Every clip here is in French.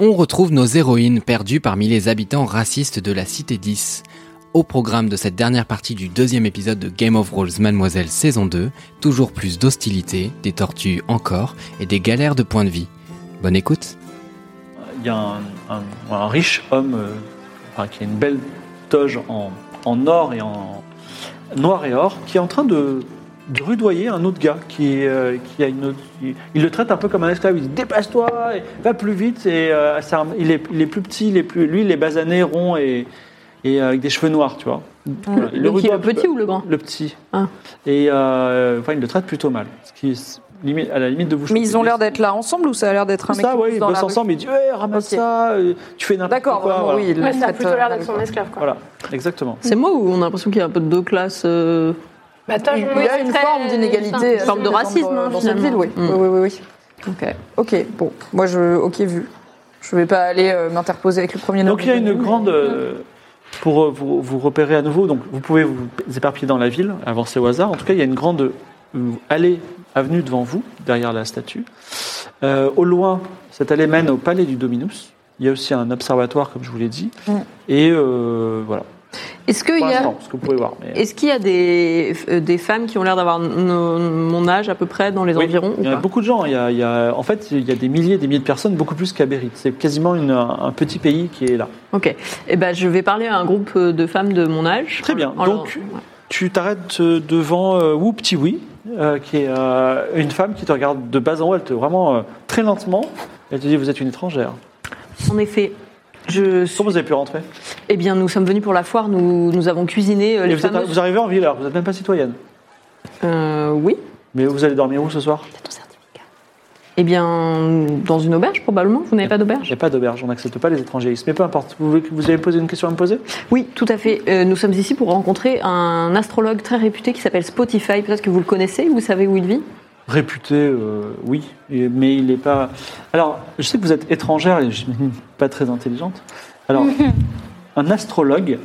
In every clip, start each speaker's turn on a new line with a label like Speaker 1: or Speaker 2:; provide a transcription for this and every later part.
Speaker 1: on retrouve nos héroïnes perdues parmi les habitants racistes de la Cité 10. Au programme de cette dernière partie du deuxième épisode de Game of Rolls Mademoiselle saison 2, toujours plus d'hostilité, des tortues encore et des galères de points de vie. Bonne écoute
Speaker 2: Il y a un, un- un riche homme euh, enfin, qui a une belle toge en, en or et en noir et or qui est en train de, de rudoyer un autre gars qui, euh, qui a une autre- qui- il le traite un peu comme un esclave. Il dit dépasse-toi, et va plus vite. Et euh, c'est un- il, est, il est plus petit, il est plus, lui il est basané, rond et, et euh, avec des cheveux noirs, tu vois. Voilà, il
Speaker 3: Le, qui,
Speaker 2: rudoie
Speaker 3: le
Speaker 2: un petit
Speaker 3: petit
Speaker 2: peu.
Speaker 3: ou le grand
Speaker 2: Le petit.
Speaker 3: Ah.
Speaker 2: Et euh, enfin, il le traite plutôt mal. Ce qui est limite- à la limite de vous.
Speaker 4: Mais ils ont l'air d'être là ensemble ou ça a l'air d'être un mec
Speaker 2: ça,
Speaker 4: qui
Speaker 2: ouais,
Speaker 4: pousse
Speaker 2: ils
Speaker 4: dans la
Speaker 2: bossent
Speaker 4: rue
Speaker 2: ensemble. Ils disent Eh, ramasse
Speaker 4: Ok.
Speaker 2: ça, euh, tu fais n'importe quoi.
Speaker 4: D'accord, vraiment,
Speaker 2: voilà.
Speaker 4: oui, ils le
Speaker 5: Ouais, ça a
Speaker 4: traitent,
Speaker 5: plutôt
Speaker 4: euh,
Speaker 5: l'air d'être son
Speaker 4: d'accord.
Speaker 5: esclave, quoi.
Speaker 2: Voilà, exactement.
Speaker 3: C'est moi ou on a l'impression qu'il y a un peu de deux classes euh,
Speaker 5: Bah, toi,
Speaker 4: Il
Speaker 5: je-
Speaker 4: y a
Speaker 5: oui,
Speaker 4: une
Speaker 5: c'est
Speaker 4: forme
Speaker 5: très-
Speaker 4: d'inégalité.
Speaker 5: c'est
Speaker 3: Une forme de
Speaker 4: dans-
Speaker 3: racisme, hein,
Speaker 4: dans cette
Speaker 3: finalement.
Speaker 4: ville, oui.
Speaker 3: Mm.
Speaker 4: oui, oui, oui,
Speaker 3: Ok.
Speaker 4: oui. Ok, bon, moi je, ok vu. Je vais pas aller euh, m'interposer avec le premier.
Speaker 2: Donc il y a
Speaker 4: nom
Speaker 2: une
Speaker 4: venu, mais-
Speaker 2: grande. euh, pour euh, vous, vous repérer à nouveau, donc vous pouvez vous éparpiller dans la ville, avancer au hasard. En tout cas, il y a une grande euh, allée, avenue devant vous, derrière la statue. Euh, au loin, cette allée mène au palais du Dominus. Il y a aussi un observatoire, comme je vous l'ai dit.
Speaker 4: Ouais.
Speaker 2: Et euh, voilà,
Speaker 3: Est-ce qu'il
Speaker 2: pour
Speaker 3: y a.
Speaker 2: l'instant, ce que vous pouvez voir. mais-
Speaker 3: Est-ce qu'il y a des, euh, des femmes qui ont l'air d'avoir no- mon âge à peu près dans les
Speaker 2: Oui,
Speaker 3: environs ou
Speaker 2: Il y a
Speaker 3: pas
Speaker 2: beaucoup de gens. Il y a, il y a- en fait, il y a des milliers et des milliers de personnes, beaucoup plus qu'à Béry. C'est quasiment une- un petit pays qui est là.
Speaker 3: Ok. Eh ben, je vais parler à un groupe euh, de femmes de mon âge.
Speaker 2: Très bien.
Speaker 3: En leur-
Speaker 2: Donc,
Speaker 3: ouais.
Speaker 2: Tu t'arrêtes euh, devant euh, Wu Petit Oui, euh, qui est euh, une femme qui te regarde de bas en haut, elle te vraiment euh, très lentement. Elle te dit Vous êtes une étrangère.
Speaker 3: En effet. Je suis-
Speaker 2: Comment vous avez pu rentrer
Speaker 3: Eh bien, nous sommes venus pour la foire. Nous, nous avons cuisiné euh,
Speaker 2: Et
Speaker 3: les
Speaker 2: vous, êtes-
Speaker 3: fameuses...
Speaker 2: vous arrivez en ville alors, vous n'êtes même pas citoyenne.
Speaker 3: Euh, oui.
Speaker 2: Mais vous allez dormir où ce soir
Speaker 3: Eh bien, dans une auberge probablement. Vous n'avez pas
Speaker 2: Il
Speaker 3: d'auberge
Speaker 2: n'y a pas d'auberge, on n'accepte pas les étrangéristes. Mais peu importe, vous, voulez- vous avez posé une question à me poser
Speaker 3: Oui, tout à fait. Euh, nous sommes ici pour rencontrer un astrologue très réputé qui s'appelle Spotify. Peut-être que vous le connaissez, vous savez où il vit.
Speaker 2: Réputé, euh, oui, Et- mais il n'est pas. Alors, je sais que vous êtes étrangère et je- pas très intelligente. Alors, un astrologue,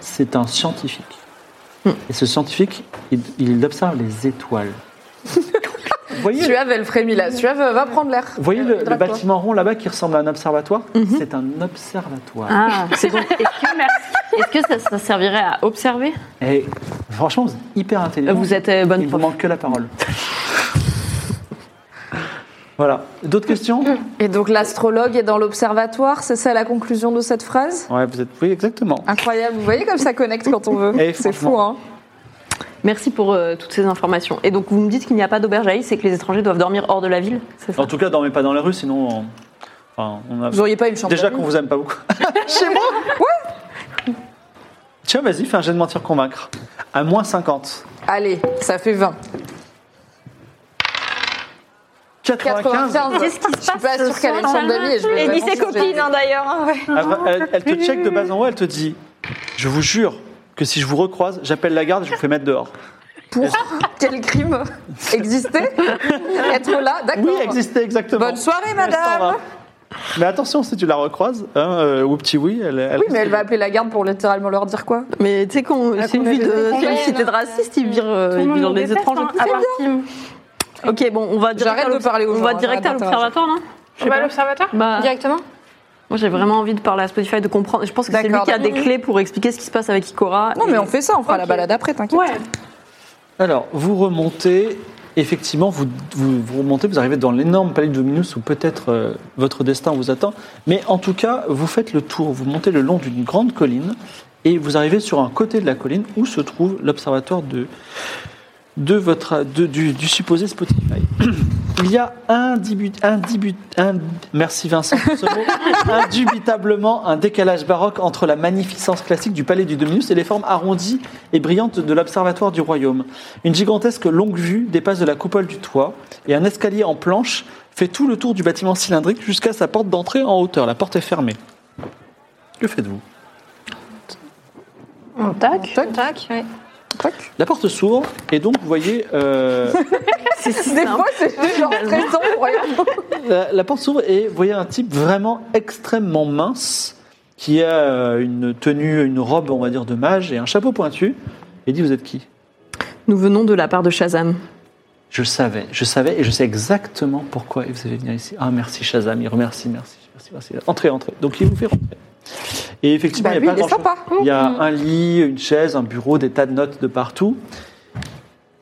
Speaker 2: c'est un scientifique.
Speaker 3: Hmm.
Speaker 2: Et ce scientifique, il, il observe les étoiles. vous voyez,
Speaker 4: Suave, elle frémit là. Suave, va prendre l'air.
Speaker 2: vous voyez
Speaker 3: Euh,
Speaker 2: le, le
Speaker 4: Hydrate-toi.
Speaker 2: bâtiment rond là-bas qui ressemble à un observatoire
Speaker 3: Mhm.
Speaker 2: C'est un observatoire.
Speaker 3: Ah, c'est donc. Est-ce que, est-ce que ça, ça servirait à observer
Speaker 2: Et franchement, vous êtes hyper intelligent.
Speaker 3: Ah. Vous êtes euh,
Speaker 2: Il
Speaker 3: bonne
Speaker 2: ne vous
Speaker 3: prof.
Speaker 2: manque que la parole. voilà. D'autres questions
Speaker 3: Hmm.
Speaker 4: Et donc l'astrologue est dans l'observatoire, c'est ça la conclusion de cette phrase
Speaker 2: Ouais, vous êtes. Oui, exactement.
Speaker 4: Incroyable, vous voyez comme ça connecte quand on veut.
Speaker 2: Eh,
Speaker 4: C'est
Speaker 2: franchement.
Speaker 4: fou, hein
Speaker 3: Merci pour euh, toutes ces informations. Et donc, vous me dites qu'il n'y a pas d'auberge à Nice et que les étrangers doivent dormir hors de la ville C'est ça
Speaker 2: En tout cas, dormez pas dans la rue, sinon. on- enfin, on a-
Speaker 4: Vous auriez pas une chambre
Speaker 2: Déjà
Speaker 4: d'amis
Speaker 2: qu'on vous aime pas beaucoup. Chez moi Tiens, vas-y, fais un jet de mentir convaincre. À moins 50.
Speaker 4: Allez, ça fait 20.
Speaker 2: 95.
Speaker 4: 95
Speaker 5: Qu'est-ce qui se
Speaker 4: Je suis
Speaker 5: passe
Speaker 4: pas
Speaker 5: ce
Speaker 4: sûre qu'elle ait une
Speaker 5: soir
Speaker 4: chambre d'amis. et je vais
Speaker 5: Et ni
Speaker 4: vraiment
Speaker 5: ses
Speaker 4: changer.
Speaker 5: copines, hein, d'ailleurs. hein, ouais.
Speaker 2: Elle va- Ah, bah, Elle, elle te check de bas en haut, elle te dit Je vous jure que si je vous recroise, j'appelle la garde et je vous fais mettre dehors.
Speaker 4: Pour quel crime Exister Être là D'accord.
Speaker 2: Oui, existait exactement.
Speaker 4: Bonne soirée,
Speaker 2: Elle s'en
Speaker 4: madame
Speaker 2: va. Mais attention, si tu la recroises, hein, euh, ou petit oui, elle. elle-
Speaker 4: Oui, mais elle va appeler la garde pour littéralement leur dire quoi
Speaker 3: Mais tu sais, qu'on- c'est une, vie de, c'est une
Speaker 5: Ouais,
Speaker 3: cité de
Speaker 5: non.
Speaker 3: racistes, ils virent euh,
Speaker 5: Tout le
Speaker 3: ils
Speaker 5: monde
Speaker 3: virent
Speaker 5: nous
Speaker 3: les
Speaker 5: déteste,
Speaker 3: étrangers.
Speaker 5: hein, à part Tim.
Speaker 3: Ok, bon, on va direct,
Speaker 4: J'arrête
Speaker 3: à
Speaker 4: de
Speaker 3: l'obs-
Speaker 4: parler aux
Speaker 3: on
Speaker 4: gens,
Speaker 3: va
Speaker 4: hein,
Speaker 3: direct à
Speaker 4: j'arrête
Speaker 3: l'observatoire, là Je
Speaker 5: On
Speaker 3: sais
Speaker 5: va à
Speaker 3: pas.
Speaker 5: l'observatoire
Speaker 3: Bah,
Speaker 5: Directement
Speaker 3: Moi, j'ai vraiment envie de parler à Spotify, de comprendre. Je pense que c'est lui
Speaker 4: D'accord,
Speaker 3: qui a des
Speaker 4: d'accord.
Speaker 3: clés pour expliquer ce qui se passe avec Ikora.
Speaker 4: Non, mais on fait ça, on fera la
Speaker 5: Ok.
Speaker 4: balade après, t'inquiète.
Speaker 5: Ouais.
Speaker 2: Alors, vous remontez, effectivement, vous, vous, vous remontez, vous arrivez dans l'énorme palais de Dominus où peut-être euh, votre destin vous attend. Mais en tout cas, vous faites le tour, vous montez le long d'une grande colline et vous arrivez sur un côté de la colline où se trouve l'observatoire de de votre, de- du, du supposé Spotify. Il y a un début, un début, un, merci Vincent pour ce mot, indubitablement un décalage baroque entre la magnificence classique du palais du Dominus et les formes arrondies et brillantes de l'observatoire du royaume. Une gigantesque longue vue dépasse de la coupole du toit et un escalier en planche fait tout le tour du bâtiment cylindrique jusqu'à sa porte d'entrée en hauteur. La porte est fermée. Que faites-vous
Speaker 5: On tac.
Speaker 4: Toc.
Speaker 5: tac, ouais.
Speaker 2: La porte s'ouvre et donc vous voyez euh,
Speaker 3: C'est si
Speaker 4: Des
Speaker 3: simple.
Speaker 4: fois, c'est juste genre très sombre, voyons.
Speaker 2: Euh, La, la porte s'ouvre et vous voyez un type vraiment extrêmement mince qui a euh, une tenue, une robe, on va dire, de mage et un chapeau pointu. Et dit Vous êtes qui
Speaker 3: Nous venons de la part de Shazam.
Speaker 2: Je savais, je savais et je sais exactement pourquoi vous allez venir ici. Ah, merci Shazam, il remercie, merci, merci, merci. Entrez, entrez. Donc il vous fait rentrer. Et effectivement,
Speaker 4: Bah,
Speaker 2: il y a
Speaker 4: lui,
Speaker 2: pas
Speaker 4: il est
Speaker 2: grand-chose.
Speaker 4: sympa. Mmh.
Speaker 2: Il y a un lit, une chaise, un bureau, des tas de notes de partout.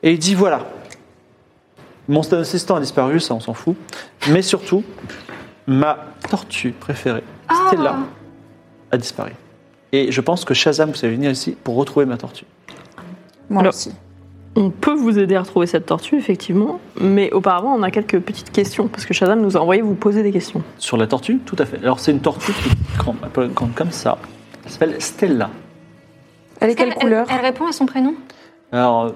Speaker 2: Et il dit Voilà, mon stand assistant a disparu, ça on s'en fout. Mais surtout, ma tortue préférée,
Speaker 4: Ah.
Speaker 2: Stella, a disparu. Et je pense que Shazam, vous allez venir ici pour retrouver ma tortue.
Speaker 4: Moi
Speaker 3: Alors.
Speaker 4: aussi.
Speaker 3: On peut vous aider à retrouver cette tortue, effectivement, mais auparavant, on a quelques petites questions, parce que Shazam nous a envoyé vous poser des questions.
Speaker 2: Sur la tortue, tout à fait. Alors c'est une tortue qui est grande, un peu grande comme ça. Elle s'appelle Stella.
Speaker 4: Elle est quelle
Speaker 5: Elle-
Speaker 4: couleur
Speaker 5: elle, elle répond à son prénom
Speaker 2: Alors, euh,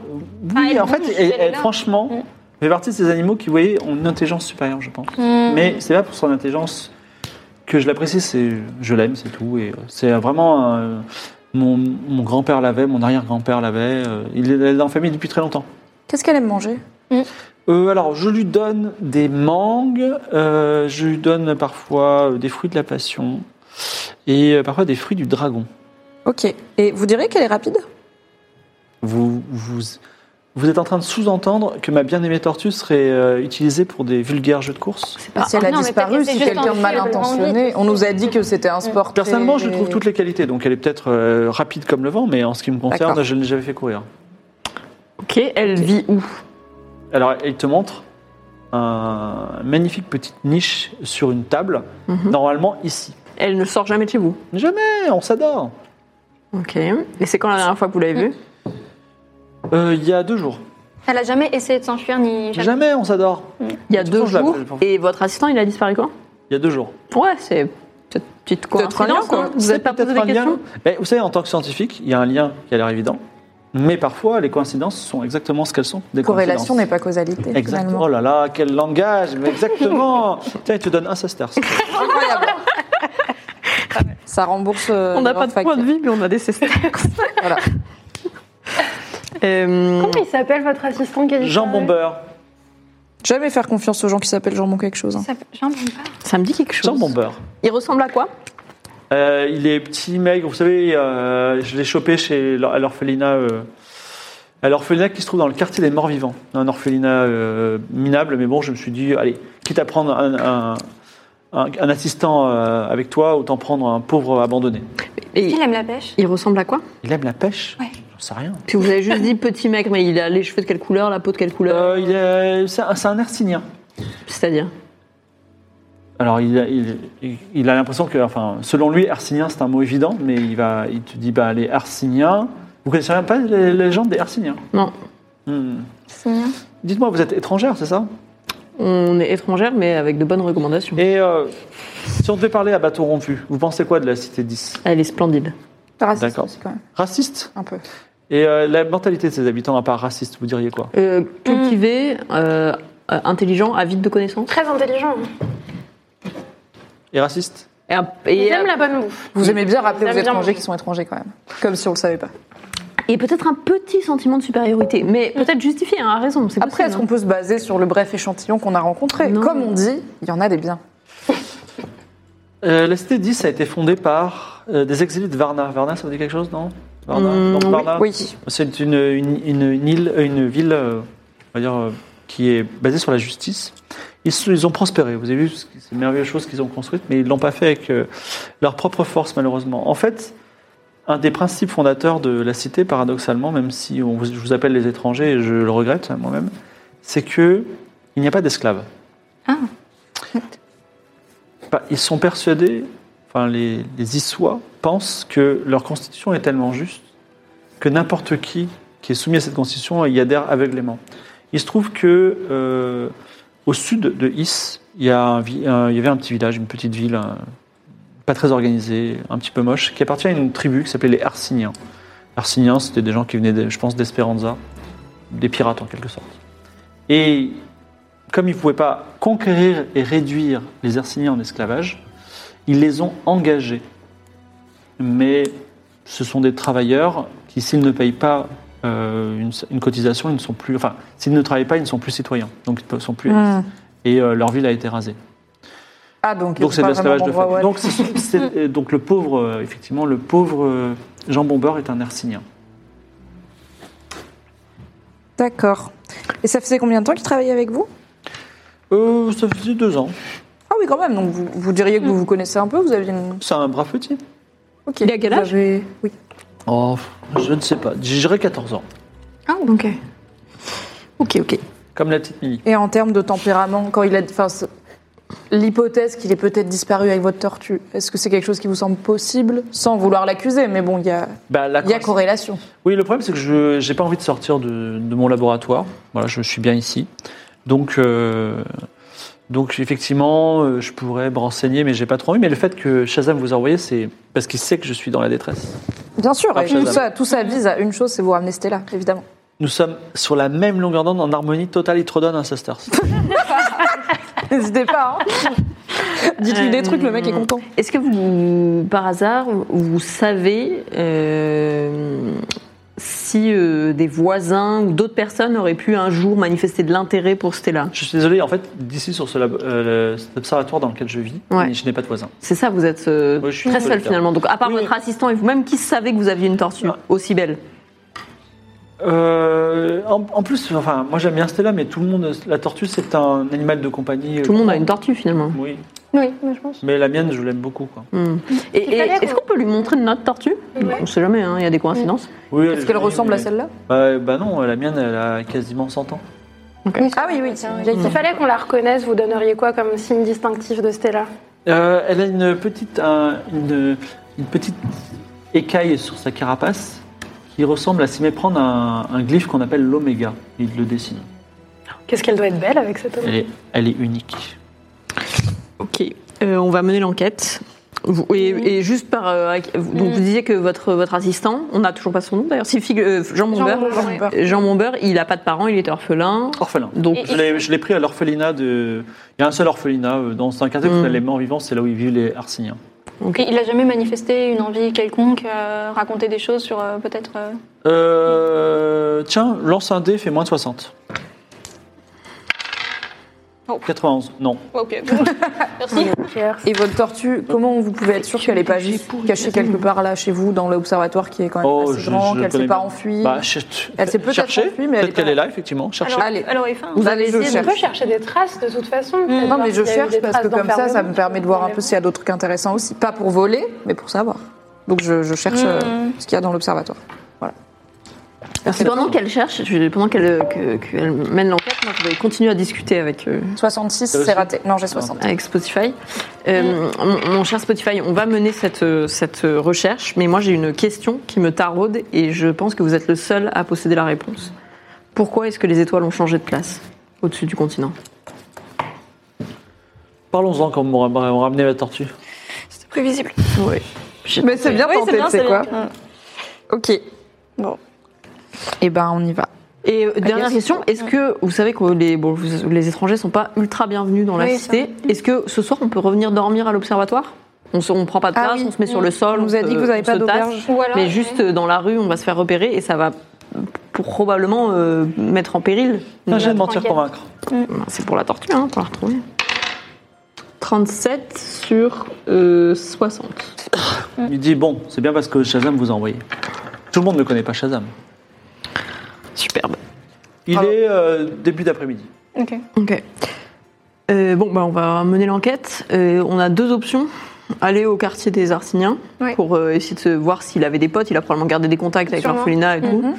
Speaker 2: oui,
Speaker 5: Ah, elle
Speaker 2: en fait,
Speaker 5: bouge,
Speaker 2: elle-
Speaker 5: elle est
Speaker 2: elle,
Speaker 5: là.
Speaker 2: franchement,
Speaker 5: Mm.
Speaker 2: fait partie de ces animaux qui, vous voyez, ont une intelligence supérieure, je pense.
Speaker 5: Mm.
Speaker 2: Mais c'est pas pour son intelligence que je l'apprécie, c'est je l'aime, c'est tout. Et euh, c'est vraiment euh, mon, mon grand-père l'avait, mon arrière-grand-père l'avait. euh, il est dans la famille depuis très longtemps.
Speaker 4: Qu'est-ce qu'elle aime manger
Speaker 2: Euh, alors, je lui donne des mangues, euh, je lui donne parfois euh, des fruits de la passion et euh, parfois des fruits du dragon.
Speaker 4: Ok. Et vous direz qu'elle est rapide
Speaker 2: Vous, vous, vous êtes en train de sous-entendre que ma bien-aimée tortue serait euh, utilisée pour des vulgaires jeux de course
Speaker 4: Bah, Si
Speaker 5: Ah,
Speaker 4: elle a
Speaker 5: non, mais peut-être
Speaker 4: disparu,
Speaker 5: que
Speaker 4: si
Speaker 5: c'est juste
Speaker 4: quelqu'un de
Speaker 5: un
Speaker 4: mal
Speaker 5: film,
Speaker 4: intentionné,
Speaker 5: on
Speaker 4: on
Speaker 5: dit.
Speaker 4: nous a dit que c'était un sport. très-
Speaker 2: Personnellement, je lui trouve toutes les qualités, donc elle est peut-être euh, rapide comme le vent, mais en ce qui me concerne,
Speaker 4: D'accord.
Speaker 2: je ne l'ai jamais fait courir.
Speaker 3: Ok, elle vit où
Speaker 2: Alors, il te montre un magnifique petite niche sur une table,
Speaker 3: Mhm.
Speaker 2: normalement ici.
Speaker 3: Elle ne sort jamais de chez vous.
Speaker 2: Jamais, on s'adore.
Speaker 3: Ok. Et c'est quand la dernière fois que vous l'avez vue
Speaker 2: Euh, Il y a deux jours.
Speaker 5: Elle a jamais essayé de s'enfuir ni
Speaker 2: Jamais, on s'adore.
Speaker 3: Il y a
Speaker 2: De toute façon,
Speaker 3: deux
Speaker 2: je
Speaker 3: jours.
Speaker 2: l'appelle pour-
Speaker 3: Et votre assistant, il a disparu quand
Speaker 2: Il y a deux jours.
Speaker 3: Ouais, c'est cette petite
Speaker 4: Peut-être un
Speaker 3: coïncidence.
Speaker 4: lien, quoi.
Speaker 3: hein. Vous
Speaker 2: C'est
Speaker 3: n'avez pas
Speaker 2: peut-être
Speaker 3: posé des
Speaker 2: un lien.
Speaker 3: questions
Speaker 2: Ben, Vous savez, en tant que scientifique, il y a un lien qui a l'air évident, mais parfois les coïncidences sont exactement ce qu'elles sont. Des
Speaker 4: Corrélation
Speaker 2: coïncidences.
Speaker 4: n'est pas causalité.
Speaker 2: Exactement.
Speaker 4: finalement.
Speaker 2: Oh là là, quel langage mais Exactement Tiens, il te donne un sesterce.
Speaker 4: Incroyable. Ça rembourse. euh,
Speaker 3: On n'a
Speaker 4: leur
Speaker 3: pas de
Speaker 4: fac.
Speaker 3: point de vie, mais on a des cesters.
Speaker 4: Voilà.
Speaker 3: Euh,
Speaker 5: Comment il s'appelle votre assistant qui a
Speaker 2: Jean Bombeur.
Speaker 4: Jamais faire confiance aux gens qui s'appellent Jambon quelque chose. hein.
Speaker 5: Jean Bombeur.
Speaker 3: ça me dit quelque chose.
Speaker 2: Jean Bombeur.
Speaker 3: Il ressemble à quoi
Speaker 2: Euh, il est petit, maigre. Vous savez, euh, je l'ai chopé chez l'or- à l'orphelinat. euh, à l'orphelinat qui se trouve dans le quartier des morts vivants. Un orphelinat euh, minable, mais bon, je me suis dit, allez, quitte à prendre un, un- un- un assistant euh, avec toi, autant prendre un pauvre abandonné.
Speaker 3: Et
Speaker 5: Il aime la pêche.
Speaker 3: Il ressemble à quoi
Speaker 2: Il aime la pêche
Speaker 5: Ouais.
Speaker 2: J'en sais rien.
Speaker 3: Puis vous avez juste dit petit maigre, mais il a les cheveux de quelle couleur, la peau de quelle couleur
Speaker 2: Euh, il est- c'est un, c'est un hercynien.
Speaker 3: C'est-à-dire
Speaker 2: Alors, il a, il, il- il a l'impression que, enfin, selon lui, hercynien, c'est un mot évident, mais il, va, il te dit, bah, les hercyniens. Vous connaissez même pas les légendes des hercyniens
Speaker 3: Non.
Speaker 2: Hmm. Dites-moi, vous êtes étrangère, c'est ça
Speaker 3: On est étrangère, mais avec de bonnes recommandations.
Speaker 2: Et euh, si on devait parler à bâton rompu, vous pensez quoi de la cité 10
Speaker 3: Elle est splendide.
Speaker 4: Raciste
Speaker 2: D'accord.
Speaker 4: aussi, quand même.
Speaker 2: Raciste
Speaker 4: Un peu.
Speaker 2: Et euh, la mentalité de ses habitants, à part raciste, vous diriez quoi
Speaker 3: Euh, cultivé, euh, euh, intelligent, avide de connaissances.
Speaker 5: Très intelligent. hein.
Speaker 2: Et raciste
Speaker 3: Et, un-
Speaker 5: Il
Speaker 3: et,
Speaker 5: aime
Speaker 3: euh,
Speaker 5: la bonne bouffe.
Speaker 4: Vous aimez bien rappeler
Speaker 5: Ils
Speaker 4: aux
Speaker 5: aiment bien
Speaker 4: étrangers
Speaker 5: manger.
Speaker 4: qui sont étrangers quand même. Comme si on le savait pas.
Speaker 3: et peut-être un petit sentiment de supériorité, mais peut-être justifié, hein, à raison. c'est
Speaker 4: Après,
Speaker 3: possible,
Speaker 4: est-ce qu'on peut se baser sur le bref échantillon qu'on a rencontré
Speaker 3: Non.
Speaker 4: Comme on dit, il y en a des biens.
Speaker 2: Euh, La cité 10 a été fondée par euh, des exilés de Varna. Varna, ça vous dit quelque chose, non Varna,
Speaker 3: Hmm,
Speaker 2: Donc,
Speaker 3: oui,
Speaker 2: Varna,
Speaker 4: Oui.
Speaker 2: C'est une, une, une- une île, euh, une ville, euh, on va dire, euh, qui est basée sur la justice. Ils, se- ils ont prospéré. Vous avez vu ce qui- ces merveilleuses choses qu'ils ont construites, mais ils l'ont pas fait avec euh, leur propre force, malheureusement. En fait, un des principes fondateurs de la cité, paradoxalement, même si on, vous- je vous appelle les étrangers et je le regrette hein, moi-même, c'est que il n'y a pas d'esclaves.
Speaker 5: Ah.
Speaker 2: Pas- Ils sont persuadés, enfin les, les Issois pensent que leur constitution est tellement juste que n'importe qui qui est soumis à cette constitution et y adhère aveuglément. Il se trouve que euh, au sud de Is, il y, a un vi- un- il y avait un petit village, une petite ville, un- pas très organisée, un petit peu moche, qui appartient à une tribu qui s'appelait les Arsiniens. Arsiniens, c'était des gens qui venaient, de- je pense, d'Esperanza, des pirates en quelque sorte. Et comme ils ne pouvaient pas conquérir et réduire les Arsiniens en esclavage, ils les ont engagés. Mais ce sont des travailleurs qui, s'ils ne payent pas euh, une, une cotisation, ils ne sont plus. Enfin, s'ils ne travaillent pas, ils ne sont plus citoyens. Donc, ils ne sont plus.
Speaker 4: Hmm.
Speaker 2: Et euh, leur ville a été rasée.
Speaker 4: Ah, donc,
Speaker 2: Donc, c'est de l'esclavage de fait.
Speaker 4: Donc,
Speaker 2: Donc, c'est- c'est- euh, donc, le pauvre, euh, effectivement, le pauvre euh, Jean Bombeur est un Hercinien.
Speaker 4: D'accord. Et ça faisait combien de temps qu'il travaillait avec vous
Speaker 2: Euh, ça faisait deux ans.
Speaker 4: Ah oui, quand même. Donc, vous, vous diriez que vous vous connaissez un peu Vous avez une...
Speaker 2: C'est un brave petit.
Speaker 4: Ok.
Speaker 3: Il a quel
Speaker 4: Vous
Speaker 3: âge
Speaker 4: avez- Oui.
Speaker 2: Oh, je ne sais pas. J'irai 14 ans.
Speaker 5: Ah, donc. euh,
Speaker 3: Ok, ok.
Speaker 2: Comme la petite Millie.
Speaker 4: Et en termes de tempérament, quand il a... Enfin, c'est- l'hypothèse qu'il ait peut-être disparu avec votre tortue, est-ce que c'est quelque chose qui vous semble possible Sans vouloir l'accuser, mais bon, il y a,
Speaker 2: Bah, la
Speaker 4: il y a
Speaker 2: croissance-
Speaker 4: corrélation.
Speaker 2: Oui, le problème, c'est que je n'ai pas envie de sortir de, de mon laboratoire. Voilà, je suis bien ici. Donc, euh, donc effectivement, euh, je pourrais me renseigner, mais j'ai pas trop envie. Mais le fait que Shazam vous a envoyé, c'est parce qu'il sait que je suis dans la détresse.
Speaker 4: Bien sûr, et
Speaker 2: Raph
Speaker 4: tout
Speaker 2: Shazam.
Speaker 4: ça, tout ça vise à une chose, c'est vous ramener Stella, évidemment.
Speaker 2: Nous sommes sur la même longueur d'onde en harmonie totale Itrodon Ancestors.
Speaker 4: N'hésitez pas. hein. Dites-lui des trucs, le mec est content.
Speaker 3: Est-ce que vous, par hasard, vous savez euh, si euh, des voisins ou d'autres personnes auraient pu un jour manifester de l'intérêt pour Stella
Speaker 2: Je suis désolé, en fait, d'ici sur ce labo- euh, cet observatoire dans lequel je vis,
Speaker 3: Ouais.
Speaker 2: je n'ai pas de voisin.
Speaker 3: C'est ça, vous êtes euh,
Speaker 2: Oui, je suis
Speaker 3: très seul
Speaker 2: solitaire.
Speaker 3: finalement. Donc, à part
Speaker 2: Oui,
Speaker 3: votre
Speaker 2: oui.
Speaker 3: assistant et vous-même, qui savait que vous aviez une tortue
Speaker 2: Ah.
Speaker 3: aussi belle
Speaker 2: Euh, en, en plus, enfin, moi j'aime bien Stella, mais tout le monde, la tortue, c'est un animal de compagnie. euh,
Speaker 3: Tout le monde a une tortue finalement.
Speaker 2: Oui,
Speaker 5: Oui, mais je pense.
Speaker 2: mais la mienne, je l'aime beaucoup. Quoi.
Speaker 3: Hmm. Et,
Speaker 5: Il
Speaker 3: et
Speaker 5: fallait
Speaker 3: est-ce
Speaker 5: qu'on-
Speaker 3: qu'on peut lui montrer notre tortue
Speaker 5: Ouais.
Speaker 3: On sait jamais, hein, il y a des coïncidences.
Speaker 2: Oui, elle
Speaker 4: Est-ce qu'elle
Speaker 2: jolie,
Speaker 4: ressemble à
Speaker 2: mais-
Speaker 4: celle-là
Speaker 2: Bah, bah non, la mienne, elle a quasiment 100 ans.
Speaker 4: Ah oui, oui, c'est une vieille
Speaker 5: S'il fallait qu'on la reconnaisse, vous donneriez quoi comme signe distinctif de Stella
Speaker 2: Euh, elle a une petite, un- une, une petite écaille sur sa carapace qui ressemble à s'y méprendre à un, un glyphe qu'on appelle l'oméga. Il le dessine.
Speaker 5: Qu'est-ce qu'elle doit être belle avec cette homme
Speaker 2: Elle est, elle est unique.
Speaker 3: Ok, Euh, on va mener l'enquête. Vous- Et, et juste par. euh, donc, vous disiez que votre, votre assistant, on n'a toujours pas son nom d'ailleurs, c'est Fig- euh, Jean Monbeur.
Speaker 5: Monbeur, ouais.
Speaker 3: Jean Monbeur, il n'a pas de parents, il est orphelin.
Speaker 2: Orphelin.
Speaker 3: Donc,
Speaker 2: Je l'ai- je l'ai pris à l'orphelinat de. Il y a un seul orphelinat euh, dans un quartier,
Speaker 3: Mm.
Speaker 2: où les morts vivants, c'est là où ils vivent les Arsiniens.
Speaker 5: Et Il a jamais manifesté une envie quelconque, euh, raconter des choses sur euh, peut-être. euh,
Speaker 2: Euh, tiens, lance un dé, fait moins de 60.
Speaker 5: Oh.
Speaker 2: 91, non.
Speaker 5: Ok, merci.
Speaker 4: Et votre tortue, comment vous pouvez être sûr qu'elle n'est pas juste cachée quelque part là chez vous, dans l'observatoire qui est quand même
Speaker 2: Oh,
Speaker 4: assez
Speaker 2: je-
Speaker 4: grand,
Speaker 2: je
Speaker 4: qu'elle ne s'est
Speaker 2: connais
Speaker 4: pas
Speaker 2: bien.
Speaker 4: enfuie
Speaker 2: Bah, ch-
Speaker 4: Elle s'est peut-être
Speaker 2: cherchez,
Speaker 4: enfuie, mais elle est
Speaker 2: peut-être qu'elle
Speaker 4: pas
Speaker 2: est
Speaker 4: là.
Speaker 2: là, effectivement. Cherchez.
Speaker 5: Alors,
Speaker 4: Allez.
Speaker 5: alors, il fait un-
Speaker 4: Vous
Speaker 5: Bah,
Speaker 4: allez
Speaker 5: essayez
Speaker 4: chercher.
Speaker 5: de chercher des traces de toute façon.
Speaker 6: Mm.
Speaker 5: peut-être
Speaker 4: Non,
Speaker 5: voir
Speaker 4: mais je
Speaker 5: s'il y a eu
Speaker 4: cherche
Speaker 5: des
Speaker 4: parce que
Speaker 5: traces
Speaker 4: comme ça, ça me
Speaker 5: d'enfermement,
Speaker 4: permet de voir un peu
Speaker 5: d'enfermement.
Speaker 4: s'il y a d'autres trucs intéressants aussi. Pas pour voler, mais pour savoir. Donc je, je cherche euh, ce qu'il y a dans l'observatoire.
Speaker 3: Parce que pendant qu'elle cherche, je- pendant qu'elle que- qu'elle mène l'enquête, moi, je vais continuer à discuter avec, euh,
Speaker 4: 66,
Speaker 2: aussi
Speaker 4: c'est raté. Non, j'ai 60.
Speaker 3: avec Spotify. Euh, mon, mon cher Spotify, on va mener cette, euh, cette euh, recherche, mais moi j'ai une question qui me taraude et je pense que vous êtes le seul à posséder la réponse. Pourquoi est-ce que les étoiles ont changé de place au-dessus du continent
Speaker 2: Parlons-en quand on va ramener la tortue.
Speaker 5: C'est prévisible.
Speaker 3: Oui.
Speaker 4: Mais c'est bien
Speaker 3: Oui,
Speaker 4: tenté, tu sais quoi.
Speaker 5: Mm.
Speaker 4: Ok.
Speaker 5: Bon.
Speaker 4: Et ben, on y va.
Speaker 3: Et euh, dernière
Speaker 4: guess.
Speaker 3: question, est-ce que vous savez que les, bon, vous- les étrangers sont pas ultra bienvenus dans la
Speaker 5: Oui, ça.
Speaker 3: cité Est-ce que ce soir on peut revenir dormir à l'observatoire On se, on prend pas de
Speaker 4: Ah
Speaker 3: place,
Speaker 4: oui.
Speaker 3: on se met sur le sol.
Speaker 4: On vous a
Speaker 3: se-
Speaker 4: dit que vous n'avez
Speaker 3: on
Speaker 4: pas
Speaker 3: se tasse.
Speaker 4: d'auberge.
Speaker 5: Ou alors,
Speaker 3: Mais juste euh, dans la rue, on va se faire repérer et ça va pour probablement euh, mettre en péril.
Speaker 2: Ah, J'ai de mentir
Speaker 5: tranquille.
Speaker 2: convaincre.
Speaker 3: C'est pour la tortue, hein, pour la retrouver. 37 sur euh, 60.
Speaker 4: Mm.
Speaker 2: Il dit Bon, c'est bien parce que Shazam vous a envoyé. Tout le monde ne connaît pas Shazam.
Speaker 3: Superbe.
Speaker 2: Il est euh, début d'après-midi.
Speaker 5: Ok.
Speaker 3: Ok. Euh, bon, bah, on va mener l'enquête. Euh, on a deux options. Aller au quartier des Arsiniens
Speaker 5: Ouais.
Speaker 3: pour euh, essayer de se voir s'il avait des potes. Il a probablement gardé des contacts avec
Speaker 5: Sûrement.
Speaker 4: Mhm.
Speaker 3: l'orphelinat et tout.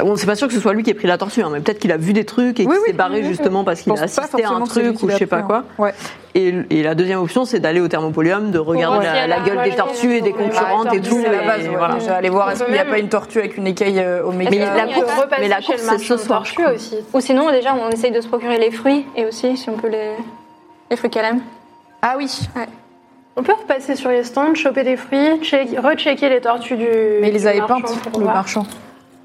Speaker 3: Bon, c'est pas sûr que ce soit lui qui ait pris la tortue, hein, mais peut-être qu'il a vu des trucs et qu'il
Speaker 4: Oui, oui,
Speaker 3: s'est barré
Speaker 4: oui, oui.
Speaker 3: justement parce qu'il
Speaker 4: pense
Speaker 3: a
Speaker 4: pas
Speaker 3: assisté à un
Speaker 4: forcément que c'est lui
Speaker 3: truc
Speaker 4: qui
Speaker 3: ou je
Speaker 4: l'a
Speaker 3: sais pas
Speaker 4: pris,
Speaker 3: quoi.
Speaker 4: hein. Ouais.
Speaker 3: Et, et la deuxième option, c'est d'aller au thermopodium, de regarder
Speaker 5: voir si
Speaker 3: la,
Speaker 5: elle
Speaker 3: la
Speaker 5: a
Speaker 3: gueule des
Speaker 5: mangé
Speaker 3: tortues et des
Speaker 5: des tortues.
Speaker 3: concurrentes et
Speaker 5: Ouais,
Speaker 3: tout.
Speaker 4: C'est la
Speaker 3: et
Speaker 4: base, ouais.
Speaker 3: voilà.
Speaker 4: Déjà, aller voir est-ce
Speaker 5: On peut
Speaker 4: qu'il n'y a
Speaker 5: même-
Speaker 4: pas une tortue avec une écaille euh, au méga.
Speaker 3: Mais la
Speaker 5: on peut
Speaker 3: course-
Speaker 5: repasser
Speaker 3: mais la
Speaker 5: chez le
Speaker 3: course, c'est
Speaker 5: marchand
Speaker 3: ce
Speaker 5: de
Speaker 3: soir,
Speaker 5: tortues
Speaker 3: je crois.
Speaker 5: aussi. Ou sinon, déjà, on essaye de se procurer les fruits et aussi, si on peut les, les fruits qu'elle aime.
Speaker 4: Ah oui,
Speaker 6: On peut repasser sur les stands, choper des fruits, check- rechecker les tortues du.
Speaker 4: mais ils les
Speaker 6: du
Speaker 4: avait
Speaker 6: marchand
Speaker 4: peintes,
Speaker 6: pour
Speaker 4: le
Speaker 6: voir.
Speaker 4: marchand.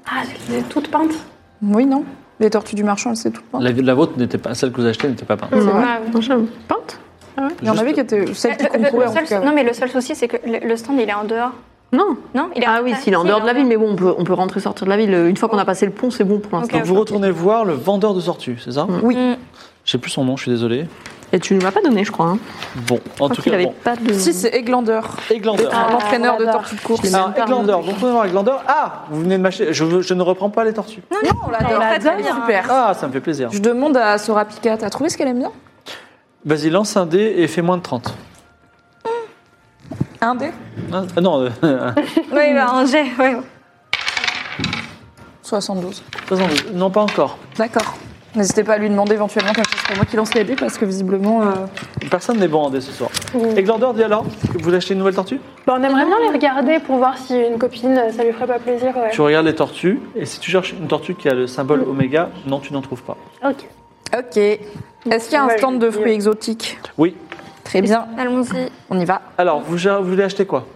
Speaker 6: Ah, elles étaient toutes peintes.
Speaker 4: Oui, non Les tortues du marchand, elles étaient toutes peintes.
Speaker 2: La, la vôtre n'était pas celle que vous achetez n'était pas peinte.
Speaker 5: C'est
Speaker 4: Ouais.
Speaker 5: pas-
Speaker 3: Peinte
Speaker 4: Il y en
Speaker 2: Juste-
Speaker 4: avait qui étaient celles qui
Speaker 5: Le- le- Bah, le
Speaker 4: concouraient en
Speaker 5: seul-
Speaker 4: tout cas.
Speaker 5: Non, mais le seul souci, c'est que le, le stand, il est en dehors.
Speaker 3: Non.
Speaker 5: Non il est
Speaker 3: Ah oui, s'il est en
Speaker 5: si,
Speaker 3: dehors de la ville, mais bon, on peut, on peut rentrer sortir de la ville. Une fois qu'on a passé le pont, c'est bon pour l'instant.
Speaker 5: Ok.
Speaker 2: Donc vous retournez voir le vendeur de tortues, c'est ça
Speaker 3: Oui.
Speaker 5: Mm.
Speaker 2: Je sais plus son nom, je suis désolé.
Speaker 3: Et tu ne m'as pas donné, je crois. hein.
Speaker 2: Bon, en
Speaker 3: Je crois
Speaker 2: tout
Speaker 3: qu'il
Speaker 2: cas,
Speaker 3: avait
Speaker 2: bon.
Speaker 3: pas de.
Speaker 4: Si, c'est Eglander,
Speaker 2: Eglander.
Speaker 4: un entraîneur de
Speaker 6: Eglander.
Speaker 4: tortues de course.
Speaker 2: Alors, Eglander, donc vous pouvez voir Eglander. Ah, vous venez de m'acheter. Je, veux- je ne reprends pas les tortues.
Speaker 4: On l'adore,
Speaker 5: très, très bien.
Speaker 4: super.
Speaker 2: Ah, ça me fait plaisir.
Speaker 4: Je demande à Sora Pika, t'as trouvé ce qu'elle aime bien
Speaker 2: Vas-y, lance un dé et fais moins de 30.
Speaker 4: Un dé
Speaker 2: Hein Ah, non, euh,
Speaker 5: Oui, bah, en jet, ouais.
Speaker 4: 72.
Speaker 2: 72. non, pas encore.
Speaker 4: D'accord. N'hésitez pas à lui demander éventuellement quelque chose pour moi qui lance les dés parce que visiblement. euh,
Speaker 2: Personne n'est bon en dé ce soir. Eglander dit alors que vous achetez une nouvelle tortue
Speaker 6: Bah, on aimerait bien les regarder pour voir si une copine, euh, ça lui ferait pas plaisir. ouais.
Speaker 2: Tu regardes les tortues et si tu cherches une tortue qui a le symbole oméga, non, tu n'en trouves pas.
Speaker 6: Ok.
Speaker 4: Ok. Est-ce qu'il y a un stand de fruits exotiques
Speaker 2: Oui.
Speaker 4: Très bien,
Speaker 5: Allons-y.
Speaker 4: on y va.
Speaker 2: Alors, vous, vous voulez acheter quoi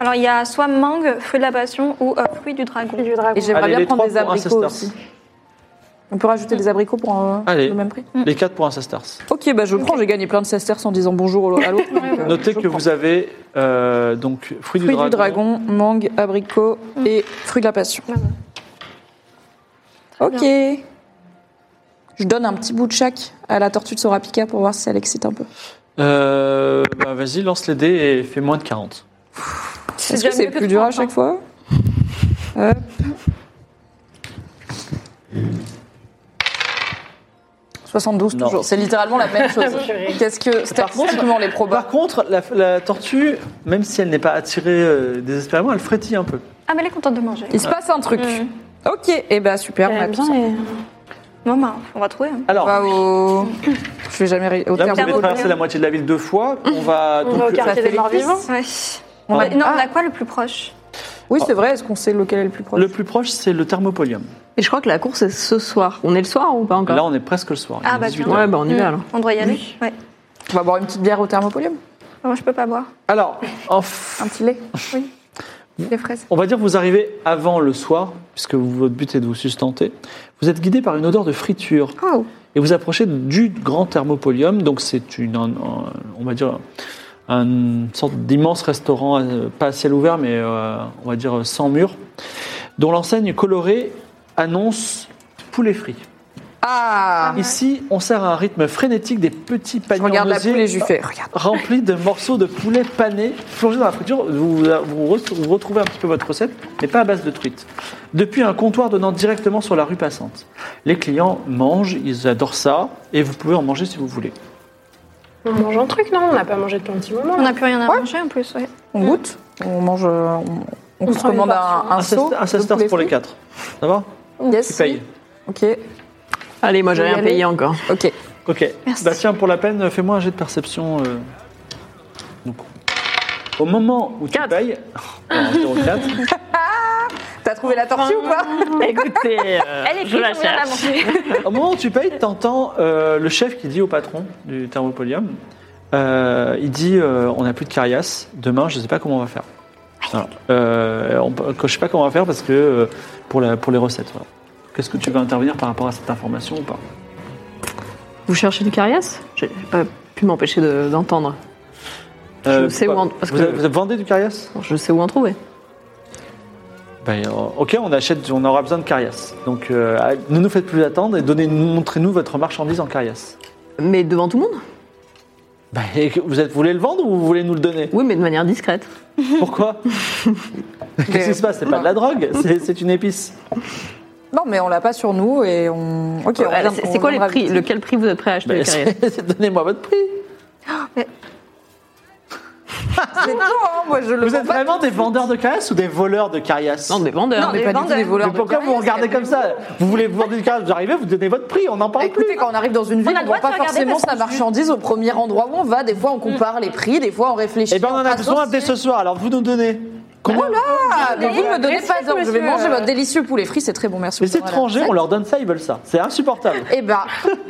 Speaker 5: Alors, il y a soit mangue, fruit de la passion ou euh, fruit du dragon.
Speaker 6: Et du dragon.
Speaker 4: Et j'aimerais
Speaker 2: Allez,
Speaker 4: bien
Speaker 2: les
Speaker 4: prendre
Speaker 2: trois
Speaker 4: des
Speaker 2: pour un
Speaker 4: abricots
Speaker 2: sesterce.
Speaker 4: aussi. On peut rajouter des abricots pour un-
Speaker 2: Allez.
Speaker 4: le même prix
Speaker 2: Les 4 pour un Sastars.
Speaker 4: Ok, bah je prends, j'ai gagné plein de sesterces en disant bonjour à l'autre. donc, euh,
Speaker 2: Notez
Speaker 4: je
Speaker 2: que
Speaker 4: prends.
Speaker 2: vous avez euh, donc fruit,
Speaker 4: Fruits du dragon, mangue, abricot
Speaker 5: Mm.
Speaker 4: et fruits de la passion. Ok. Je donne un petit bout de chaque à la tortue de Sorapika pour voir si elle excite un peu.
Speaker 2: Euh, bah, Vas-y, lance les dés et fais moins de 40.
Speaker 4: Est-ce que
Speaker 5: déjà
Speaker 4: c'est
Speaker 5: mieux que
Speaker 4: plus dur à
Speaker 5: 30,
Speaker 4: chaque fois Hop. 72
Speaker 2: Non.
Speaker 4: toujours. C'est littéralement la même chose. Qu'est-ce que statistiquement les
Speaker 2: Par
Speaker 4: probas
Speaker 2: contre, la, la tortue, même si elle n'est pas attirée euh, désespérément, elle frétille un peu.
Speaker 5: Ah, mais elle est contente de manger.
Speaker 4: Il se passe un truc. Ok, et eh ben super.
Speaker 6: Elle
Speaker 4: on a
Speaker 6: aime
Speaker 4: tout
Speaker 6: bien
Speaker 4: ça.
Speaker 6: les-
Speaker 5: Bon, bah, on va trouver. hein.
Speaker 2: Alors,
Speaker 4: On va au- Je vais jamais ré- au
Speaker 2: là, vous
Speaker 4: terme.
Speaker 2: avez traversé la moitié de la ville deux fois. On va
Speaker 6: On
Speaker 2: donc,
Speaker 6: va au quartier
Speaker 4: fait
Speaker 6: des morts
Speaker 4: les cuisses.
Speaker 6: vivants.
Speaker 5: Ouais.
Speaker 4: On a-
Speaker 5: Non, on
Speaker 4: Ah,
Speaker 5: a quoi le plus proche
Speaker 4: oui, c'est vrai. Est-ce qu'on sait lequel est le plus proche
Speaker 2: le plus proche, c'est le thermopolium.
Speaker 3: Et je crois que la course est ce soir. On est le soir ou pas encore
Speaker 2: Là, on est presque le soir. il
Speaker 5: Ah,
Speaker 2: est
Speaker 5: bah,
Speaker 2: 18
Speaker 5: tiens.
Speaker 2: heures.
Speaker 3: Ouais, bah on y va alors.
Speaker 5: On doit y aller Ouais.
Speaker 4: On va boire une petite bière au thermopolium.
Speaker 5: Moi, je peux pas boire.
Speaker 2: Alors, en f-
Speaker 4: Un petit lait. Oui. Des fraises.
Speaker 2: on va dire que vous arrivez avant le soir, puisque vous- votre but est de vous sustenter. Vous êtes guidé par une odeur de friture.
Speaker 5: Oh.
Speaker 2: et vous approchez du grand thermopolium. Donc c'est une, un- un- on va dire, une sorte d'immense restaurant, euh, pas à ciel ouvert, mais euh, on va dire euh, sans mur, dont l'enseigne colorée annonce poulet frit.
Speaker 4: Ah.
Speaker 2: Ici, on sert à un rythme frénétique des petits
Speaker 4: Je
Speaker 2: paniers
Speaker 4: regarde
Speaker 2: en
Speaker 4: la
Speaker 2: osier
Speaker 4: poule et je lui fais. Regarde.
Speaker 2: remplis de morceaux de poulet pané plongés dans la friture. Vous, vous re- vous retrouvez un petit peu votre recette, mais pas à base de truite. Depuis un comptoir donnant directement sur la rue passante. Les clients mangent, ils adorent ça, et vous pouvez en manger si vous voulez.
Speaker 6: On mange un truc, non On n'a pas mangé depuis un petit moment. là.
Speaker 5: On n'a plus rien à manger en plus, ouais.
Speaker 4: On goûte. On mange. euh, On, on se
Speaker 6: prend une
Speaker 4: commande
Speaker 6: portion.
Speaker 4: un, un
Speaker 2: Un
Speaker 4: seau.
Speaker 2: sester- un
Speaker 4: de
Speaker 2: sester
Speaker 4: poulet
Speaker 2: pour les
Speaker 4: frit.
Speaker 2: quatre. Ça va
Speaker 4: Yes.
Speaker 2: Tu payes.
Speaker 4: Ok.
Speaker 3: Allez, moi j'ai
Speaker 4: Faut y
Speaker 3: rien
Speaker 4: aller.
Speaker 3: payé encore.
Speaker 4: Ok.
Speaker 2: Ok. Bah tiens, pour la peine, fais-moi un jet de perception. euh. Donc, au moment où tu
Speaker 3: Quatre.
Speaker 2: payes. Oh, non, zéro quatre.
Speaker 4: T'as trouvé la tortue ou pas
Speaker 3: euh, Écoutez,
Speaker 5: Elle est
Speaker 3: je la
Speaker 5: combien
Speaker 3: cherche.
Speaker 5: elle a mangé
Speaker 2: Au moment où tu payes, t'entends euh, le chef qui dit au patron du thermopolium, euh, il dit euh, on n'a plus de carias, demain je sais pas comment on va faire. Voilà. Euh, on peut- je sais pas comment on va faire parce que euh, pour, la- pour les recettes. voilà. Qu'est-ce que tu veux intervenir par rapport à cette information ou pas
Speaker 3: Vous cherchez du carias J'ai j'ai pas pu m'empêcher de- d'entendre.
Speaker 2: Euh,
Speaker 3: sais où
Speaker 2: quoi
Speaker 3: en- parce
Speaker 2: vous,
Speaker 3: que-
Speaker 2: vous vendez du carias
Speaker 3: Bon, Je sais où en trouver.
Speaker 2: Ben, euh, Ok, on achète, on aura besoin de carias. Donc euh, ne nous faites plus attendre et donnez- montrez-nous votre marchandise en carias.
Speaker 3: Mais devant tout le monde
Speaker 2: Ben, et que- vous, êtes, vous voulez le vendre ou vous voulez nous le donner
Speaker 3: Oui, mais de manière discrète.
Speaker 2: Pourquoi Qu'est-ce qui se passe C'est pas de la drogue, c'est c'est une épice.
Speaker 4: Non, mais on l'a pas sur nous et on. Ok. on
Speaker 3: Euh,
Speaker 4: regarde-
Speaker 3: c'est
Speaker 4: on
Speaker 3: c'est quoi les
Speaker 4: reviendra
Speaker 3: prix
Speaker 4: vite.
Speaker 3: Lequel
Speaker 2: Bah,
Speaker 3: prix vous êtes prêt à acheter
Speaker 2: Ben,
Speaker 3: le carias
Speaker 2: c'est- Donnez-moi votre prix.
Speaker 4: C'est tout, hein, moi je le
Speaker 2: Vous
Speaker 4: vends
Speaker 2: êtes
Speaker 4: pas.
Speaker 2: vraiment des vendeurs de caillasse ou des voleurs de caillasse
Speaker 3: Non, des vendeurs.
Speaker 4: Non, mais
Speaker 5: des
Speaker 4: pas du tout
Speaker 5: vendeurs.
Speaker 4: des voleurs.
Speaker 2: Mais pourquoi
Speaker 4: de
Speaker 2: vous regardez comme ça Vous voulez vous vendre une caillasse, vous arrivez, vous donnez votre prix, on n'en parle plus.
Speaker 4: Écoutez, quand on arrive dans une
Speaker 5: On a
Speaker 4: ville,
Speaker 5: le
Speaker 4: on ne voit
Speaker 5: droit de
Speaker 4: pas
Speaker 5: se regarder
Speaker 4: forcément
Speaker 5: parce
Speaker 4: sa
Speaker 5: qu'on se
Speaker 4: marchandise au premier endroit où on va. Des fois, on compare les prix, des fois, on réfléchit.
Speaker 2: Eh bien, on en a besoin dès ce soir, alors vous nous donnez. Combien
Speaker 4: Ah, mais vous ne me donnez pas
Speaker 7: Respect,
Speaker 4: d'ordre. Je vais
Speaker 7: monsieur.
Speaker 4: manger votre délicieux poulet frit, c'est très bon, merci.
Speaker 2: Les étrangers, on leur donne ça, ils veulent ça. C'est insupportable.
Speaker 4: Eh ben,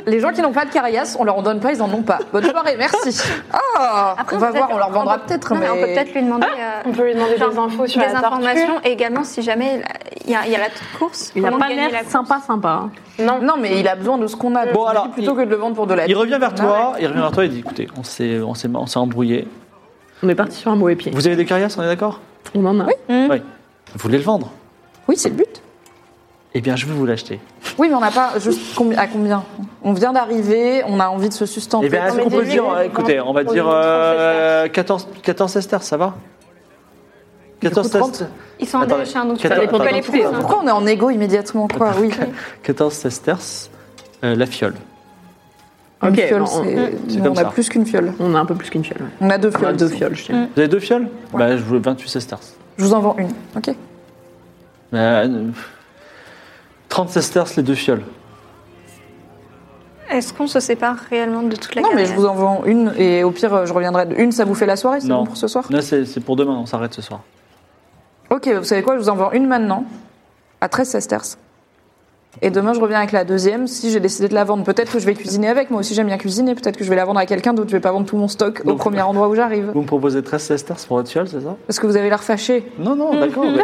Speaker 4: les gens qui n'ont pas de carias, on leur en donne pas, ils en ont pas. Bonne soirée, merci. Ah, on va
Speaker 5: peut
Speaker 4: voir,
Speaker 5: peut-être-
Speaker 4: on leur vendra
Speaker 5: peut-
Speaker 4: peut-être.
Speaker 5: non, mais on peut peut-être lui demander. euh,
Speaker 7: Ah, On peut lui demander
Speaker 5: genre,
Speaker 7: des infos sur
Speaker 5: des
Speaker 7: la tortue.
Speaker 5: informations et également si jamais il y, a- il y a la course.
Speaker 3: Il n'a
Speaker 5: comment
Speaker 3: pas
Speaker 5: gagner la
Speaker 3: l'air
Speaker 5: course.
Speaker 3: sympa, sympa. hein.
Speaker 4: Non. non, mais il a besoin de ce qu'on a.
Speaker 2: Bon,
Speaker 4: donc,
Speaker 2: alors,
Speaker 4: plutôt que de le vendre pour de la.
Speaker 2: Il revient vers toi, il revient vers toi et dit écoutez, on s'est on s'est- on s'est embrouillé.
Speaker 3: On est parti sur un mauvais pied.
Speaker 2: Vous avez des caillasse, on est d'accord
Speaker 3: On en a.
Speaker 4: Hmm.
Speaker 2: Oui. Vous voulez le vendre
Speaker 4: Oui, c'est le but.
Speaker 2: Eh bien, je vais vous l'acheter.
Speaker 4: Oui, mais on n'a pas. Juste combi- à combien On vient d'arriver, on a envie de se sustenter.
Speaker 2: Eh bien,
Speaker 4: Non,
Speaker 2: est-ce
Speaker 4: mais
Speaker 2: qu'on peut
Speaker 4: dis-lui.
Speaker 2: dire euh, Écoutez, on va
Speaker 7: Pour
Speaker 2: dire
Speaker 7: lui,
Speaker 2: euh, 14 14 sesterces, ça va 14
Speaker 4: coup, 30.
Speaker 2: sesterces.
Speaker 5: Ils sont
Speaker 2: Attendez.
Speaker 5: engagés chez un autre.
Speaker 2: Attends,
Speaker 5: club, on peut
Speaker 2: attends,
Speaker 5: les
Speaker 2: attends,
Speaker 5: plus.
Speaker 2: attends.
Speaker 4: Pourquoi on est en égo immédiatement quoi
Speaker 2: Eh ben,
Speaker 4: Oui.
Speaker 2: 14 sesterces, euh, la fiole.
Speaker 4: Une
Speaker 3: Ok,
Speaker 4: fiole,
Speaker 3: bon,
Speaker 4: c'est-
Speaker 2: c'est
Speaker 4: non,
Speaker 2: comme
Speaker 4: on a
Speaker 2: ça.
Speaker 4: plus qu'une fiole.
Speaker 3: On a un peu plus qu'une fiole.
Speaker 4: On a deux fioles.
Speaker 3: On a deux fioles, je dirais.
Speaker 2: Vous avez deux fioles Bah, je veux 28 sesterces.
Speaker 4: Je vous en vends une. Ok.
Speaker 2: Euh, 30 sesterces, les deux fioles.
Speaker 5: Est-ce qu'on se sépare réellement de toute la
Speaker 4: Non, mais je
Speaker 5: carrière
Speaker 4: vous en vends une et au pire, euh, je reviendrai. de- Une, ça vous fait la soirée, c'est
Speaker 2: Non.
Speaker 4: bon pour ce soir
Speaker 2: Là, c'est c'est pour demain, on s'arrête ce soir.
Speaker 4: Ok, vous savez quoi, je vous en vends une maintenant, à 13 sesterces. Et demain, je reviens avec la deuxième. Si j'ai décidé de la vendre, peut-être que je vais cuisiner avec. Moi aussi, j'aime bien cuisiner. Peut-être que je vais la vendre à quelqu'un d'autre. Je vais pas vendre tout mon stock au
Speaker 2: Donc-
Speaker 4: premier endroit où j'arrive.
Speaker 2: Vous me proposez 13 sesterces pour votre fiole, c'est ça
Speaker 4: Parce que vous avez l'air fâché.
Speaker 2: Non, non, d'accord. d'accord.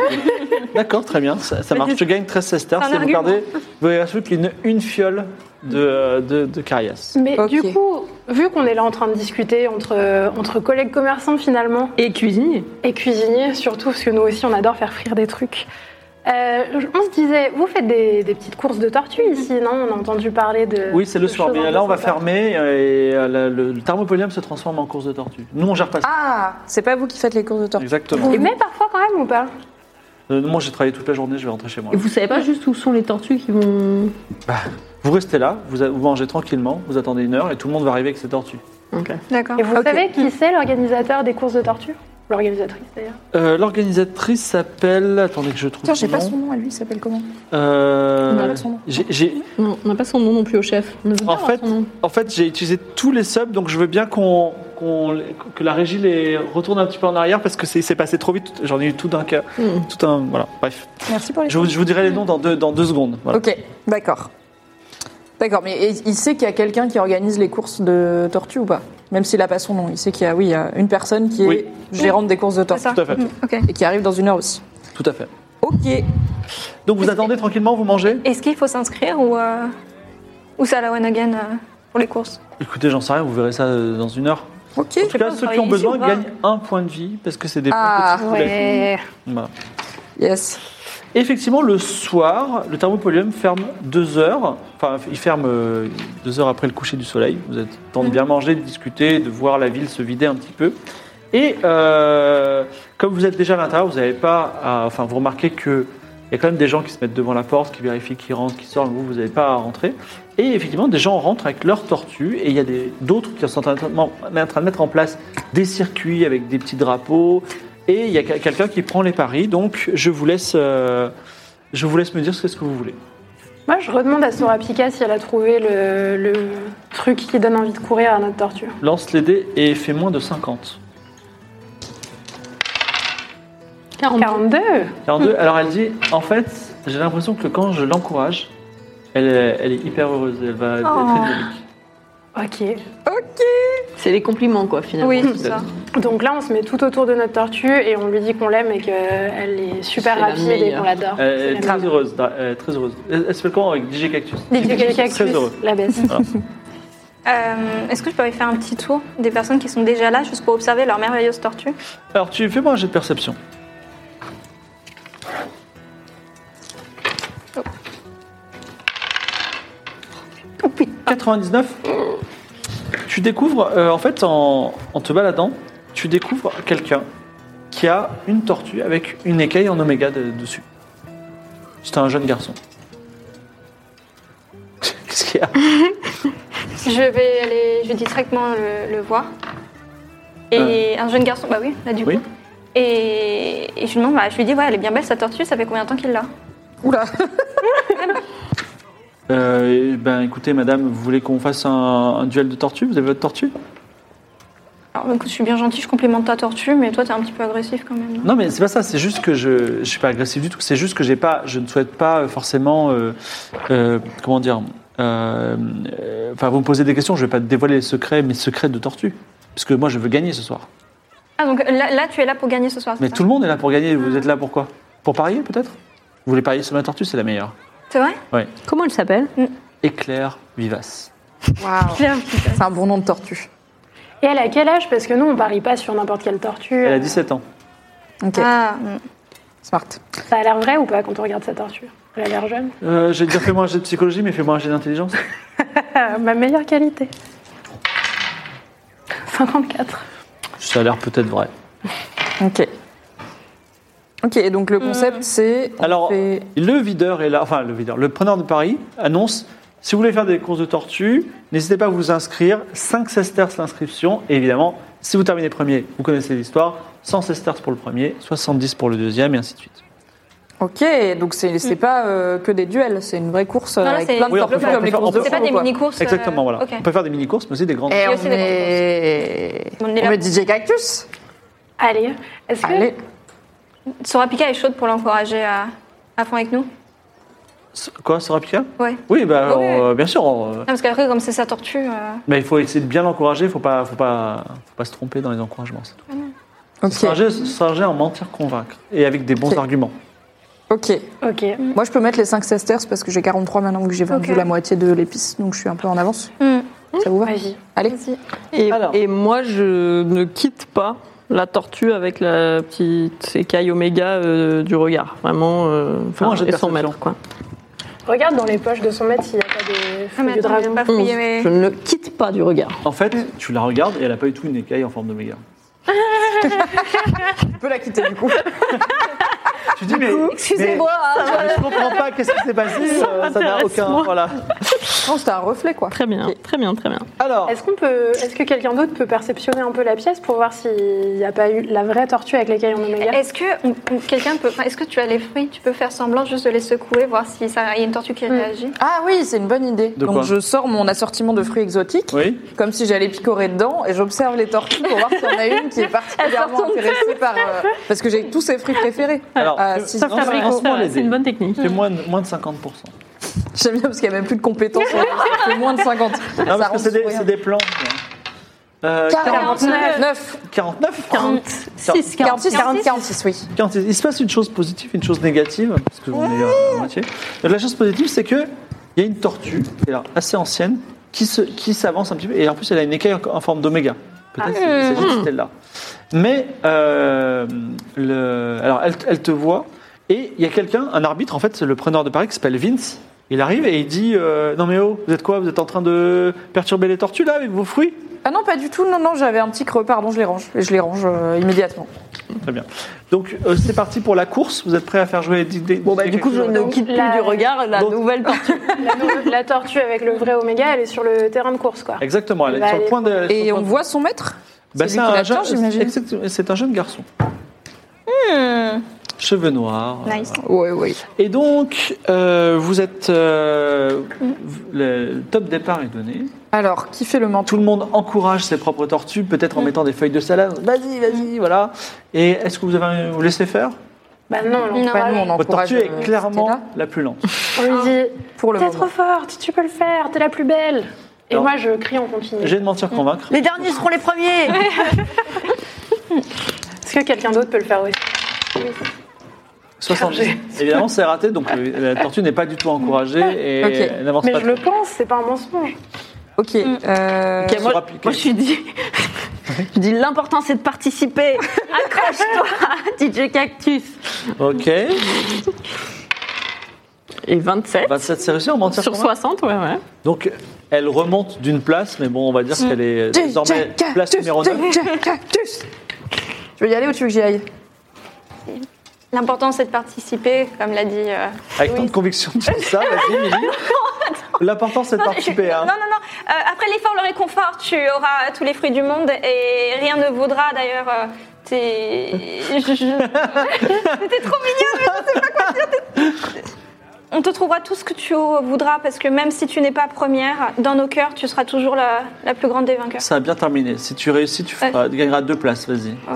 Speaker 2: d'accord, très bien, ça, ça marche. Je gagne 13 sesterces
Speaker 5: C'est
Speaker 2: et
Speaker 5: un
Speaker 2: vous
Speaker 5: argument.
Speaker 2: perdez, vous ajoutez une, une fiole de, euh, de, de carias.
Speaker 7: Mais
Speaker 4: Ok.
Speaker 7: du coup, vu qu'on est là en train de discuter entre, entre collègues commerçants finalement
Speaker 3: Et cuisinier.
Speaker 7: et cuisiniers surtout, parce que nous aussi on adore faire frire des trucs, euh, on se disait, vous faites des, des petites courses de tortues ici, non On a entendu parler de.
Speaker 2: Oui, c'est le
Speaker 7: de
Speaker 2: soir,
Speaker 7: choses un
Speaker 2: mais
Speaker 7: peu
Speaker 2: là, on va
Speaker 7: sympas.
Speaker 2: fermer euh, et euh, la- le, le thermopolium se transforme en course de tortue. Nous, on gère pas ça.
Speaker 4: Ah, c'est pas vous qui faites les courses de tortue.
Speaker 2: Exactement.
Speaker 7: Et mais parfois quand même ou pas
Speaker 2: Euh, moi, j'ai travaillé toute la journée, je vais rentrer chez moi.
Speaker 3: Et vous savez pas juste où sont les tortues qui vont.
Speaker 2: Vous restez là, vous, vous mangez tranquillement, vous attendez une heure et tout le monde va arriver avec ses tortues.
Speaker 3: Ok.
Speaker 5: D'accord.
Speaker 7: Et vous
Speaker 4: Ok.
Speaker 7: savez qui c'est l'organisateur des courses de tortues L'organisatrice d'ailleurs.
Speaker 2: Euh, L'organisatrice s'appelle. Attendez que je trouve.
Speaker 4: Tiens, j'ai
Speaker 2: son
Speaker 4: pas
Speaker 2: nom.
Speaker 4: son nom à lui, il s'appelle comment
Speaker 2: Euh,
Speaker 4: On a pas son nom.
Speaker 2: j'ai- j'ai-
Speaker 3: Non, on n'a pas son nom non plus au chef. On ne veut pas
Speaker 2: En
Speaker 3: avoir
Speaker 2: fait,
Speaker 3: son nom.
Speaker 2: en fait, j'ai utilisé tous les subs, donc je veux bien qu'on qu'on- que la régie les retourne un petit peu en arrière parce que c'est c'est passé trop vite. J'en ai eu tout d'un cas,
Speaker 3: Mm.
Speaker 2: tout un voilà. Bref,
Speaker 4: Merci pour les
Speaker 2: je vous, je vous dirai les noms dans deux, dans deux secondes. Voilà.
Speaker 4: Ok, d'accord. D'accord, mais et- il sait qu'il y a quelqu'un qui organise les courses de tortue ou pas Même s'il a pas son nom, il sait qu'il y a, oui, il y a une personne qui
Speaker 2: Oui.
Speaker 4: est gérante des courses de tortue
Speaker 2: Tout à fait,
Speaker 5: Mm, Ok.
Speaker 4: et qui arrive dans une heure aussi.
Speaker 2: tout à fait.
Speaker 4: Ok,
Speaker 2: Donc vous attendez tranquillement, vous mangez.
Speaker 5: Est-ce qu'il faut s'inscrire ou euh, ou c'est à la one again euh, pour les courses
Speaker 2: Écoutez, j'en sais rien, vous verrez ça euh, dans une heure.
Speaker 4: ok.
Speaker 2: En tout cas,
Speaker 5: vous
Speaker 2: ceux qui ont
Speaker 5: travaillez
Speaker 2: besoin
Speaker 5: ici ou pas
Speaker 2: gagnent un point de vie parce que c'est des
Speaker 4: Ah,
Speaker 2: petits poulets. Voilà.
Speaker 4: Yes.
Speaker 2: Effectivement, le soir, le thermopolium ferme deux heures. Enfin, il ferme euh, deux heures après le coucher du soleil. Vous avez le temps de
Speaker 4: Mm.
Speaker 2: bien manger, de discuter, de voir la ville se vider un petit peu. Et euh, comme vous êtes déjà à l'intérieur, vous n'avez pas. à- enfin, vous remarquez que il y a quand même des gens qui se mettent devant la porte, qui vérifient, qui rentrent, qui sortent. Vous, vous n'avez pas à rentrer. Et effectivement, des gens rentrent avec leurs tortues. Et il y a des- d'autres qui sont en train, de, en train de mettre en place des circuits avec des petits drapeaux. Et il y a quel- quelqu'un qui prend les paris, donc je vous laisse, euh, je vous laisse me dire ce qu'est-ce que vous voulez.
Speaker 7: Moi, je redemande à Sorapika si elle a trouvé le, le truc qui donne envie de courir à notre tortue.
Speaker 2: Lance les dés et fais moins de 50.
Speaker 3: 40.
Speaker 7: 42
Speaker 2: 42, alors elle dit, en fait, j'ai l'impression que quand je l'encourage, elle, est- elle est hyper heureuse, elle va être
Speaker 5: Oh.
Speaker 2: très dynamique.
Speaker 7: Ok.
Speaker 3: C'est les compliments, quoi, finalement.
Speaker 5: Oui, c'est ça.
Speaker 7: Donc là, on se met tout autour de notre tortue et on lui dit qu'on l'aime et qu'elle est super
Speaker 3: C'est la
Speaker 7: rapide et
Speaker 3: meilleure.
Speaker 7: qu'on l'adore.
Speaker 2: Elle
Speaker 7: C'est
Speaker 2: est
Speaker 7: la
Speaker 2: très
Speaker 7: meilleure.
Speaker 2: heureuse, elle est très heureuse. Elle elle s'appelle comment avec DJ Cactus
Speaker 7: DJ Cactus,
Speaker 2: Très heureux.
Speaker 7: la baisse.
Speaker 5: Euh, Est-ce que je peux aller faire un petit tour des personnes qui sont déjà là juste pour observer leur merveilleuse tortue
Speaker 2: Alors tu fais moi un jet de perception. Oh, putain. 99. Tu découvres, euh, en fait, en, en te baladant, tu découvres quelqu'un qui a une tortue avec une écaille en oméga de- dessus. C'est un jeune garçon. Qu'est-ce qu'il y a
Speaker 5: Je vais aller, je vais discrètement le, le voir Et un jeune garçon, bah oui, là du
Speaker 2: Euh. Oui.
Speaker 5: coup. Et, et je lui demande, bah, je lui dis, ouais, elle est bien belle sa tortue, ça fait combien de temps qu'il l'a
Speaker 4: Oula
Speaker 2: Euh, ben, écoutez, madame, vous voulez qu'on fasse un, un duel de tortue Vous avez votre tortue
Speaker 5: Alors écoute, je suis bien gentille, je complimente ta tortue, mais toi t'es un petit peu agressif quand même. non
Speaker 2: Non, mais c'est pas ça. C'est juste que je, je suis pas agressif du tout. C'est juste que j'ai pas, je ne souhaite pas euh, forcément, euh, euh, comment dire. euh, euh, Enfin, vous me posez des questions. Je vais pas dévoiler les secrets, mes secrets de tortue, parce que moi, je veux gagner ce soir.
Speaker 5: Ah donc là, là, tu es là pour gagner ce soir,
Speaker 2: Mais
Speaker 5: c'est ça
Speaker 2: tout le monde est là pour gagner. Vous êtes là pour quoi Pour parier, peut-être Vous voulez parier sur ma tortue C'est la meilleure.
Speaker 5: C'est vrai
Speaker 3: Comment elle s'appelle
Speaker 2: Éclair vivace.
Speaker 4: Waouh
Speaker 5: Claire, putain.
Speaker 4: C'est un bon nom de tortue.
Speaker 7: Et elle a quel âge Parce que nous, on parie pas sur n'importe quelle tortue.
Speaker 2: Elle a 17 ans.
Speaker 4: Ok,
Speaker 5: Ah,
Speaker 4: Euh,
Speaker 5: mm.
Speaker 4: smart.
Speaker 7: Ça a l'air vrai ou pas quand on regarde sa tortue Elle a l'air jeune.
Speaker 2: Euh, j'ai dire fais-moi un jet de psychologie, mais fais-moi un jet d'intelligence.
Speaker 7: Ah, ma meilleure qualité. 54.
Speaker 2: Ça a l'air peut-être vrai.
Speaker 4: Ok. Ok, et donc le
Speaker 5: Hmm.
Speaker 4: concept c'est. on
Speaker 2: Alors,
Speaker 4: fait-
Speaker 2: le videur est là, enfin le videur, le preneur de Paris annonce si vous voulez faire des courses de tortues, n'hésitez pas à vous inscrire. 5 sesterces l'inscription. Et évidemment, si vous terminez premier, vous connaissez l'histoire 100 sesterces pour le premier, 70 pour le deuxième, et ainsi de suite.
Speaker 4: Ok, donc c'est c'est pas euh, que des duels, c'est une vraie course
Speaker 5: là,
Speaker 4: avec
Speaker 5: c'est-
Speaker 4: plein de
Speaker 5: Oui, on
Speaker 2: peut
Speaker 4: tortues
Speaker 2: faire-
Speaker 4: comme
Speaker 2: on
Speaker 4: les
Speaker 2: peut
Speaker 4: courses de
Speaker 2: faire-
Speaker 5: c'est pas
Speaker 4: chevaux,
Speaker 5: des
Speaker 4: quoi.
Speaker 5: mini-courses euh,
Speaker 2: Exactement, voilà.
Speaker 5: ok.
Speaker 2: On peut faire des mini-courses, mais aussi des grandes.
Speaker 4: Et
Speaker 5: Il y a
Speaker 4: on
Speaker 5: aussi des
Speaker 4: est.
Speaker 5: On est
Speaker 4: On
Speaker 5: là
Speaker 4: est
Speaker 5: pour-
Speaker 4: DJ Cactus
Speaker 7: Allez, est-ce que
Speaker 4: Allez
Speaker 5: Sora Pika est chaude pour l'encourager à, à fond avec nous
Speaker 2: S- Quoi, sera applicable
Speaker 5: Ouais.
Speaker 2: Oui, bah,
Speaker 5: Ouais.
Speaker 2: on- euh, bien sûr. on- euh,
Speaker 5: Non, parce qu'après, comme c'est sa tortue. euh,
Speaker 2: mais il faut essayer de bien l'encourager. Il faut pas, faut pas, faut pas se tromper dans les encouragements. c'est
Speaker 5: Ah
Speaker 2: tout. Ce
Speaker 4: Ok.
Speaker 2: sera un jet- ce sera un jet en mentir, convaincre, et avec des bons
Speaker 4: Ok.
Speaker 2: arguments.
Speaker 4: Ok.
Speaker 7: Ok.
Speaker 4: Moi je peux mettre les 5 sesterces parce que j'ai 43 maintenant vu que j'ai vendu
Speaker 5: Ok.
Speaker 4: la moitié de l'épice, donc je suis un peu en avance.
Speaker 5: hmm.
Speaker 4: Ça vous va
Speaker 7: Vas-y.
Speaker 4: Allez
Speaker 3: et,
Speaker 2: Alors.
Speaker 3: et moi, je ne quitte pas la tortue avec la petite écaille oméga euh, du regard. Vraiment, euh, enfin,
Speaker 2: un jet de
Speaker 3: et son
Speaker 2: perception.
Speaker 3: maître, quoi.
Speaker 7: Regarde dans les poches de son maître s'il n'y a pas des
Speaker 5: Ah,
Speaker 7: feuilles
Speaker 5: mais
Speaker 7: de
Speaker 5: attends, j'ai
Speaker 7: dragon.
Speaker 5: pas
Speaker 3: Onze.
Speaker 5: fouillé mes.
Speaker 3: Je ne quitte pas du regard.
Speaker 2: En fait, tu la regardes et elle n'a pas du tout une écaille en forme de méga.
Speaker 4: Je peux la quitter du coup.
Speaker 2: Tu dis, mais. Excusez-moi, je comprends pas, qu'est-ce qui s'est passé euh, Ça n'a
Speaker 3: m'intéresse,
Speaker 2: aucun.
Speaker 3: moi.
Speaker 2: Voilà.
Speaker 4: Non, c'était un reflet quoi.
Speaker 3: Très bien, très bien, très bien.
Speaker 2: Alors,
Speaker 7: Est-ce qu'on peut, est-ce que quelqu'un d'autre peut perceptionner un peu la pièce pour voir s'il n'y a pas eu la vraie tortue avec l'écaille en oméga
Speaker 5: Est-ce que on- on- quelqu'un peut. enfin, Est-ce que tu as les fruits Tu peux faire semblant juste de les secouer, voir si ça- il y a une tortue qui réagit
Speaker 4: Ah oui, c'est une bonne idée.
Speaker 2: De
Speaker 4: donc
Speaker 2: quoi
Speaker 4: je sors mon assortiment de fruits exotiques,
Speaker 2: oui
Speaker 3: Euh,
Speaker 4: comme si j'allais picorer dedans, et j'observe les tortues pour voir s'il y en a une qui est particulièrement intéressée par. euh, parce que j'ai tous ses fruits préférés.
Speaker 2: Alors,
Speaker 4: Ah,
Speaker 2: euh,
Speaker 4: si,
Speaker 2: ça
Speaker 4: non,
Speaker 2: fait
Speaker 4: ça
Speaker 2: un
Speaker 4: reste-
Speaker 2: lancement, les
Speaker 3: C'est
Speaker 2: dés.
Speaker 3: une bonne technique.
Speaker 2: C'est moins, de- moins de 50%.
Speaker 4: J'aime bien parce qu'il n'y a même plus de compétences. on a fait moins de 50.
Speaker 2: Non, parce que c'est des,
Speaker 4: sourire.
Speaker 2: c'est des plans. Euh,
Speaker 4: 49,
Speaker 2: 49
Speaker 3: 46, 46.
Speaker 4: 46, 40, 46, oui.
Speaker 2: 40. Il se passe une chose positive, une chose négative, parce que j'en ai euh, à moitié. Donc, la chose positive, c'est que il y a une tortue, qui est là, assez ancienne, qui se- qui s'avance un petit peu, et en plus, elle a une écaille en, en forme d'oméga. Peut-être que c'est juste elle-là. Mais, euh, le, alors, elle, elle te voit, et il y a quelqu'un, un arbitre, en fait, c'est le preneur de Paris qui s'appelle Vince. Il arrive et il dit euh, Non, mais oh, vous êtes quoi Vous êtes en train de perturber les tortues là avec vos fruits
Speaker 4: Ah non, pas du tout. Non, non, j'avais un petit creux. Pardon, je les range. Et je les range euh, immédiatement.
Speaker 2: Très bien. Donc, euh, c'est parti pour la course. Vous êtes prêts à faire jouer des- des-
Speaker 3: Bon, bah, du coup, je ne quitte plus
Speaker 7: La-
Speaker 3: du regard la
Speaker 2: Donc-
Speaker 3: nouvelle tortue.
Speaker 7: la, la tortue avec le vrai oméga, elle est sur le terrain de course, quoi.
Speaker 2: Exactement, elle est
Speaker 7: Bah,
Speaker 2: sur le
Speaker 7: allez.
Speaker 2: point de. sur
Speaker 4: Et
Speaker 2: le
Speaker 4: on
Speaker 2: point de-
Speaker 4: voit son maître
Speaker 2: Bah,
Speaker 4: c'est
Speaker 2: c'est
Speaker 4: lui
Speaker 2: un,
Speaker 4: qui l'attend,
Speaker 2: jeune-
Speaker 4: j'imagine.
Speaker 2: exact- c'est un jeune garçon.
Speaker 4: Hmm.
Speaker 2: Cheveux noirs.
Speaker 5: Nice.
Speaker 4: Oui, oui.
Speaker 2: Et donc, euh, vous êtes. euh, le top départ est donné.
Speaker 4: Alors, qui fait le
Speaker 2: Tout
Speaker 4: manteau
Speaker 2: le monde encourage ses propres tortues, peut-être en mettant des feuilles de salade. Vas-y, vas-y, voilà. Et est-ce que vous avez vous laissez faire
Speaker 7: Bah non, non.
Speaker 5: Non.
Speaker 4: Bah, nous, on
Speaker 2: Votre
Speaker 4: encourage,
Speaker 2: tortue
Speaker 4: euh,
Speaker 2: est clairement
Speaker 4: Stella
Speaker 2: la plus lente.
Speaker 7: on lui dit
Speaker 4: pour le
Speaker 7: T'es
Speaker 4: moment.
Speaker 7: trop forte, tu peux le faire, t'es la plus belle. Et
Speaker 2: Alors-
Speaker 7: moi, je crie en continu.
Speaker 2: J'ai de mentir convaincre.
Speaker 3: Les derniers seront les premiers
Speaker 7: Est-ce que quelqu'un d'autre peut le faire aussi
Speaker 2: 70. Évidemment, c'est raté, donc euh, la tortue n'est pas du tout encouragée et
Speaker 4: Ok.
Speaker 2: elle n'avance
Speaker 7: Mais
Speaker 2: pas.
Speaker 7: je le pense, c'est pas un mensonge.
Speaker 4: Ok. euh,
Speaker 3: Ok, moi,
Speaker 2: sera appliqué.
Speaker 3: moi, je suis dit, je dis l'important c'est de participer. Accroche-toi, DJ Cactus.
Speaker 2: Ok.
Speaker 3: Et 27
Speaker 2: 27, c'est réussi en mentir
Speaker 3: sur
Speaker 2: convaincre.
Speaker 3: 60, ouais, ouais.
Speaker 2: Donc, elle remonte d'une place, mais bon, on va dire
Speaker 5: Mm.
Speaker 2: qu'elle est désormais
Speaker 4: DJ Cactus,
Speaker 2: place numéro 9.
Speaker 4: DJ Cactus. Tu veux y aller ou tu veux que j'y aille
Speaker 5: L'important, c'est de participer, comme l'a dit. euh,
Speaker 2: Avec tant de conviction, tu dis ça, vas-y, Émilie. L'important, c'est de
Speaker 5: Non, je-
Speaker 2: participer. hein.
Speaker 5: Non, non, non. Euh, après l'effort, le réconfort, tu auras tous les fruits du monde et rien ne vaudra d'ailleurs. euh, tes- je- je- T'étais trop mignonne, mais je sais pas quoi dire. T'es- On te trouvera tout ce que tu voudras parce que même si tu n'es pas première, dans nos cœurs, tu seras toujours la, la plus grande des vainqueurs.
Speaker 2: Ça a bien terminé. Si tu réussis, tu, feras- tu gagneras deux places. Vas-y.
Speaker 5: Oh.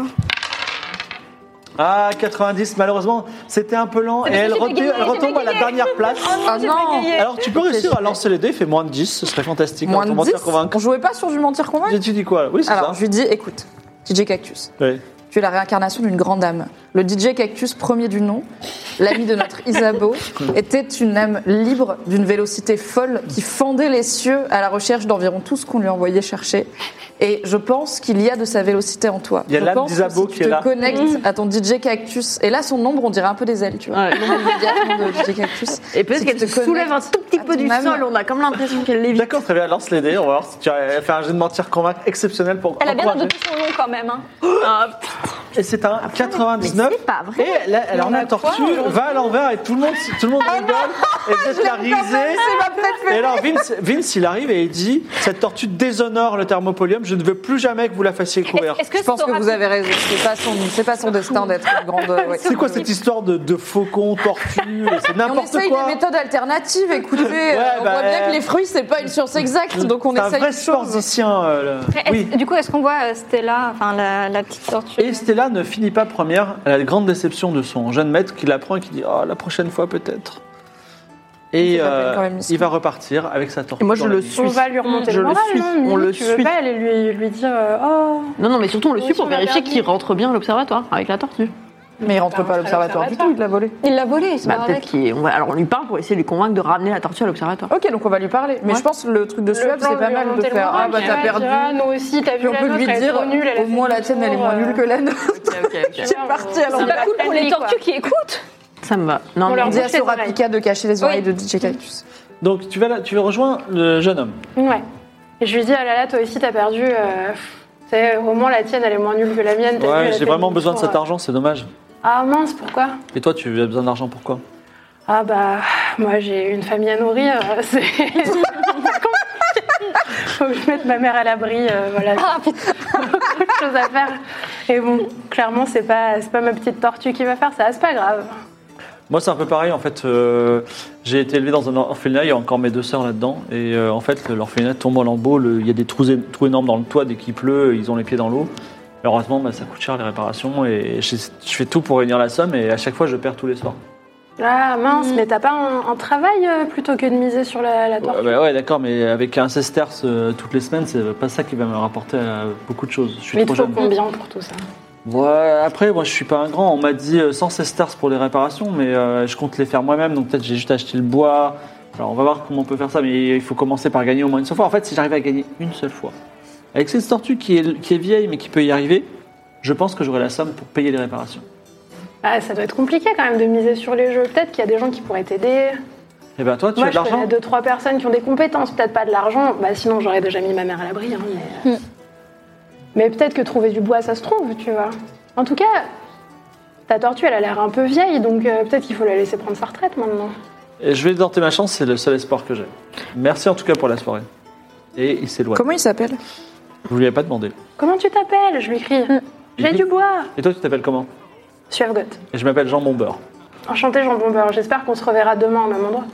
Speaker 2: Ah, 90, malheureusement, c'était un peu lent. Et elle,
Speaker 5: j'ai
Speaker 2: retu-
Speaker 5: bégayé,
Speaker 2: elle
Speaker 5: j'ai
Speaker 2: retombe à la
Speaker 5: bégayé.
Speaker 2: dernière place.
Speaker 4: Ah non
Speaker 2: Alors, tu peux réussir à lancer les dés, fais moins de 10, ce serait fantastique.
Speaker 4: Moins
Speaker 2: Alors,
Speaker 4: de
Speaker 2: pour
Speaker 4: 10
Speaker 2: mentir, convaincre.
Speaker 4: On jouait pas sur du mentir convaincre
Speaker 2: Tu dis quoi là Oui, c'est ça.
Speaker 4: Alors, je lui dis, écoute, DJ Cactus,
Speaker 2: Oui.
Speaker 4: tu es la réincarnation d'une grande âme. Le DJ Cactus, premier du nom, l'ami de notre Isabeau, était une âme libre d'une vélocité folle qui fendait les cieux à la recherche d'environ tout ce qu'on lui envoyait chercher. Et je pense qu'il y a de sa vélocité en toi.
Speaker 2: Il y a
Speaker 4: Je
Speaker 2: l'âme
Speaker 4: pense que
Speaker 2: d'Isabeau qui
Speaker 4: si tu
Speaker 2: est
Speaker 4: te
Speaker 2: là.
Speaker 4: connectes à ton DJ Cactus. Et là, son ombre, on dirait un peu des ailes, tu vois.
Speaker 3: Mm. Ouais.
Speaker 4: L'ombre immédiatement de DJ Cactus.
Speaker 3: Et peut-être
Speaker 4: Si tu
Speaker 3: qu'elle
Speaker 4: te
Speaker 3: se soulève un
Speaker 4: connectes
Speaker 3: tout petit
Speaker 4: à
Speaker 3: peu
Speaker 4: ton
Speaker 3: du
Speaker 4: âme.
Speaker 3: sol, on a comme l'impression qu'elle lévite.
Speaker 2: D'accord, très bien, lance les dés, on va voir si tu as fait un jeu de mentir convaincre exceptionnel pour.
Speaker 5: Elle a bien
Speaker 2: encourager.
Speaker 5: noté son nom quand même. hein.
Speaker 3: Ah,
Speaker 2: Et c'est un 99.
Speaker 3: Mais c'est pas vrai.
Speaker 2: Et la, alors, la tortue va à l'envers et tout le monde, tout le monde
Speaker 4: Ah
Speaker 2: rigole. Et vous êtes la risée. Et alors, Vince, Vince, il arrive et il dit Cette tortue déshonore le thermopolium, je ne veux plus jamais que vous la fassiez courir.
Speaker 5: Est-ce que
Speaker 4: Je pense que vous avez raison. C'est pas son, c'est pas son destin d'être une grande. euh, ouais.
Speaker 2: C'est quoi cette histoire de, de faucon, tortue C'est
Speaker 4: Et On
Speaker 2: n'importe
Speaker 4: essaye
Speaker 2: quoi.
Speaker 4: des méthodes alternatives, écoutez. euh, on
Speaker 2: bah,
Speaker 4: voit bien
Speaker 2: euh,
Speaker 4: que les fruits, c'est pas une science exacte, donc on
Speaker 2: C'est un
Speaker 4: essaye
Speaker 2: vrai
Speaker 4: des choses.
Speaker 2: sporticien. euh, le-
Speaker 5: Est-ce-
Speaker 2: Oui.
Speaker 5: Du coup, est-ce qu'on voit euh, Stella, enfin la, la petite tortue
Speaker 2: Et Stella ne finit pas première, à la grande déception de son jeune maître qui l'apprend et qui dit Ah, la prochaine fois peut-être. Et
Speaker 4: Ça s'appelle
Speaker 2: euh,
Speaker 4: quand même l'histoire.
Speaker 2: il va repartir avec sa tortue.
Speaker 3: Et moi, je
Speaker 2: dans la
Speaker 3: le
Speaker 2: nuit.
Speaker 7: On
Speaker 3: suis.
Speaker 7: va lui remonter
Speaker 3: Je
Speaker 7: le
Speaker 3: le
Speaker 7: moral,
Speaker 3: suis.
Speaker 7: non, Mimi,
Speaker 3: On le
Speaker 7: tu veux
Speaker 3: suit.
Speaker 7: pas aller lui, lui dire euh, Oh,
Speaker 3: Non, non, mais surtout on le
Speaker 7: Oui,
Speaker 3: suit pour
Speaker 7: on l'a
Speaker 3: vérifier
Speaker 7: perdu.
Speaker 3: qu'il rentre bien à l'observatoire avec la tortue.
Speaker 4: Mais il rentre
Speaker 7: Bah,
Speaker 4: pas
Speaker 7: on sera à
Speaker 4: à l'observatoire du
Speaker 7: l'observatoire.
Speaker 4: tout, il l'a volé.
Speaker 5: Il l'a volée, c'est
Speaker 3: Bah,
Speaker 5: pas
Speaker 3: peut-être
Speaker 5: avec.
Speaker 3: qu'il. on va- Alors on lui parle pour essayer de lui convaincre de ramener la tortue à l'observatoire.
Speaker 4: Ok, donc on va lui parler. Mais
Speaker 3: Ouais.
Speaker 4: je pense que le truc de
Speaker 7: le
Speaker 4: Suave,
Speaker 7: plan
Speaker 4: c'est
Speaker 7: de
Speaker 4: pas
Speaker 7: lui
Speaker 4: mal de
Speaker 7: remonter le
Speaker 4: faire. Ah
Speaker 7: moral,
Speaker 4: bah
Speaker 7: tu
Speaker 4: t'as
Speaker 7: vois,
Speaker 4: perdu.
Speaker 7: dire, Ah, nous aussi, t'as
Speaker 4: Puis
Speaker 7: vu
Speaker 4: on
Speaker 7: la
Speaker 4: peut
Speaker 7: nôtre,
Speaker 4: lui
Speaker 7: elle est
Speaker 4: dire,
Speaker 7: trop nulle, elle a
Speaker 4: au
Speaker 7: fait
Speaker 4: moins la
Speaker 7: demi-tour,
Speaker 4: tienne, elle est moins
Speaker 7: euh,
Speaker 4: nulle que la nôtre.
Speaker 7: tu
Speaker 4: C'est
Speaker 7: vois,
Speaker 4: parti,
Speaker 7: on-
Speaker 4: alors.
Speaker 7: on
Speaker 5: C'est
Speaker 7: la
Speaker 5: pas cool pour
Speaker 7: panique,
Speaker 5: les
Speaker 7: quoi.
Speaker 5: tortues qui écoutent.
Speaker 3: Ça me va. Non,
Speaker 7: On
Speaker 3: mais
Speaker 7: leur
Speaker 4: On dit à
Speaker 7: bouche les
Speaker 4: Sorapika de cacher les oreilles de DJ Cactus.
Speaker 2: Donc tu vas, là- tu vas rejoindre le jeune homme.
Speaker 7: Ouais. Et je lui dis, ah là là, toi aussi, t'as perdu. euh, pff, tu sais, au moins, la tienne, elle est moins nulle que la mienne. t'as vu, elle a
Speaker 2: Ouais, j'ai
Speaker 7: fait
Speaker 2: vraiment
Speaker 7: demi-tour,
Speaker 2: besoin de cet
Speaker 7: euh.
Speaker 2: argent, c'est dommage.
Speaker 7: Ah mince, pourquoi
Speaker 2: Et toi, tu as besoin d'argent, pourquoi
Speaker 7: Ah bah, moi, j'ai une famille à nourrir. euh, C'est. Faut que je mette ma mère à l'abri, euh, voilà. Beaucoup de choses à faire. Et bon, clairement, c'est pas, c'est pas ma petite tortue qui va faire ça, c'est pas grave.
Speaker 2: Moi, c'est un peu pareil. En fait, euh, j'ai été élevé dans un orphelinat. Il y a encore mes deux sœurs là-dedans. Et euh, en fait, l'orphelinat tombe en lambeaux. le- Il y a des trous, é- trous énormes dans le toit dès qu'il pleut. Ils ont les pieds dans l'eau. Malheureusement, bah, ça coûte cher les réparations. Et je, je fais tout pour réunir la somme. Et à chaque fois, je perds tous les soirs.
Speaker 7: Ah mince, mais t'as pas un, un travail euh, plutôt que de miser sur la, la tortue
Speaker 2: Ouais, bah ouais, d'accord, mais avec un sesterce euh, toutes les semaines, c'est pas ça qui va me rapporter euh, beaucoup de choses. Je suis
Speaker 7: Mais
Speaker 2: trop
Speaker 7: trop
Speaker 2: jeune.
Speaker 7: combien pour tout ça
Speaker 2: Ouais, après, moi je suis pas un grand. On m'a dit euh, 100 sesterces pour les réparations, mais euh, je compte les faire moi-même, donc peut-être j'ai juste acheté le bois. Alors on va voir comment on peut faire ça, mais il faut commencer par gagner au moins une seule fois. En fait, si j'arrive à gagner une seule fois, avec cette tortue qui est, qui est vieille mais qui peut y arriver, je pense que j'aurai la somme pour payer les réparations.
Speaker 7: Ah, ça doit être compliqué quand même de miser sur les jeux. Peut-être qu'il y a des gens qui pourraient t'aider.
Speaker 2: Et ben toi, tu
Speaker 7: Moi,
Speaker 2: as de
Speaker 7: je
Speaker 2: l'argent
Speaker 7: connais deux, trois personnes qui ont des compétences, peut-être pas de l'argent. Bah, sinon, j'aurais déjà mis ma mère à l'abri. hein, mais mais peut-être que trouver du bois, ça se trouve, tu vois. En tout cas, ta tortue, elle a l'air un peu vieille, donc euh, peut-être qu'il faut la laisser prendre sa retraite maintenant.
Speaker 2: Et Je vais tenter ma chance, c'est le seul espoir que j'ai. Merci en tout cas pour la soirée. Et il s'éloigne.
Speaker 4: Comment il s'appelle
Speaker 2: Je vous lui ai pas demandé.
Speaker 7: Comment tu t'appelles Je lui crie. J'ai
Speaker 2: Mm-hmm.
Speaker 7: du bois
Speaker 2: Et toi, tu t'appelles comment
Speaker 7: Suergot.
Speaker 2: Et Je m'appelle Jean Bombeur.
Speaker 7: Enchanté, Jean Bombeur. J'espère qu'on se reverra demain au même endroit.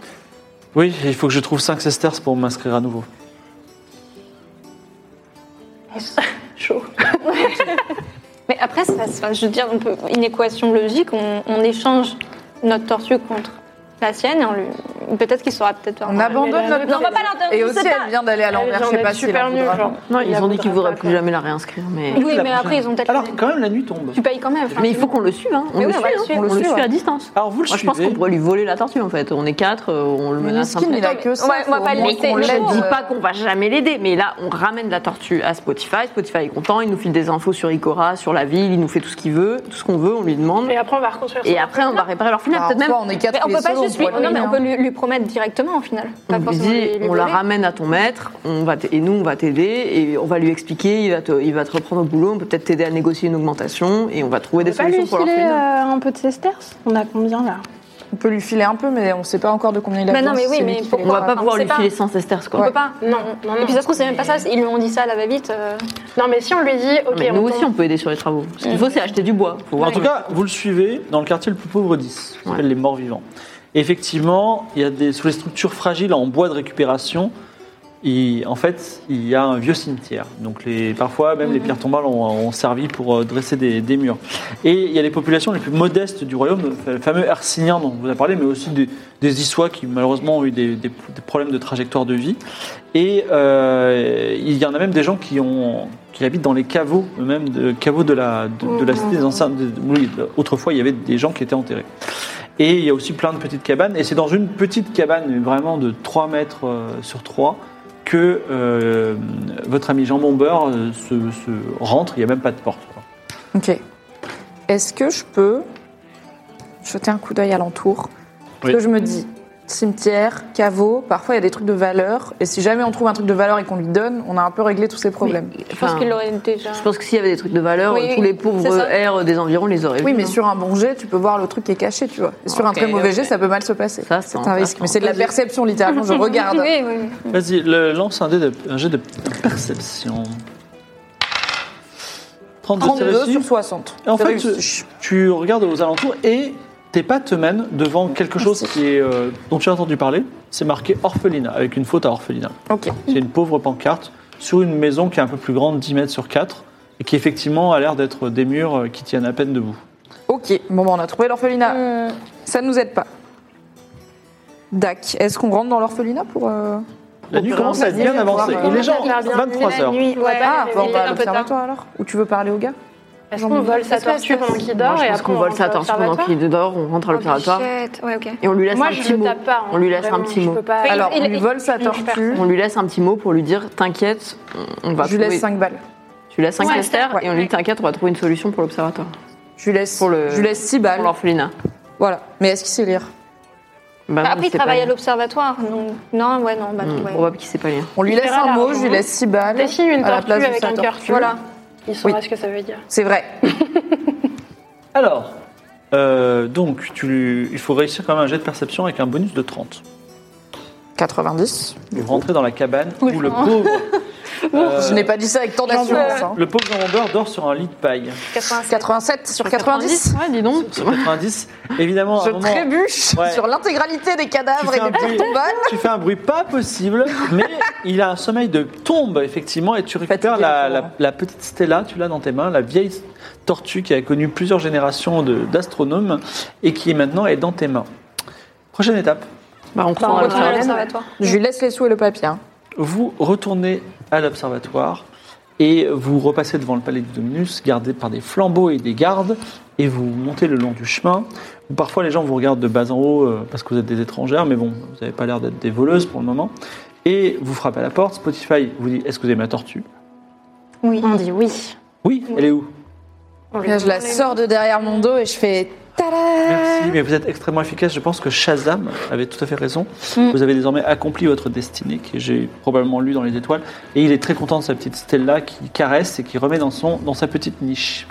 Speaker 2: Oui, il faut que je trouve 5 sesterces pour m'inscrire à nouveau.
Speaker 7: Chaud.
Speaker 5: Mais après, ça, se- enfin, je veux dire, on peut- une équation logique, on, on échange notre tortue contre la sienne et on lui- peut-être qu'il saura peut-être.
Speaker 4: On abandonne notre
Speaker 5: Non, on va pas l'interdire,
Speaker 4: Et
Speaker 5: on
Speaker 4: aussi,
Speaker 5: sait pas.
Speaker 4: elle vient d'aller à l'envers, je sais pas si elle en
Speaker 7: super nul,
Speaker 4: voudra.
Speaker 7: genre.
Speaker 3: Non, ils,
Speaker 7: la
Speaker 3: ont dit qu'ils
Speaker 7: voudra
Speaker 3: voudraient
Speaker 7: pas,
Speaker 3: plus
Speaker 7: quoi.
Speaker 3: jamais la réinscrire, mais.
Speaker 5: Oui,
Speaker 2: La
Speaker 5: mais
Speaker 2: prochaine.
Speaker 5: après, ils ont peut-être.
Speaker 2: Alors, quand même, la nuit tombe.
Speaker 5: Tu payes quand même. enfin,
Speaker 3: Mais il faut qu'on le suive, hein. On
Speaker 5: Mais
Speaker 3: le
Speaker 5: oui, on va
Speaker 3: suit,
Speaker 5: le
Speaker 3: hein.
Speaker 5: suivre,
Speaker 3: on le
Speaker 5: on le
Speaker 3: suit
Speaker 5: suit,
Speaker 3: à distance.
Speaker 2: Alors, vous le
Speaker 3: Moi, je pense
Speaker 2: suivez.
Speaker 3: qu'on pourrait lui voler la tortue en fait. On est quatre, euh, on le menace un
Speaker 4: Miniskin,
Speaker 3: peu.
Speaker 4: il a que ça.
Speaker 5: Ouais, on va
Speaker 4: faut
Speaker 5: pas
Speaker 4: au
Speaker 5: le
Speaker 4: moins
Speaker 5: laisser.
Speaker 4: qu'on
Speaker 5: Je
Speaker 3: Je
Speaker 4: l'aide.
Speaker 3: ne dis pas euh. qu'on va jamais l'aider, mais là, on ramène la tortue à Spotify. Spotify est content, il nous file des infos sur Ikora, sur la ville, il nous fait tout ce qu'il veut, tout ce qu'on veut, on lui demande.
Speaker 7: Et après, on va reconstruire
Speaker 3: Et après, on va réparer leur
Speaker 4: Bah,
Speaker 3: finale. Peut-être
Speaker 4: en
Speaker 3: même,
Speaker 4: soi, on est quatre
Speaker 5: Mais on
Speaker 4: tous
Speaker 5: peut
Speaker 4: les
Speaker 5: pas
Speaker 4: seuls,
Speaker 5: juste
Speaker 4: on
Speaker 5: lui.
Speaker 4: pourrait
Speaker 5: Non, mais
Speaker 4: le
Speaker 5: on peut
Speaker 4: faire.
Speaker 5: lui, lui promettre directement au final. Pas
Speaker 3: on lui
Speaker 5: forcément
Speaker 3: dit,
Speaker 5: lui- lui
Speaker 3: hein. on la
Speaker 5: voler.
Speaker 3: ramène à ton maître, on va t- et nous, on va t'aider, et on va lui expliquer, il va te, il va te reprendre au boulot, on peut peut-être t'aider à négocier une augmentation, et on va trouver
Speaker 7: On
Speaker 3: des
Speaker 7: peut pas lui
Speaker 3: solutions pour leur
Speaker 7: filer
Speaker 3: finale.
Speaker 7: euh, un peu de sesterces On a combien là
Speaker 4: On peut lui filer un peu, mais on ne sait pas encore de combien il a
Speaker 5: Bah
Speaker 4: besoin,
Speaker 5: non, mais
Speaker 4: si
Speaker 5: oui,
Speaker 4: c'est lui
Speaker 5: mais
Speaker 4: qui fait
Speaker 5: pourquoi
Speaker 4: les
Speaker 3: On va
Speaker 4: bras.
Speaker 3: pas pouvoir
Speaker 5: on sait
Speaker 3: lui
Speaker 5: pas.
Speaker 3: filer 100 sesterces,
Speaker 5: On
Speaker 3: quoi.
Speaker 5: peut pas.
Speaker 7: Non, non, non.
Speaker 5: Et puis ça se trouve, c'est même pas ça. Ils lui ont dit ça à la va-vite. euh.
Speaker 7: Non, mais si on lui dit, ok,
Speaker 3: Mais
Speaker 7: on
Speaker 3: nous
Speaker 7: tombe-
Speaker 3: aussi, on peut aider sur les travaux. Ce qu'il faut, c'est acheter du bois. Faut voir
Speaker 2: En tout
Speaker 3: comment-
Speaker 2: cas, vous le suivez dans le quartier le plus pauvre d'Is, qui
Speaker 3: Ouais.
Speaker 2: s'appelle les morts vivants. Et effectivement, il y a des, sous les structures fragiles en bois de récupération, il- en fait, il y a un vieux cimetière. Donc les, parfois, même les
Speaker 5: Mhm.
Speaker 2: pierres tombales ont, ont servi pour euh, dresser des, des murs. Et il y a les populations les plus modestes du royaume, le fameux Herciniens dont on vous a parlé, mais aussi des, des Issois qui malheureusement ont eu des, des- des problèmes de trajectoire de vie. Et euh, il y en a même des gens qui, ont, qui habitent dans les caveaux, eux-mêmes, de, caveaux de la, de, de la cité des anciens. de- oui, autrefois, il y avait des gens qui étaient enterrés. Et il y a aussi plein de petites cabanes. Et c'est dans une petite cabane, mais vraiment de 3 mètres euh, sur 3, que euh, votre ami Jean Bombeur euh, se, se rentre. Il n'y a même pas de porte. quoi.
Speaker 4: Ok. Est-ce que je peux jeter un coup d'œil alentour Parce
Speaker 2: Oui.
Speaker 4: que je me dis, cimetière, caveau, parfois il y a des trucs de valeur, et si jamais on trouve un truc de valeur et qu'on lui donne, on a un peu réglé tous ces problèmes. Oui,
Speaker 5: Je pense
Speaker 3: Enfin,
Speaker 5: qu'il l'aurait déjà.
Speaker 3: Je pense que s'il y avait des trucs de valeur,
Speaker 5: Oui,
Speaker 3: tous
Speaker 5: oui,
Speaker 3: les pauvres
Speaker 5: c'est ça.
Speaker 3: airs des environs les auraient vus,
Speaker 4: mais
Speaker 3: hein.
Speaker 4: sur un bon jet, tu peux voir le truc qui est caché, tu vois. Et sur un
Speaker 3: Ok,
Speaker 4: très mauvais
Speaker 3: ok.
Speaker 4: jet, ça peut mal se passer.
Speaker 3: Ça,
Speaker 4: C'est
Speaker 3: ça,
Speaker 4: un risque.
Speaker 3: ça.
Speaker 4: Mais c'est de la perception, littéralement. Je regarde.
Speaker 5: Oui, oui.
Speaker 2: Vas-y, le- lance un, dé de, un jet de perception. 32, c'est
Speaker 4: 32
Speaker 2: réussi.
Speaker 4: sur 60.
Speaker 2: Et en
Speaker 4: C'est
Speaker 2: fait,
Speaker 4: réussi.
Speaker 2: tu, tu regardes aux alentours et tes pas te mènent devant quelque chose qui est, euh, dont tu as entendu parler. C'est marqué orphelinat, avec une faute à orphelinat.
Speaker 4: Ok.
Speaker 2: C'est une pauvre pancarte sur une maison qui est un peu plus grande, 10 mètres sur 4, et qui effectivement a l'air d'être des murs euh, qui tiennent à peine debout.
Speaker 4: Ok, bon, bah, on a trouvé l'orphelinat.
Speaker 7: Euh.
Speaker 4: Ça ne nous aide pas. Dac, est-ce qu'on rentre dans l'orphelinat pour. euh,
Speaker 2: La nuit
Speaker 4: peut
Speaker 2: commence à être bien
Speaker 4: organiser pour
Speaker 2: avancée.
Speaker 4: avoir,
Speaker 2: Il
Speaker 4: euh,
Speaker 2: est genre
Speaker 7: la nuit,
Speaker 2: 23 heures.
Speaker 7: nuit, on va pas
Speaker 4: Ah,
Speaker 7: les
Speaker 4: bah, on
Speaker 7: réveiller.
Speaker 4: va à
Speaker 5: un peu tard.
Speaker 4: l'observatoire alors Ou tu veux parler au gars
Speaker 7: Est-ce qu'on vole sa
Speaker 5: Laisse-la,
Speaker 7: tortue
Speaker 5: laisse-la.
Speaker 7: pendant qu'il
Speaker 3: Moi,
Speaker 7: dort
Speaker 3: je
Speaker 7: et
Speaker 3: pense
Speaker 7: après
Speaker 3: qu'on
Speaker 7: on
Speaker 3: vole
Speaker 7: rentre à
Speaker 3: sa torche pendant
Speaker 7: l'observatoire
Speaker 3: qu'il dort, on rentre à l'observatoire
Speaker 5: Ouais, ok.
Speaker 3: et on lui laisse
Speaker 7: Moi
Speaker 3: un
Speaker 7: je
Speaker 3: petit
Speaker 7: le
Speaker 3: mot.
Speaker 7: tape pas. hein,
Speaker 3: On lui laisse un
Speaker 7: vraiment,
Speaker 3: petit
Speaker 7: je
Speaker 3: mot.
Speaker 7: peux pas-
Speaker 5: Oui,
Speaker 4: Alors, on
Speaker 5: il-
Speaker 4: lui
Speaker 5: il-
Speaker 4: vole sa
Speaker 7: il-
Speaker 4: tortue.
Speaker 3: On lui laisse un petit mot pour lui dire t'inquiète, on on va
Speaker 4: Je lui laisse
Speaker 3: trouver.
Speaker 4: 5 balles.
Speaker 3: Tu lui laisses 5
Speaker 5: Ouais,
Speaker 3: sesterces
Speaker 4: ouais.
Speaker 3: et on lui dit t'inquiète, on va trouver une solution pour l'observatoire,
Speaker 4: Je lui laisse,
Speaker 3: Pour le-
Speaker 4: je lui laisse 6
Speaker 3: pour
Speaker 4: balles.
Speaker 3: l'orphelinat.
Speaker 4: Voilà. Mais est-ce qu'il sait lire
Speaker 3: Bah non,
Speaker 5: Après, il
Speaker 3: sait
Speaker 5: travaille
Speaker 3: pas
Speaker 5: à
Speaker 3: lire.
Speaker 5: l'observatoire. donc- Non, ouais, non, bah non,
Speaker 3: Hmm,
Speaker 5: ouais.
Speaker 3: Probable qu'il sait pas lire.
Speaker 4: On lui
Speaker 7: Il
Speaker 4: laisse
Speaker 7: verra
Speaker 4: un mot,
Speaker 7: l'argent.
Speaker 4: je lui laisse 6 balles.
Speaker 7: Dessine une
Speaker 4: à la
Speaker 7: tortue
Speaker 4: place de
Speaker 7: avec
Speaker 4: sa
Speaker 7: un cœur.
Speaker 4: tortue.
Speaker 7: Voilà. Il saura
Speaker 4: Oui.
Speaker 7: ce que ça veut dire.
Speaker 4: C'est vrai.
Speaker 2: Alors, euh, donc, tu, lui- il faut réussir quand même un jet de perception avec un bonus de 30.
Speaker 4: 90.
Speaker 2: Vous rentrez dans la cabane
Speaker 5: Oui,
Speaker 2: où le
Speaker 5: vraiment.
Speaker 2: pauvre. euh,
Speaker 4: Je n'ai pas dit ça avec tant d'assurance. hein.
Speaker 2: Le pauvre Jean dort sur un lit de paille.
Speaker 4: 87 sur 90.
Speaker 3: Ouais, dis donc.
Speaker 2: Sur 90, évidemment, à
Speaker 4: Je
Speaker 2: un moment,
Speaker 4: trébuche
Speaker 2: Ouais.
Speaker 4: sur l'intégralité des cadavres
Speaker 2: Tu
Speaker 4: et
Speaker 2: fais
Speaker 4: des
Speaker 2: un bruit.
Speaker 4: pierres tombales.
Speaker 2: tu fais un bruit pas possible, mais il a un sommeil de tombe, effectivement, et tu récupères
Speaker 4: Fatigué,
Speaker 2: la,
Speaker 4: le pauvre.
Speaker 2: la- la petite Stella, tu l'as dans tes mains, la vieille tortue qui a connu plusieurs générations de- d'astronomes et qui est maintenant est dans tes mains. Prochaine étape,
Speaker 3: Bah, on prend
Speaker 5: On
Speaker 3: un
Speaker 5: retourne à
Speaker 3: l'observatoire.
Speaker 5: l'observatoire.
Speaker 4: Je lui laisse les sous et le papier. hein.
Speaker 2: vous retournez à l'observatoire et vous repassez devant le palais du Dominus, gardé par des flambeaux et des gardes, et vous montez le long du chemin. Parfois, les gens vous regardent de bas en haut euh, parce que vous êtes des étrangères, mais bon, vous n'avez pas l'air d'être des voleuses pour le moment. Et vous frappez à la porte. Spotify vous dit Est-ce que vous avez ma tortue
Speaker 7: Oui. On dit oui.
Speaker 2: Oui, elle est où
Speaker 7: On lui
Speaker 4: Là, je la
Speaker 7: dit oui.
Speaker 4: sors de derrière mon dos et je fais.
Speaker 2: Merci,
Speaker 4: Euh.
Speaker 2: mais vous êtes extrêmement efficace. Je pense que Shazam avait tout à fait raison.
Speaker 4: Mm.
Speaker 2: Vous avez désormais accompli votre destinée, que j'ai probablement lu dans les étoiles. Et il est très content de sa petite Stella qui caresse et qui remet dans, son, dans sa petite niche.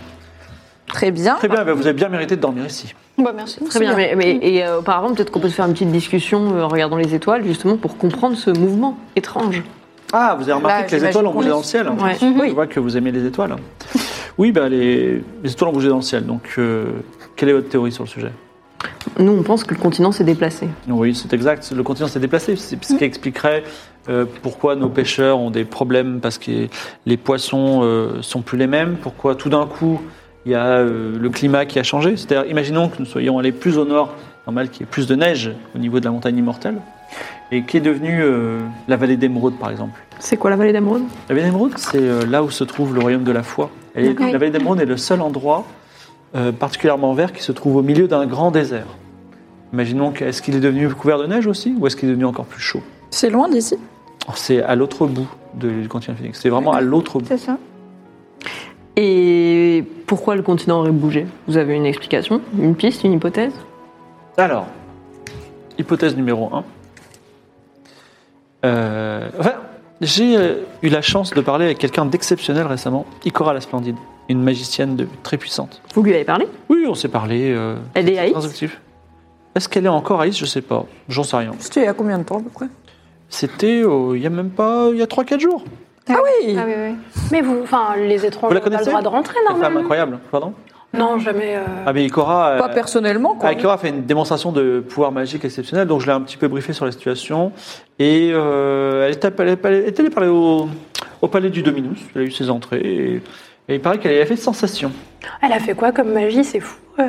Speaker 4: Très bien.
Speaker 2: Très bien, ben vous avez bien mérité de dormir ici.
Speaker 5: Bah, merci.
Speaker 3: Très bien, mais, mais-
Speaker 7: Mm.
Speaker 3: et euh, auparavant, peut-être qu'on peut se faire une petite discussion euh, en regardant les étoiles, justement, pour comprendre ce mouvement étrange.
Speaker 2: Ah, vous avez remarqué
Speaker 4: Là,
Speaker 2: que les
Speaker 4: j'imagine
Speaker 2: étoiles ont
Speaker 4: qu'on
Speaker 2: bougé
Speaker 4: est-
Speaker 2: dans le ciel. hein.
Speaker 3: Ouais.
Speaker 2: Je vois que vous aimez les étoiles. Oui, ben les, les étoiles ont bougé dans le ciel. Donc, euh, quelle est votre théorie sur le sujet
Speaker 3: Nous, on pense que le continent s'est déplacé.
Speaker 2: Oui, c'est exact. Le continent s'est déplacé. C'est ce qui expliquerait euh, pourquoi nos pêcheurs ont des problèmes parce que les poissons euh, sont plus les mêmes. Pourquoi tout d'un coup il y a euh, le climat qui a changé. C'est-à-dire, imaginons que nous soyons allés plus au nord, normal qu'il y ait plus de neige au niveau de la montagne immortelle. Et qui est devenue euh, la vallée d'Émeraude, par exemple.
Speaker 3: C'est quoi la vallée d'Ameraude
Speaker 2: La vallée d'Émeraude, c'est euh, là où se trouve le royaume de la foi. Elle est-
Speaker 5: D'accord.
Speaker 2: la vallée d'Émeraude est le seul endroit euh, particulièrement vert qui se trouve au milieu d'un grand désert. Imaginons que- est-ce qu'il est devenu couvert de neige aussi, ou est-ce qu'il est devenu encore plus chaud
Speaker 4: C'est loin d'ici.
Speaker 2: Oh, C'est à l'autre bout de- du continent phoenix. C'est vraiment à l'autre bout.
Speaker 5: ça.
Speaker 3: Et pourquoi le continent aurait bougé Vous avez une explication Une piste Une hypothèse
Speaker 2: Alors, hypothèse numéro 1. j'ai euh, eu la chance de parler avec quelqu'un d'exceptionnel récemment, Ikora la Splendide, une magicienne de- très puissante.
Speaker 3: Vous lui avez parlé
Speaker 2: Oui, on s'est parlé. euh,
Speaker 3: Elle est
Speaker 2: c'est
Speaker 3: Haït
Speaker 2: très objectif. Est-ce qu'elle est encore à Nice Je sais pas. J'en sais rien.
Speaker 4: C'était il y a combien de temps à peu près
Speaker 2: Euh, C'était euh, il y a même pas. Il y a 3-4 jours.
Speaker 4: Oui
Speaker 5: Ah oui, oui.
Speaker 7: Mais vous, enfin, les étrangers n'ont
Speaker 2: Vous la
Speaker 7: pas le
Speaker 2: connaissez
Speaker 7: droit de rentrer
Speaker 2: Cette femme
Speaker 7: normalement.
Speaker 2: incroyable. Pardon
Speaker 7: Non, jamais. euh,
Speaker 2: Ah, mais Ikora.
Speaker 4: Pas
Speaker 2: euh,
Speaker 4: personnellement, quoi.
Speaker 2: Ah, Ikora fait une démonstration de pouvoir magique exceptionnel, donc je l'ai un petit peu briefé sur la situation. Et euh, elle, est appelée- elle est allée parler au, au palais du Dominus, elle a eu ses entrées, et, et il paraît qu'elle a fait sensation.
Speaker 7: Elle a fait quoi comme magie C'est fou. euh.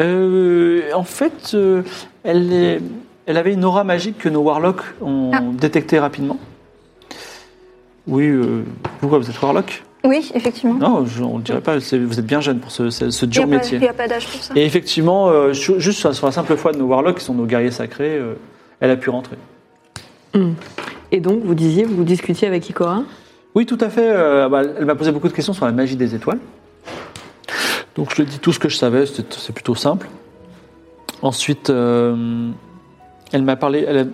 Speaker 2: Euh, en fait, euh, elle, est- elle avait une aura magique que nos warlocks ont
Speaker 5: Ah.
Speaker 2: détectée rapidement. Oui, euh, pourquoi vous êtes warlock
Speaker 5: Oui, effectivement.
Speaker 2: Non, je- on ne dirait pas, c'est- vous êtes bien jeune pour ce, ce- ce dur
Speaker 5: Il n'y a,
Speaker 2: métier.
Speaker 5: pas- il y a pas d'âge pour ça.
Speaker 2: Et effectivement, euh, sur- juste sur, sur la simple foi de nos warlocks, qui sont nos guerriers sacrés, euh, elle a pu rentrer.
Speaker 3: Et donc, vous disiez, vous discutiez avec Ikora
Speaker 2: Oui, tout à fait. euh, bah, elle m'a posé beaucoup de questions sur la magie des étoiles. Donc je lui ai dit tout ce que je savais, c'est c'est plutôt simple. Ensuite, euh, elle m'a parlé, elle a,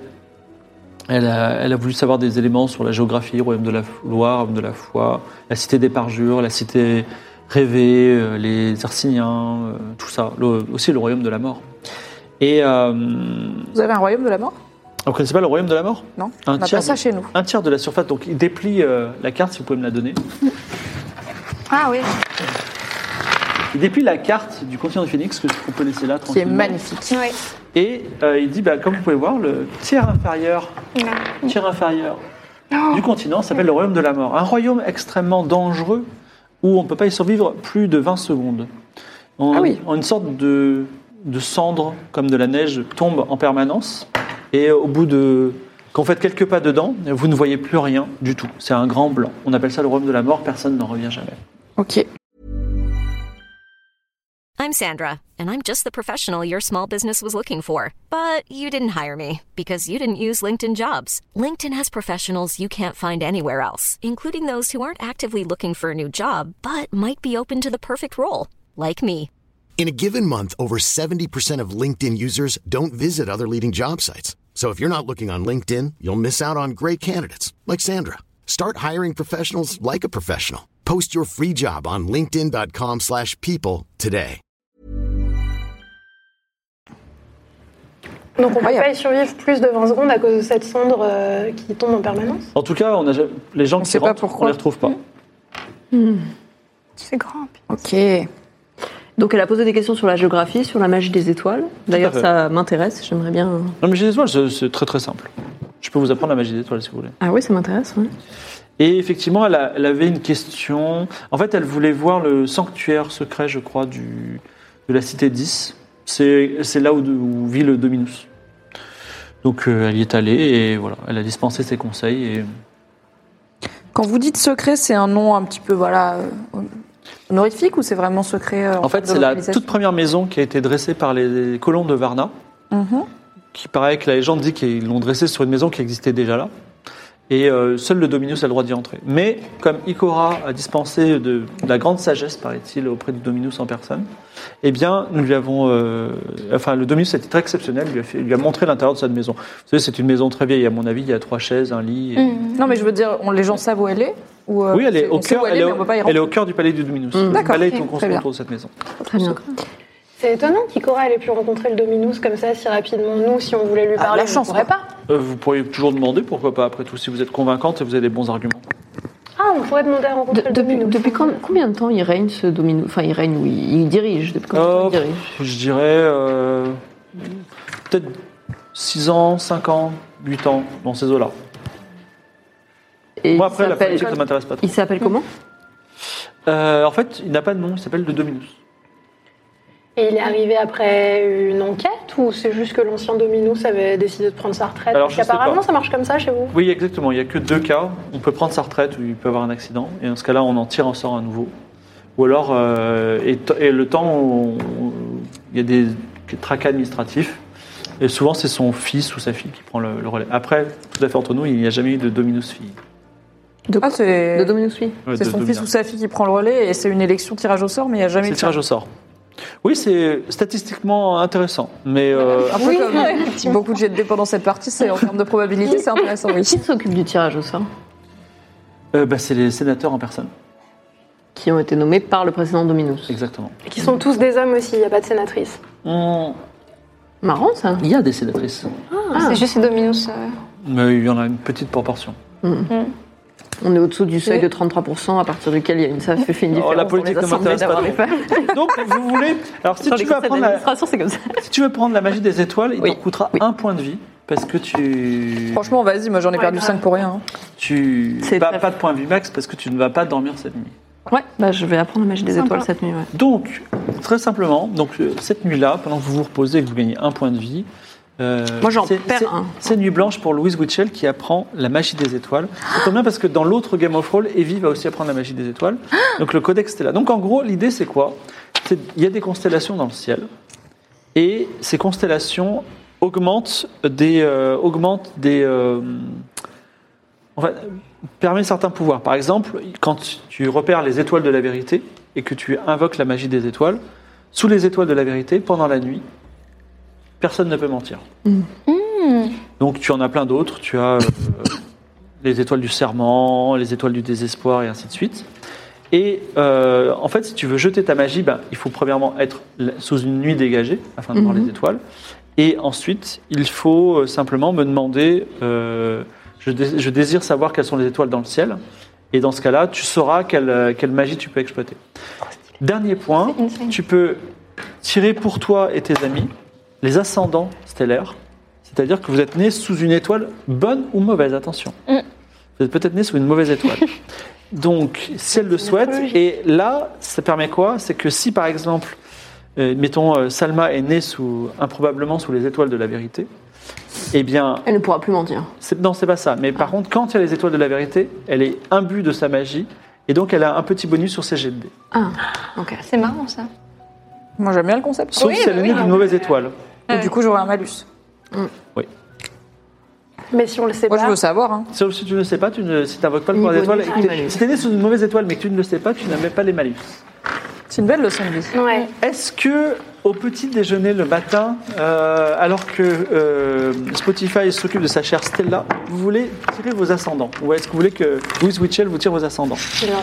Speaker 2: elle, a, elle a voulu savoir des éléments sur la géographie, le royaume de la Loire, royaume de la foi, la cité des parjures, la cité rêvée, euh, les Arsiniens, euh, tout ça. Le- aussi le royaume de la mort. Et euh,
Speaker 4: Vous avez un royaume de la mort
Speaker 2: Vous connaissez pas le royaume de la mort
Speaker 4: Non
Speaker 2: Un
Speaker 4: On n'a
Speaker 2: tiers
Speaker 4: pas ça
Speaker 2: de-
Speaker 4: chez nous.
Speaker 2: Un tiers de la surface, donc il déplie euh, la carte, si vous pouvez me la donner.
Speaker 5: Ah oui.
Speaker 2: Il déplie la carte du continent du Phoenix, que vous connaissez là,
Speaker 4: Qui est
Speaker 2: tranquillement.
Speaker 4: magnifique.
Speaker 5: Oui.
Speaker 2: Et euh, il dit, bah, comme vous pouvez voir, le tiers inférieur,
Speaker 5: Là.
Speaker 4: Oh.
Speaker 2: tiers inférieur du continent s'appelle le royaume de la mort. Un royaume extrêmement dangereux où on ne peut pas y survivre plus de 20 secondes. On,
Speaker 4: Ah oui.
Speaker 2: on- une sorte de, de cendre, comme de la neige, tombe en permanence. Et euh, au bout de. Quand vous faites quelques pas dedans, vous ne voyez plus rien du tout. C'est un grand blanc. On appelle ça le royaume de la mort, personne n'en revient jamais.
Speaker 4: Ok.
Speaker 8: I'm Sandra, and I'm just the professional your small business was looking for. But you didn't hire me because you didn't use LinkedIn jobs. LinkedIn has professionals you can't find anywhere else, including those who aren't actively looking for a new job but might be open to the perfect role, like me.
Speaker 9: In a given month, over 70% of LinkedIn users don't visit other leading job sites. So if you're not looking on LinkedIn, you'll miss out on great candidates like Sandra. Start hiring professionals like a professional. Post your free job on linkedin.com/people slash people today.
Speaker 7: Donc on ne peut
Speaker 4: Incroyable.
Speaker 7: pas y survivre plus de 20 secondes à cause de cette cendre euh, qui tombe en permanence.
Speaker 2: En tout cas, on a, ja- les gens qui
Speaker 4: sait pas
Speaker 2: rentrent, on
Speaker 4: pourquoi.
Speaker 2: les retrouve pas.
Speaker 5: C'est grand. puis-
Speaker 4: Ok.
Speaker 3: Donc, elle a posé des questions sur la géographie, sur la magie des étoiles. D'ailleurs,
Speaker 2: fait.
Speaker 3: ça m'intéresse, j'aimerais bien. euh,
Speaker 2: La magie des étoiles, c'est- c'est très très simple. Je peux vous apprendre la magie des étoiles si vous voulez.
Speaker 3: Ah oui, ça m'intéresse, ouais.
Speaker 2: Et effectivement, elle, a- elle avait une question. En fait, elle voulait voir le sanctuaire secret, je crois, du, de la cité 10. C'est c'est là où, où vit le Dominus. Donc, euh, elle y est allée et voilà, elle a dispensé ses conseils. Et...
Speaker 4: Quand vous dites secret, c'est un nom un petit peu, voilà, euh, honorifique ou c'est vraiment secret euh,
Speaker 2: En fait,
Speaker 4: termes de
Speaker 2: c'est la
Speaker 4: localisation
Speaker 2: toute première maison qui a été dressée par les colons de Varna.
Speaker 4: Mhm.
Speaker 2: qui paraît que la légende dit qu'ils l'ont dressé sur une maison qui existait déjà là. Et euh, seul le Dominus a le droit d'y entrer. Mais comme Ikora a dispensé de, de la grande sagesse, paraît-il, auprès du Dominus en personne, eh bien, nous lui avons. euh, enfin, le Dominus a été très exceptionnel, lui a, fait- lui a montré l'intérieur de cette maison. Vous savez, c'est une maison très vieille, à mon avis, il y a trois chaises, un lit. et-
Speaker 4: Non, mais je veux dire, on, les gens savent où elle est ou, euh,
Speaker 2: Oui, elle est,
Speaker 4: on
Speaker 2: au
Speaker 4: sait
Speaker 2: cœur,
Speaker 4: où elle est, mais on peut pas y
Speaker 2: elle est
Speaker 4: rentrer. Mm.
Speaker 2: au cœur du palais du Dominus. Le
Speaker 4: D'accord,
Speaker 2: palais
Speaker 4: ok,
Speaker 2: est
Speaker 4: très
Speaker 2: construit
Speaker 4: bien.
Speaker 2: autour de cette maison.
Speaker 3: Très bien.
Speaker 7: C'est étonnant qu'Ikora ait pu rencontrer le Dominus comme ça si rapidement. Nous, si on voulait lui
Speaker 4: Ah,
Speaker 7: parler,
Speaker 4: la
Speaker 7: on
Speaker 4: chance,
Speaker 7: ne pourrait
Speaker 4: quoi.
Speaker 7: pas.
Speaker 2: Euh, vous pourriez toujours demander, pourquoi pas, après tout, si vous êtes convaincante et vous avez des bons arguments.
Speaker 7: Ah, on pourrait demander à rencontrer
Speaker 3: De-
Speaker 7: le
Speaker 3: depuis
Speaker 7: Dominus.
Speaker 3: depuis quand- combien de temps il règne ce domino Enfin, il règne, oui, il dirige. Depuis combien de temps
Speaker 2: Oh,
Speaker 3: il dirige
Speaker 2: Je dirais euh, peut-être 6 ans, 5 ans, 8 ans, dans ces eaux-là.
Speaker 3: Et
Speaker 2: Moi,
Speaker 3: il
Speaker 2: après, la
Speaker 3: s'appelle-
Speaker 2: politique, ça m'intéresse pas trop.
Speaker 3: Il s'appelle comment
Speaker 2: Euh, en fait, il n'a pas de nom, il s'appelle le Dominus.
Speaker 7: Et il est arrivé après une enquête ou c'est juste que l'ancien Dominus avait décidé de prendre sa retraite
Speaker 2: Alors,
Speaker 7: Parce
Speaker 2: je sais
Speaker 7: qu'apparemment,
Speaker 2: pas.
Speaker 7: ça marche comme ça chez vous.
Speaker 2: Oui, exactement, il n'y a que deux cas. On peut prendre sa retraite ou il peut avoir un accident, et dans ce cas-là, on en tire un sort à nouveau. Ou alors, euh, et, t- et le temps, on- on- il y a des tracas administratifs. Et souvent, c'est son fils ou sa fille qui prend le, le relais. Après, tout à fait entre nous, il n'y a jamais eu de Dominus fille.
Speaker 4: Ah, c'est
Speaker 3: De Dominus, oui.
Speaker 2: Euh, de
Speaker 4: c'est son
Speaker 2: Dominus.
Speaker 4: fils ou sa fille qui prend le relais et c'est une élection tirage au sort, mais il n'y a jamais
Speaker 2: C'est
Speaker 4: eu
Speaker 2: le
Speaker 4: de
Speaker 2: tirage au sort. Oui, c'est statistiquement intéressant, mais euh,
Speaker 4: Un peu comme beaucoup de jets de dés pendant cette partie, c'est en termes de probabilité, c'est intéressant, oui.
Speaker 3: Qui s'occupe du tirage au sort
Speaker 2: euh, bah, c'est les sénateurs en personne.
Speaker 3: Qui ont été nommés par le précédent Dominus.
Speaker 2: Exactement.
Speaker 7: Et qui sont tous des hommes aussi, il n'y a pas de sénatrice.
Speaker 2: On-
Speaker 3: Marrant ça.
Speaker 2: Il y a des sédatrices.
Speaker 5: Ah, C'est juste les dominos. euh,
Speaker 2: Mais il y en a une petite proportion.
Speaker 3: On est au-dessous du seuil de 33% à partir duquel il y a une ça fait une différence.
Speaker 2: Oh, la politique
Speaker 3: dans les
Speaker 2: ne m'intéresse
Speaker 3: assemblées
Speaker 2: pas
Speaker 3: d'avoir des femmes.
Speaker 2: Donc, vous voulez. Alors, si
Speaker 3: Dans
Speaker 2: tu
Speaker 3: les
Speaker 2: veux
Speaker 3: conseils
Speaker 2: apprendre la,
Speaker 3: d'administration, c'est comme ça.
Speaker 2: si tu veux prendre la magie des étoiles, il
Speaker 3: Oui.
Speaker 2: t'en coûtera
Speaker 3: Oui.
Speaker 2: un point de vie. Parce que tu.
Speaker 4: Franchement, vas-y, moi j'en ai perdu
Speaker 7: grave.
Speaker 4: 5 pour rien. hein.
Speaker 2: Tu
Speaker 3: C'est
Speaker 2: pas,
Speaker 3: très-
Speaker 2: pas de point de vie max parce que tu ne vas pas dormir cette nuit.
Speaker 3: Ouais, bah je vais apprendre la magie des étoiles cette nuit. ouais.
Speaker 2: Donc, très simplement, donc, euh, cette nuit-là, pendant que vous vous reposez et que vous gagnez un point de vie, euh,
Speaker 3: Moi, j'en
Speaker 2: c'est-
Speaker 3: perds
Speaker 2: c'est-
Speaker 3: un.
Speaker 2: C'est nuit blanche pour Louise Witchell qui apprend la magie des étoiles. C'est tombe bien parce que dans l'autre Game of Roll, Evie va aussi apprendre la magie des étoiles. Donc le codex était là. Donc en gros, l'idée c'est quoi C'est- Il y a des constellations dans le ciel et ces constellations augmentent des euh, augmentent des euh, en fait, permet certains pouvoirs. Par exemple, quand tu repères les étoiles de la vérité et que tu invoques la magie des étoiles, sous les étoiles de la vérité, pendant la nuit, personne ne peut mentir. Donc tu en as plein d'autres. Tu as euh, les étoiles du serment, les étoiles du désespoir et ainsi de suite. Et euh, en fait, si tu veux jeter ta magie, ben, il faut premièrement être l- sous une nuit dégagée afin de voir les étoiles. Et ensuite, il faut euh, simplement me demander, euh, je, dé- je désire savoir quelles sont les étoiles dans le ciel. Et dans ce cas-là, tu sauras quelle, euh, quelle magie tu peux exploiter. Dernier point,
Speaker 5: C'est insane.
Speaker 2: tu peux tirer pour toi et tes amis les ascendants stellaires. C'est-à-dire que vous êtes né sous une étoile bonne ou mauvaise, attention. Vous êtes peut-être né sous une mauvaise étoile. Donc, si elle le souhaite, et là, ça permet quoi C'est que si, par exemple, euh, mettons, euh, Salma est née sous, improbablement sous les étoiles de la vérité, eh bien,
Speaker 3: Elle ne pourra plus mentir.
Speaker 2: c'est- Non, c'est pas ça. Mais par contre, quand il y a les étoiles de la vérité, elle est imbue de sa magie. Et donc, elle a un petit bonus sur ses jets de dés.
Speaker 3: Ah, ok.
Speaker 5: C'est marrant ça.
Speaker 4: Moi j'aime bien le concept.
Speaker 2: Sauf
Speaker 5: Oui,
Speaker 2: si elle est
Speaker 5: bah
Speaker 2: née
Speaker 5: oui.
Speaker 2: d'une mauvaise étoile.
Speaker 4: Et du coup, j'aurai un malus.
Speaker 7: Mais si on le sait
Speaker 4: Moi je
Speaker 7: pas,
Speaker 4: veux savoir. hein.
Speaker 2: Sauf si tu ne sais pas, tu ne, si tu n'invoques pas le pouvoir
Speaker 3: Ni
Speaker 2: d'étoile.
Speaker 3: bonus,
Speaker 2: et que
Speaker 3: ni
Speaker 2: t'es-
Speaker 3: malus.
Speaker 2: Si tu es né sous une mauvaise étoile, mais que tu ne le sais pas, tu n'as même pas les malus.
Speaker 4: C'est une belle leçon de vie.
Speaker 7: ouais.
Speaker 2: Est-ce que au petit déjeuner le matin, euh, alors que euh, Spotify s'occupe de sa chère Stella, vous voulez tirer vos ascendants Ou est-ce que vous voulez que Louis Witchell vous tire vos ascendants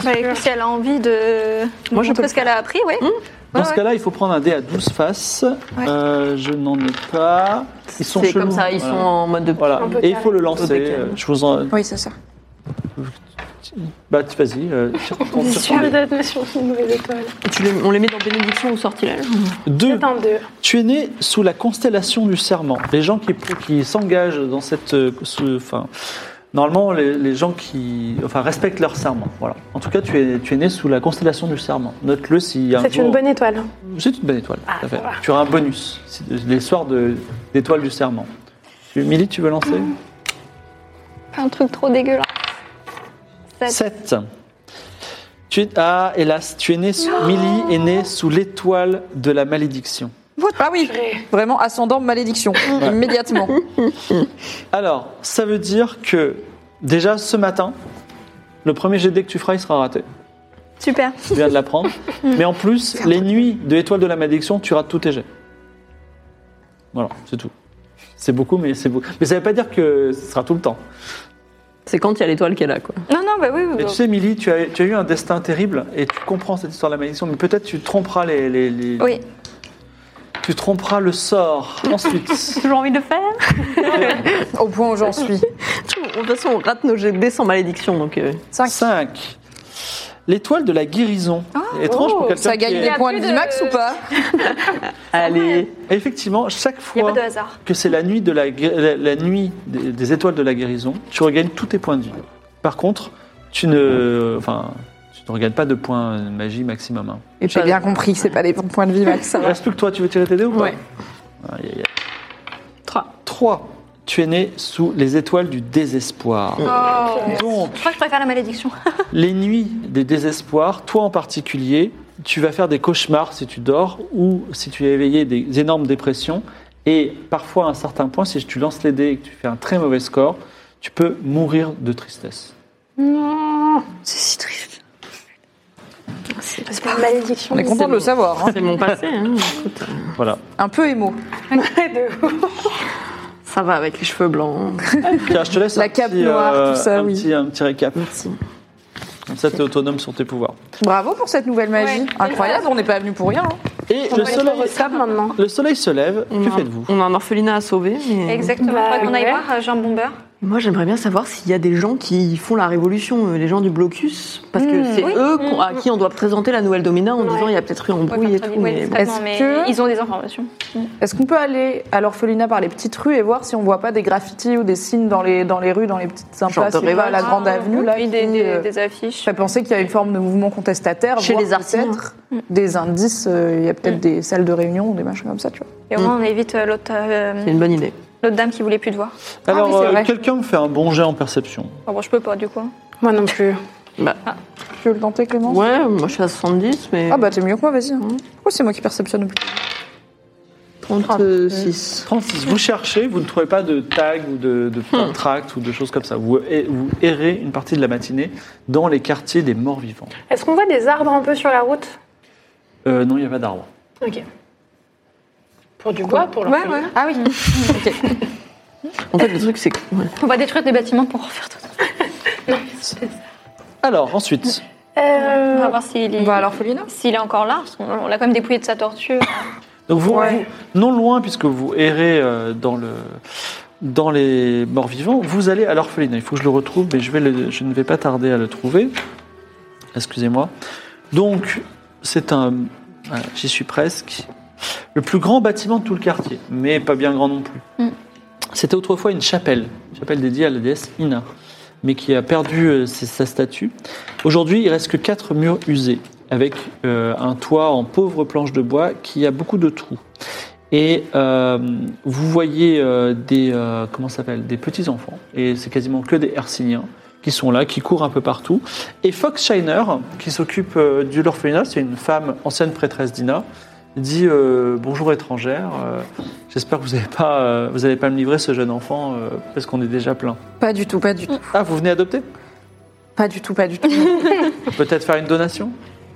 Speaker 5: Bah, écoute, si elle a envie de Moi, montrer ce qu'elle a appris, oui.
Speaker 2: Dans
Speaker 7: Ah
Speaker 5: Ouais,
Speaker 2: ce
Speaker 5: ouais.
Speaker 2: cas-là, il faut prendre un dé à 12 faces. Euh, je n'en ai pas. Ils sont
Speaker 3: C'est comme
Speaker 2: chelous.
Speaker 3: ça, ils
Speaker 2: Voilà.
Speaker 3: sont en mode de.
Speaker 2: Voilà.
Speaker 7: Un peu
Speaker 2: Et il faut le
Speaker 3: carré. Un peu
Speaker 2: lancer.
Speaker 3: carré.
Speaker 2: Euh, Je vous en.
Speaker 4: Oui, c'est ça.
Speaker 2: Bah, tu- vas-y, euh, tire ton-
Speaker 7: Je
Speaker 2: tire
Speaker 7: suis
Speaker 2: ton dé.
Speaker 7: d'être née sur une mauvaise étoile.
Speaker 3: Tu les- on les met dans bénédiction ou sortilège.
Speaker 2: Deux.
Speaker 7: C'est un 2.
Speaker 2: Tu es né sous la constellation du serment. Les gens qui, qui s'engagent dans cette. euh, ce- enfin, normalement, les, les gens qui. Enfin, respectent leur serment. Voilà. En tout cas, tu es, tu es né sous la constellation du serment. Note-le s'il y a un
Speaker 7: C'est
Speaker 2: jour-
Speaker 7: une bonne Ah, étoile.
Speaker 2: C'est une bonne étoile. tout à fait. Tu auras un bonus. C'est de- les soirs de- d'étoiles du serment. Tu- Milly, tu veux lancer
Speaker 7: Mm.
Speaker 5: Pas un truc trop dégueulasse.
Speaker 2: 7. Tu es, ah, hélas, tu es né sous, Milly est née sous l'étoile de la malédiction.
Speaker 4: Ah oui, vraiment ascendant malédiction, immédiatement.
Speaker 2: Alors, ça veut dire que déjà ce matin, le premier GD que tu feras, il sera raté.
Speaker 5: Super.
Speaker 2: Tu viens de l'apprendre. Mais en plus, les nuits de l'étoile de la malédiction, tu rates tous tes jets. Voilà, c'est tout. C'est beaucoup, mais c'est beaucoup. Mais ça veut pas dire que ce sera tout le temps.
Speaker 3: C'est quand il y a l'étoile qu'elle a, quoi.
Speaker 5: Non, non, bah oui. oui,
Speaker 2: Et tu
Speaker 5: oui.
Speaker 2: sais, Milly, tu as, tu as eu un destin terrible et tu comprends cette histoire de la malédiction, mais peut-être tu tromperas les, les- les-
Speaker 5: Oui.
Speaker 2: tu tromperas le sort. Ensuite,
Speaker 3: Toujours envie de le faire
Speaker 4: Au point où j'en suis.
Speaker 3: De toute façon, on rate nos GD sans malédiction, donc. euh,
Speaker 2: 5. L'étoile de la guérison. Étrange pour quelqu'un
Speaker 4: Ah, oh, Ça
Speaker 2: qui
Speaker 4: gagne
Speaker 2: est-
Speaker 4: des points de
Speaker 5: plus
Speaker 4: vie
Speaker 5: de-
Speaker 4: max ou pas
Speaker 3: Allez.
Speaker 2: Effectivement, chaque
Speaker 5: Il n'y a
Speaker 2: fois
Speaker 5: pas de hasard.
Speaker 2: que c'est la nuit, de la, gué- la- la nuit des, des étoiles de la guérison, tu regagnes tous tes points de vie. Par contre, tu ne, enfin, tu ne regagnes pas de points de magie maximum. hein.
Speaker 3: Et
Speaker 4: J'ai
Speaker 3: pas-
Speaker 4: bien compris que c'est pas des bons points de vie max. ça
Speaker 2: Il
Speaker 4: va.
Speaker 2: reste plus que toi, tu veux tirer tes dés ou pas
Speaker 3: Ouais. 3.
Speaker 2: 3. Tu es né sous les étoiles du désespoir.
Speaker 5: Oh.
Speaker 2: Donc,
Speaker 5: Je crois que je préfère la malédiction.
Speaker 2: les nuits des désespoirs, toi en particulier, tu vas faire des cauchemars si tu dors ou si tu es éveillé des énormes dépressions. Et parfois, à un certain point, si tu lances les dés et que tu fais un très mauvais score, tu peux mourir de tristesse.
Speaker 5: C'est si triste.
Speaker 7: C'est pas une malédiction.
Speaker 4: On est content de le savoir. hein.
Speaker 3: C'est mon passé, hein. écoute.
Speaker 2: Voilà.
Speaker 4: Un peu émo.
Speaker 3: Ça va avec les cheveux blancs. hein.
Speaker 2: Tiens, je te laisse
Speaker 4: La
Speaker 2: un,
Speaker 4: cape
Speaker 2: petit, euh,
Speaker 4: noire, tout ça,
Speaker 2: un,
Speaker 4: oui.
Speaker 2: petit, un petit récap.
Speaker 3: Merci.
Speaker 2: Comme ça, tu es autonome sur tes pouvoirs.
Speaker 4: Bravo pour cette nouvelle magie.
Speaker 5: Ouais.
Speaker 4: Incroyable, on n'est pas venu pour rien. hein.
Speaker 2: Et
Speaker 7: On
Speaker 2: le
Speaker 7: va être
Speaker 2: soleil,
Speaker 7: horoscope maintenant.
Speaker 2: le soleil se lève.
Speaker 3: On
Speaker 2: Que
Speaker 3: a un-
Speaker 2: faites-vous
Speaker 4: Ah
Speaker 3: On a un orphelinat à sauver. Mais...
Speaker 5: Exactement.
Speaker 7: Bah,
Speaker 5: Faudrait qu'on aille
Speaker 7: ouais.
Speaker 5: voir euh, Jean Bomber.
Speaker 3: Moi, j'aimerais bien savoir s'il y a des gens qui font la révolution, euh, les gens du blocus, parce que c'est
Speaker 5: Oui.
Speaker 3: eux qu'on- à qui on doit présenter la nouvelle domina en
Speaker 7: Ouais.
Speaker 3: disant il y a peut-être eu un
Speaker 5: Ouais,
Speaker 3: bruit et
Speaker 5: enfin,
Speaker 3: tout.
Speaker 5: ouais,
Speaker 3: mais bon.
Speaker 5: discrètement,
Speaker 4: Est-ce
Speaker 5: mais
Speaker 4: que-
Speaker 5: ils ont des informations.
Speaker 4: Est-ce qu'on peut aller à l'orphelinat par les petites rues et voir si on voit pas des graffitis ou des signes dans les, dans les rues, dans les petites impasse,
Speaker 3: de
Speaker 4: tu vois, à la
Speaker 3: révolte.
Speaker 4: grande
Speaker 5: Ah,
Speaker 4: avenue là,
Speaker 5: oui, des,
Speaker 4: qui,
Speaker 5: des-
Speaker 4: euh,
Speaker 5: des affiches.
Speaker 4: Je pensais qu'il y a une forme de mouvement contestataire.
Speaker 3: Chez
Speaker 4: voire
Speaker 3: les artisans.
Speaker 4: peut-être Des indices, euh, il y a peut-être des salles de réunion ou des machins comme ça, tu vois.
Speaker 5: Et au moins, on évite euh, l'autre euh,
Speaker 3: C'est une bonne idée.
Speaker 5: l'autre dame qui voulait plus te voir.
Speaker 4: Ah oui,
Speaker 2: Alors,
Speaker 4: c'est
Speaker 2: euh,
Speaker 4: vrai.
Speaker 2: quelqu'un me fait un bon jet en perception.
Speaker 5: Ah bon, je peux pas, du coup.
Speaker 7: Moi non plus.
Speaker 4: Tu veux le tenter, Clémence
Speaker 3: Ouais, moi je suis à 70, mais.
Speaker 4: Ah bah t'es mieux que moi, vas-y. hein. Pourquoi c'est moi qui perceptionne au plus
Speaker 3: 36.
Speaker 2: 36, vous cherchez, vous ne trouvez pas de tag ou de, de tract ou de choses comme ça. Vous, vous errez une partie de la matinée dans les quartiers des morts vivants.
Speaker 7: Est-ce qu'on voit des arbres un peu sur la route
Speaker 2: Euh, non, il n'y a pas d'arbre.
Speaker 7: Ok. Pour du bois, pour l'orphelinat.
Speaker 4: Ah oui.
Speaker 3: En fait, le truc, c'est que. ouais.
Speaker 5: On va détruire des bâtiments pour refaire tout.
Speaker 2: Alors, ensuite,
Speaker 5: On va
Speaker 7: Euh,
Speaker 5: voir s'il est,
Speaker 4: On va à l'orphelinat
Speaker 5: s'il est encore là. Parce qu'on on l'a quand même dépouillé de sa torture.
Speaker 2: donc vous,
Speaker 4: Ouais.
Speaker 2: vous- non loin, puisque vous errez euh, dans, le, dans les morts vivants, vous allez à l'orphelinat. Il faut que je le retrouve, mais je, vais le- je ne vais pas tarder à le trouver. Excusez-moi. Donc, c'est un. voilà, J'y suis presque. Le plus grand bâtiment de tout le quartier, mais pas bien grand non plus. C'était autrefois une chapelle, une chapelle dédiée à la déesse Ina, mais qui a perdu euh, ses- sa statue. Aujourd'hui, il reste que quatre murs usés, avec euh, un toit en pauvre planche de bois qui a beaucoup de trous. Et euh, vous voyez euh, des euh, comment ça s'appelle des petits enfants, et c'est quasiment que des Herciniens qui sont là, qui courent un peu partout. Et Fox Shiner, qui s'occupe euh, de l'orphelinat, c'est une femme ancienne prêtresse d'Ina, dit euh, bonjour étrangère. euh, J'espère que vous n'allez pas, euh, vous allez pas me livrer ce jeune enfant euh, parce qu'on est déjà plein.
Speaker 4: Pas du tout, pas du tout.
Speaker 2: Ah, vous venez adopter
Speaker 4: Mm. Pas du tout, pas du tout.
Speaker 2: Peut-être faire une donation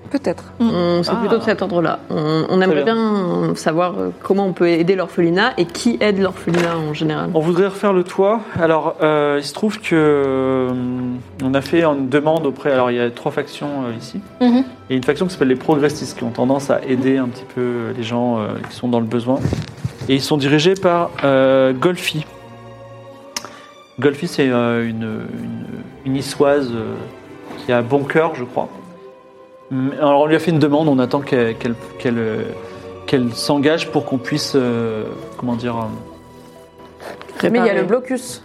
Speaker 4: Peut-être.
Speaker 3: On- C'est
Speaker 2: Ah.
Speaker 3: plutôt de cet ordre-là. On, on aimerait
Speaker 2: bien.
Speaker 3: bien. euh, savoir euh, comment on peut aider l'orphelinat et qui aide l'orphelinat en général.
Speaker 2: On voudrait refaire le toit. Alors, euh, il se trouve que euh, on a fait une demande auprès. Alors, il y a trois factions euh, ici.
Speaker 5: Mhm.
Speaker 2: Et une faction qui s'appelle les progressistes, qui ont tendance à aider un petit peu les gens euh, qui sont dans le besoin. Et ils sont dirigés par euh, Golfi. Golfi, c'est euh, une, une, une niçoise euh, qui a bon cœur, je crois. Mais- Alors, on lui a fait une demande. On attend qu'elle qu'elle- qu'elle, euh, qu'elle s'engage pour qu'on puisse, euh, comment dire. euh,
Speaker 4: Mais il y a le
Speaker 3: bloc.
Speaker 4: blocus.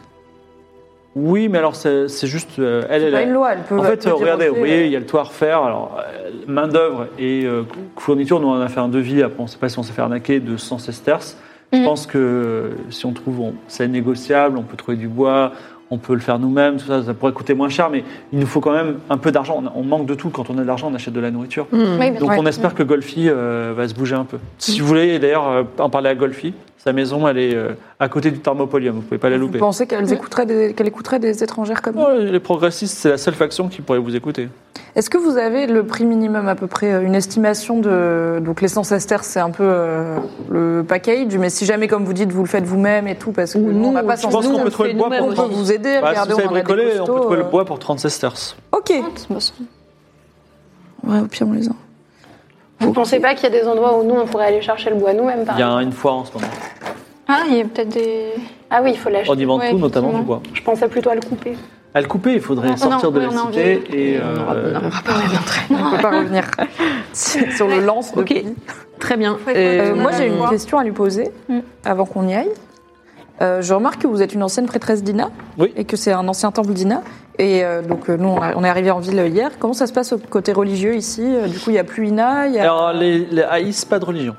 Speaker 2: oui, mais alors c'est c'est juste. euh, elle,
Speaker 4: C'est
Speaker 2: elle,
Speaker 4: pas une loi, elle peut.
Speaker 2: En
Speaker 4: elle
Speaker 2: fait,
Speaker 4: peut
Speaker 2: euh,
Speaker 4: dire
Speaker 2: regardez,
Speaker 4: aussi,
Speaker 2: vous voyez, il y a le toit à refaire. Alors, euh, main-d'œuvre et euh, fourniture, nous on a fait un devis, après, on ne sait pas si on s'est fait arnaquer, de 100 sesterces.
Speaker 4: Mhm.
Speaker 2: Je pense que euh, si on trouve, on- c'est négociable, on peut trouver du bois, on peut le faire nous-mêmes, tout ça, ça pourrait coûter moins cher, mais il nous faut quand même un peu d'argent. On, on manque de tout, quand on a de l'argent, on achète de la nourriture.
Speaker 3: Hmm.
Speaker 5: Oui, bien
Speaker 2: Donc
Speaker 5: sûr.
Speaker 2: on espère que Golfi euh, va se bouger un peu.
Speaker 4: Mhm.
Speaker 2: Si vous voulez d'ailleurs euh, en parler à Golfi, sa maison elle est euh, à côté du Thermopolium, vous pouvez pas la
Speaker 4: Vous
Speaker 2: louper.
Speaker 4: pensez qu'elle écouterait, des- qu'elle écouterait des étrangères comme nous
Speaker 2: Ouais, les progressistes, c'est la seule faction qui pourrait vous écouter.
Speaker 4: Est-ce que vous avez le prix minimum à peu près euh, Une estimation de. Donc l'essence Esther, c'est un peu euh, le package, mais si jamais, comme vous dites, vous le faites vous-même et tout, parce que
Speaker 3: Ou
Speaker 4: nous, on n'a
Speaker 3: nous,
Speaker 4: pas
Speaker 3: je
Speaker 2: Je
Speaker 4: sans
Speaker 2: pense
Speaker 3: nous,
Speaker 2: qu'on
Speaker 3: on
Speaker 2: peut
Speaker 3: le
Speaker 2: trouver
Speaker 3: fait
Speaker 2: le bois
Speaker 3: nous-mêmes
Speaker 2: pour
Speaker 4: On
Speaker 2: 30
Speaker 4: peut vous aider,
Speaker 2: Bah, si
Speaker 4: regardez,
Speaker 2: vous savez
Speaker 4: on en a des
Speaker 2: bricoler, on peut
Speaker 4: costauds,
Speaker 2: trouver le
Speaker 4: euh.
Speaker 2: bois pour 30 sesterces.
Speaker 4: Ok. Ouais, au pire, on les a.
Speaker 7: vous pensez pas qu'il y a des endroits où nous on pourrait aller chercher le bois nous-mêmes par
Speaker 2: Il y a une foire en ce moment.
Speaker 5: Ah, il y a peut-être des.
Speaker 7: Ah oui, il faut l'acheter.
Speaker 2: On y vend
Speaker 5: Ouais,
Speaker 2: tout, notamment du
Speaker 5: effectivement.
Speaker 2: bois.
Speaker 7: Je pensais plutôt à le couper.
Speaker 2: À le couper, il faudrait
Speaker 5: Non,
Speaker 2: sortir
Speaker 5: non,
Speaker 2: de
Speaker 5: oui,
Speaker 2: la
Speaker 5: on a
Speaker 2: cité et.
Speaker 3: On aura- on
Speaker 2: euh,
Speaker 3: n'arrivera pas à revenir.
Speaker 4: On peut pas revenir sur le lance. de-
Speaker 3: Ok, très bien.
Speaker 5: Faut écouter.
Speaker 4: Euh,
Speaker 5: On
Speaker 4: moi,
Speaker 5: a
Speaker 4: j'ai
Speaker 5: le
Speaker 4: une
Speaker 5: droit.
Speaker 4: question à lui poser
Speaker 5: Mm.
Speaker 4: avant qu'on y aille. Euh, je remarque que vous êtes une ancienne prêtresse d'Ina
Speaker 2: Oui.
Speaker 4: et que c'est un ancien temple d'Ina. Et euh, donc, euh, nous, on, a- on est arrivé en ville hier. Comment ça se passe au côté religieux ici Euh, Du coup, il n'y a plus Ina, il n'y a
Speaker 2: Alors, les, les Haïs, pas de religion.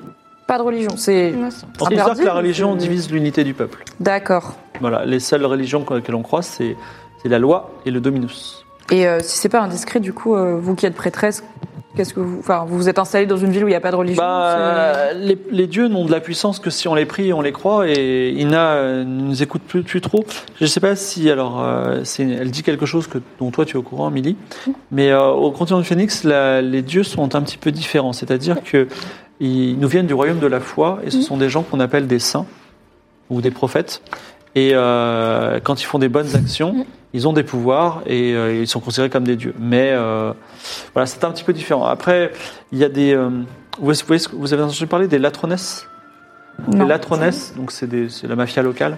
Speaker 4: pas de religion. C'est
Speaker 2: On
Speaker 4: Ah, Interdit,
Speaker 2: considère que la
Speaker 4: ou
Speaker 2: religion
Speaker 4: c'est-
Speaker 2: divise l'unité du peuple.
Speaker 4: d'accord.
Speaker 2: Voilà, les seules religions à laquelle on croit, c'est c'est la loi et le dominus.
Speaker 4: Et euh, si c'est pas indiscret, du coup, euh, vous qui êtes prêtresse, qu'est-ce que vous, enfin, vous vous êtes installée dans une ville où il n'y a pas de religion c'est-
Speaker 2: Bah, les, les dieux n'ont de la puissance que si on les prie et on les croit, et Ina euh, ne nous écoute plus, plus trop. Je ne sais pas si, alors, euh, c'est- elle dit quelque chose que, dont toi tu es au courant, Milly, mais euh, au continent de Phoenix, la- les dieux sont un petit peu différents, c'est-à-dire que ils nous viennent du royaume de la foi,
Speaker 4: Mm.
Speaker 2: et ce sont des gens qu'on appelle des saints ou des prophètes. Et euh, quand ils font des bonnes
Speaker 4: Mm.
Speaker 2: actions, ils ont des pouvoirs et euh, ils sont considérés comme des dieux. Mais euh, voilà, c'est un petit peu différent. Après, il y a des, euh, Vous, vous voyez ce que- vous avez entendu parler des latronesses
Speaker 4: Non.
Speaker 2: Les latronesses, donc c'est des- c'est la mafia locale.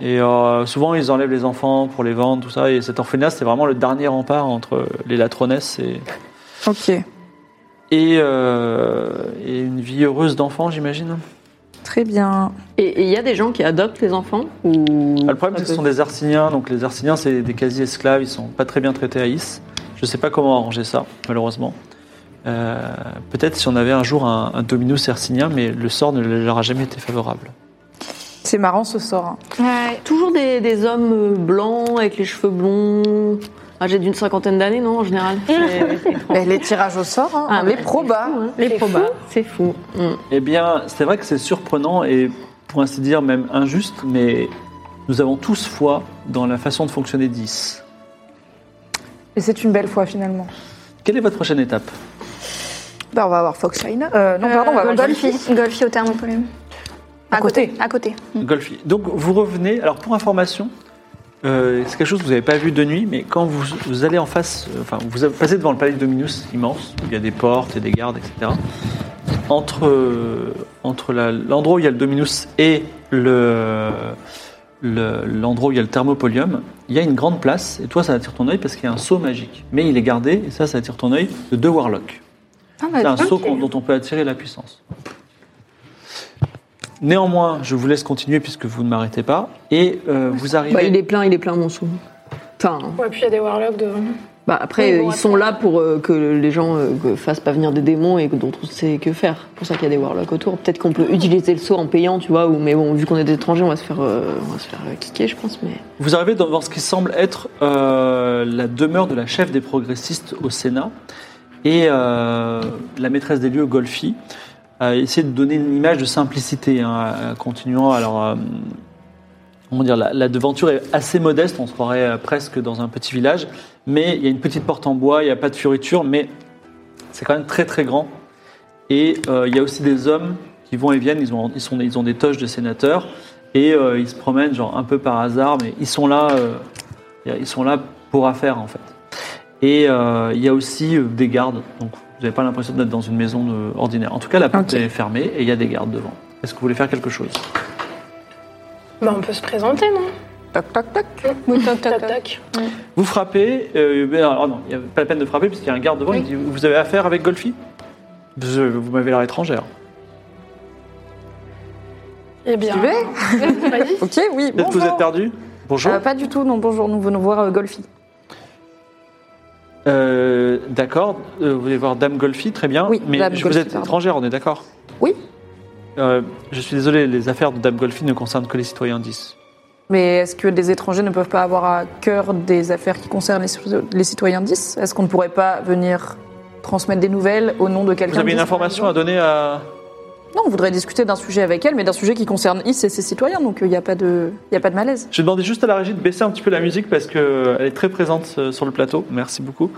Speaker 2: Et euh, souvent, ils enlèvent les enfants pour les vendre, tout ça. Et cet orphelinat, c'est vraiment le dernier rempart entre les latronesses et,
Speaker 4: Ok,
Speaker 2: et, euh, et une vie heureuse d'enfant, j'imagine.
Speaker 4: très bien.
Speaker 3: Et il y a des gens qui adoptent les enfants ou...
Speaker 2: Ah, le problème, c'est que ce sont des Arsiniens. Donc, les Arsiniens, c'est des quasi-esclaves. Ils sont pas très bien traités à Is. Je sais pas comment arranger ça, malheureusement. Euh, Peut-être si on avait un jour un, un Dominus Arsinien, mais le sort ne leur a jamais été favorable.
Speaker 4: C'est marrant ce sort. hein.
Speaker 3: Toujours des, des hommes euh, blancs avec les cheveux blonds. Âgés d'une cinquantaine d'années, non, en général C'est- c'est étrange.
Speaker 4: Mais les tirages au sort, hein,
Speaker 3: Ah,
Speaker 4: les
Speaker 3: mais
Speaker 4: probas.
Speaker 3: c'est fou, hein. Les probas, c'est fou. Mm.
Speaker 2: Eh bien, c'est vrai que c'est surprenant et pour ainsi dire même injuste, mais nous avons tous foi dans la façon de fonctionner d'Is.
Speaker 3: hein.
Speaker 4: Et c'est une belle fois finalement.
Speaker 2: Quelle est votre prochaine étape
Speaker 4: Bah, on va avoir Foxline. Euh, non, pardon, on va avoir
Speaker 5: Golfi. Golfi au thermopollume.
Speaker 4: À côté.
Speaker 5: À côté.
Speaker 2: Golfi. Donc, vous revenez. Alors, pour information, euh, c'est quelque chose que vous n'avez pas vu de nuit, mais quand vous, vous allez en face, euh, enfin, vous passez devant le palais de Dominus, immense, où il y a des portes et des gardes, etc. Entre, euh, entre la- l'endroit où il y a le Dominus et le le- l'endroit où il y a le thermopolium, il y a une grande place, et toi, ça attire ton œil parce qu'il y a un seau magique. Mais il est gardé, et ça, ça attire ton œil, de deux warlocks.
Speaker 3: Ah,
Speaker 2: C'est un saut qu'on- dont on peut attirer la puissance. Néanmoins, je vous laisse continuer puisque vous ne m'arrêtez pas. Et euh, vous arrivez.
Speaker 3: Bah, il est plein, il est plein, mon sou. Enfin,
Speaker 7: Ouais, puis il y a des warlocks devant nous.
Speaker 3: bah, après,
Speaker 7: Oui, bon,
Speaker 3: ils
Speaker 7: après.
Speaker 3: sont là pour euh, que les gens euh, que fassent pas venir des démons et que- dont on sait que faire. C'est pour ça qu'il y a des warlocks autour. Peut-être qu'on peut utiliser le saut en payant, tu vois, ou, mais bon, vu qu'on est des étrangers, on va se faire, euh, on va se faire euh, kicker, je pense. Mais...
Speaker 2: Vous arrivez devant ce qui semble être euh, la demeure de la chef des progressistes au Sénat et euh, la maîtresse des lieux, Golfi, a essayé de donner une image de simplicité, hein, euh, continuant. Alors, euh, comment dire, la, la devanture est assez modeste, on se croirait euh, presque dans un petit village, mais il y a une petite porte en bois, il n'y a pas de fioriture, mais c'est quand même très très grand. Et euh, il y a aussi des hommes qui vont et viennent, ils ont, ils sont, ils ont des toches de sénateurs. Et euh, ils se promènent genre un peu par hasard, mais ils sont là, euh, ils sont là pour affaire en fait. Et euh, il y a aussi euh, des gardes, donc vous n'avez pas l'impression d'être dans une maison de- ordinaire. En tout cas, la porte
Speaker 4: Ok.
Speaker 2: est fermée et il y a des gardes devant. Est-ce que vous voulez faire quelque chose
Speaker 7: Bah, on peut se présenter, non
Speaker 4: Toc, toc, toc.
Speaker 5: Oui, toc, toc,
Speaker 7: Tac,
Speaker 5: toc.
Speaker 7: tac.
Speaker 2: Vous frappez, euh, mais alors non, il n'y a pas la peine de frapper puisqu'il y a un garde devant, il dit Vous avez affaire avec Golfi Je- Vous m'avez l'air étrangère.
Speaker 7: Eh bien.
Speaker 4: Tu veux
Speaker 7: Vas-y.
Speaker 4: Ok, oui.
Speaker 2: Peut-être que
Speaker 4: Bonjour.
Speaker 2: vous êtes perdu Bonjour.
Speaker 4: Euh, pas du tout, non, bonjour, nous venons voir euh, Golfi.
Speaker 2: Euh, d'accord, Euh, vous voulez voir Dame Golfi, très bien.
Speaker 4: Oui,
Speaker 2: mais
Speaker 4: Dame
Speaker 2: je- vous
Speaker 4: Golfi,
Speaker 2: êtes
Speaker 4: pardon.
Speaker 2: étrangère, on est d'accord
Speaker 4: Oui.
Speaker 2: Euh, je suis désolé, les affaires de Dame Golfi ne concernent que les citoyens 10.
Speaker 4: Mais est-ce que des étrangers ne peuvent pas avoir à cœur des affaires qui concernent les, ci- les citoyens 10 Est-ce qu'on ne pourrait pas venir transmettre des nouvelles au nom de quelqu'un
Speaker 2: Vous avez une
Speaker 4: d'Is, par
Speaker 2: information à
Speaker 4: exemple
Speaker 2: donner à.
Speaker 4: Non, on voudrait discuter d'un sujet avec elle, mais d'un sujet qui concerne Is et ses citoyens, donc il n'y a, pas de- il y a pas de malaise.
Speaker 2: Je vais demander juste à la régie de baisser un petit peu la musique parce qu'elle est très présente euh, sur le plateau. Merci beaucoup.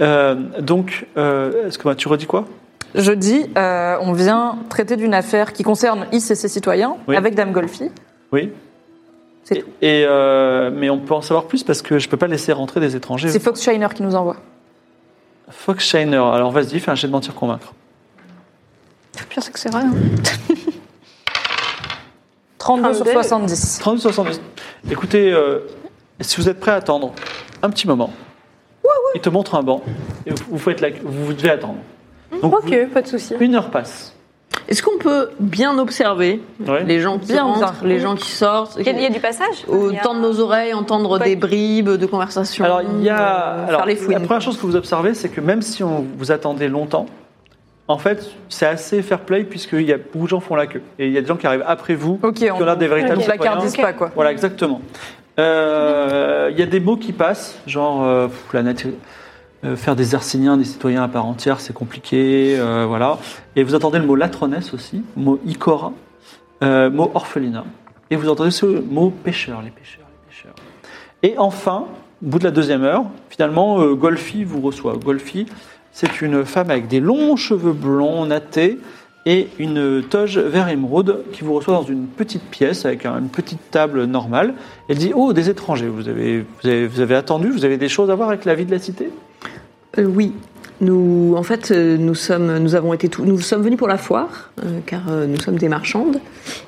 Speaker 2: Euh, donc, euh, est-ce que bah, tu redis quoi
Speaker 4: Je dis, euh, on vient traiter d'une affaire qui concerne Is et ses citoyens
Speaker 2: Oui.
Speaker 4: avec Dame Golfi.
Speaker 2: Oui.
Speaker 4: C'est
Speaker 2: Et- Et, euh, mais on peut en savoir plus parce que je peux pas laisser rentrer des étrangers.
Speaker 4: C'est Fox Shiner qui nous envoie.
Speaker 2: Fox Shiner. Alors vas-y, fais un jet de mentir convaincre.
Speaker 5: Le pire, c'est que c'est vrai. hein.
Speaker 4: 32 sur
Speaker 7: belle.
Speaker 4: 70.
Speaker 2: 32 70. Écoutez, euh, si vous êtes prêt à attendre un petit moment, il te montre un banc et vous, vous faites la, vous, vous devez attendre. Donc vous-
Speaker 7: Ok, pas de souci.
Speaker 2: une heure passe.
Speaker 3: Est-ce qu'on peut bien observer
Speaker 2: Ouais.
Speaker 3: les gens qui
Speaker 4: Bien
Speaker 3: rentrent,
Speaker 4: observer.
Speaker 3: les gens qui sortent
Speaker 5: Il y a- il y a du passage
Speaker 3: Au
Speaker 5: Il y a-
Speaker 3: temps de nos oreilles, entendre
Speaker 5: Ouais.
Speaker 3: des bribes de conversations.
Speaker 2: Alors il y a
Speaker 3: euh,
Speaker 2: alors,
Speaker 3: faire les
Speaker 2: la
Speaker 3: fouines.
Speaker 2: première chose que vous observez, c'est que même si on vous attendez longtemps, en fait c'est assez fair play puisqu'il y a beaucoup de gens font la queue et il y a des gens qui arrivent après vous
Speaker 4: Ok,
Speaker 2: qui ont l'air des véritables
Speaker 4: on
Speaker 2: citoyens.
Speaker 4: placardise pas, quoi.
Speaker 2: Voilà, exactement. Euh, Il y a des mots qui passent, genre euh, pff, la natu- euh, faire des Arsiniens, des citoyens à part entière, c'est compliqué, euh, voilà. Et vous entendez le mot latronesse aussi, mot icora, euh, mot orphelinat. Et vous entendez ce mot pêcheur, les pêcheurs, les pêcheurs. Et enfin, au bout de la deuxième heure, finalement, euh, Golfi vous reçoit. Golfi, c'est une femme avec des longs cheveux blonds nattés et une toge vert émeraude qui vous reçoit dans une petite pièce avec un- une petite table normale. Elle dit Oh, des étrangers, vous avez, vous avez, vous avez attendu, vous avez des choses à voir avec la vie de la cité
Speaker 3: Euh, oui. Nous, en fait, euh, nous sommes, nous avons été, tout- nous sommes venus pour la foire, euh, car euh, nous sommes des marchandes,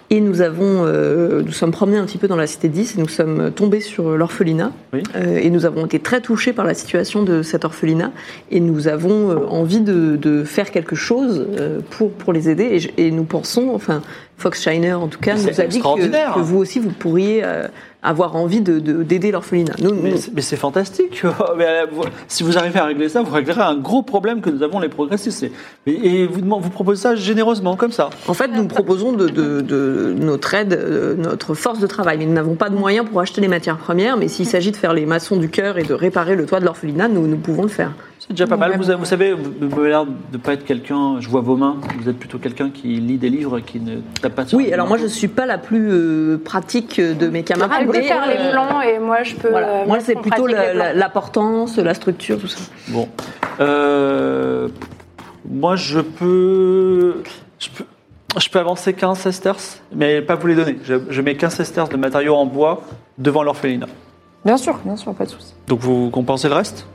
Speaker 3: et nous avons, euh, nous sommes promenés un petit peu dans la cité 10, et nous sommes tombés sur l'orphelinat,
Speaker 2: Oui.
Speaker 3: Euh, et nous avons été très touchés par la situation de cet orphelinat, et nous avons euh, envie de, de faire quelque chose euh, pour pour les aider, et, je- et nous pensons, enfin, Fox Shiner en tout cas
Speaker 2: Mais
Speaker 3: nous
Speaker 2: c'est
Speaker 3: a dit
Speaker 2: extraordinaire.
Speaker 3: que, que vous aussi vous pourriez euh, avoir envie de de- d'aider l'orphelinat. Nous,
Speaker 2: Mais
Speaker 3: nous-
Speaker 2: c'est- mais c'est fantastique. Mais, euh, vous- si vous arrivez à régler ça, vous réglerez un gros problème que nous avons les progressistes. Et, et vous, demandez- vous proposez ça généreusement, comme ça.
Speaker 3: En fait, nous proposons de, de- de notre aide, euh, notre force de travail, mais nous n'avons pas de moyens pour acheter les matières premières. Mais s'il s'agit de faire les maçons du cœur et de réparer le toit de l'orphelinat, nous, nous pouvons le faire.
Speaker 2: C'est déjà pas mal. Vous, vous savez, vous vous avez l'air de pas être quelqu'un. Je vois vos mains. Vous êtes plutôt quelqu'un qui lit des livres, et qui ne tape pas. sur
Speaker 3: Oui,
Speaker 2: les
Speaker 3: alors
Speaker 2: mains.
Speaker 3: moi, je ne suis pas la plus euh, pratique de mes camarades.
Speaker 7: Elle peut
Speaker 3: mais,
Speaker 7: faire les
Speaker 3: euh,
Speaker 7: plans et moi je peux.
Speaker 3: voilà.
Speaker 7: euh,
Speaker 3: Moi,
Speaker 7: mettre
Speaker 3: c'est
Speaker 7: en
Speaker 3: plutôt
Speaker 7: pratique
Speaker 3: la-
Speaker 7: les plans.
Speaker 3: la- l'importance, la, structure, tout ça.
Speaker 2: Bon. Euh, moi, je peux, je peux. je peux avancer 15 sesterces, mais pas vous les donner. Je, je mets 15 sesterces de matériaux en bois devant l'orphelinat.
Speaker 4: Bien sûr, bien sûr, pas de souci.
Speaker 2: Donc vous compensez le reste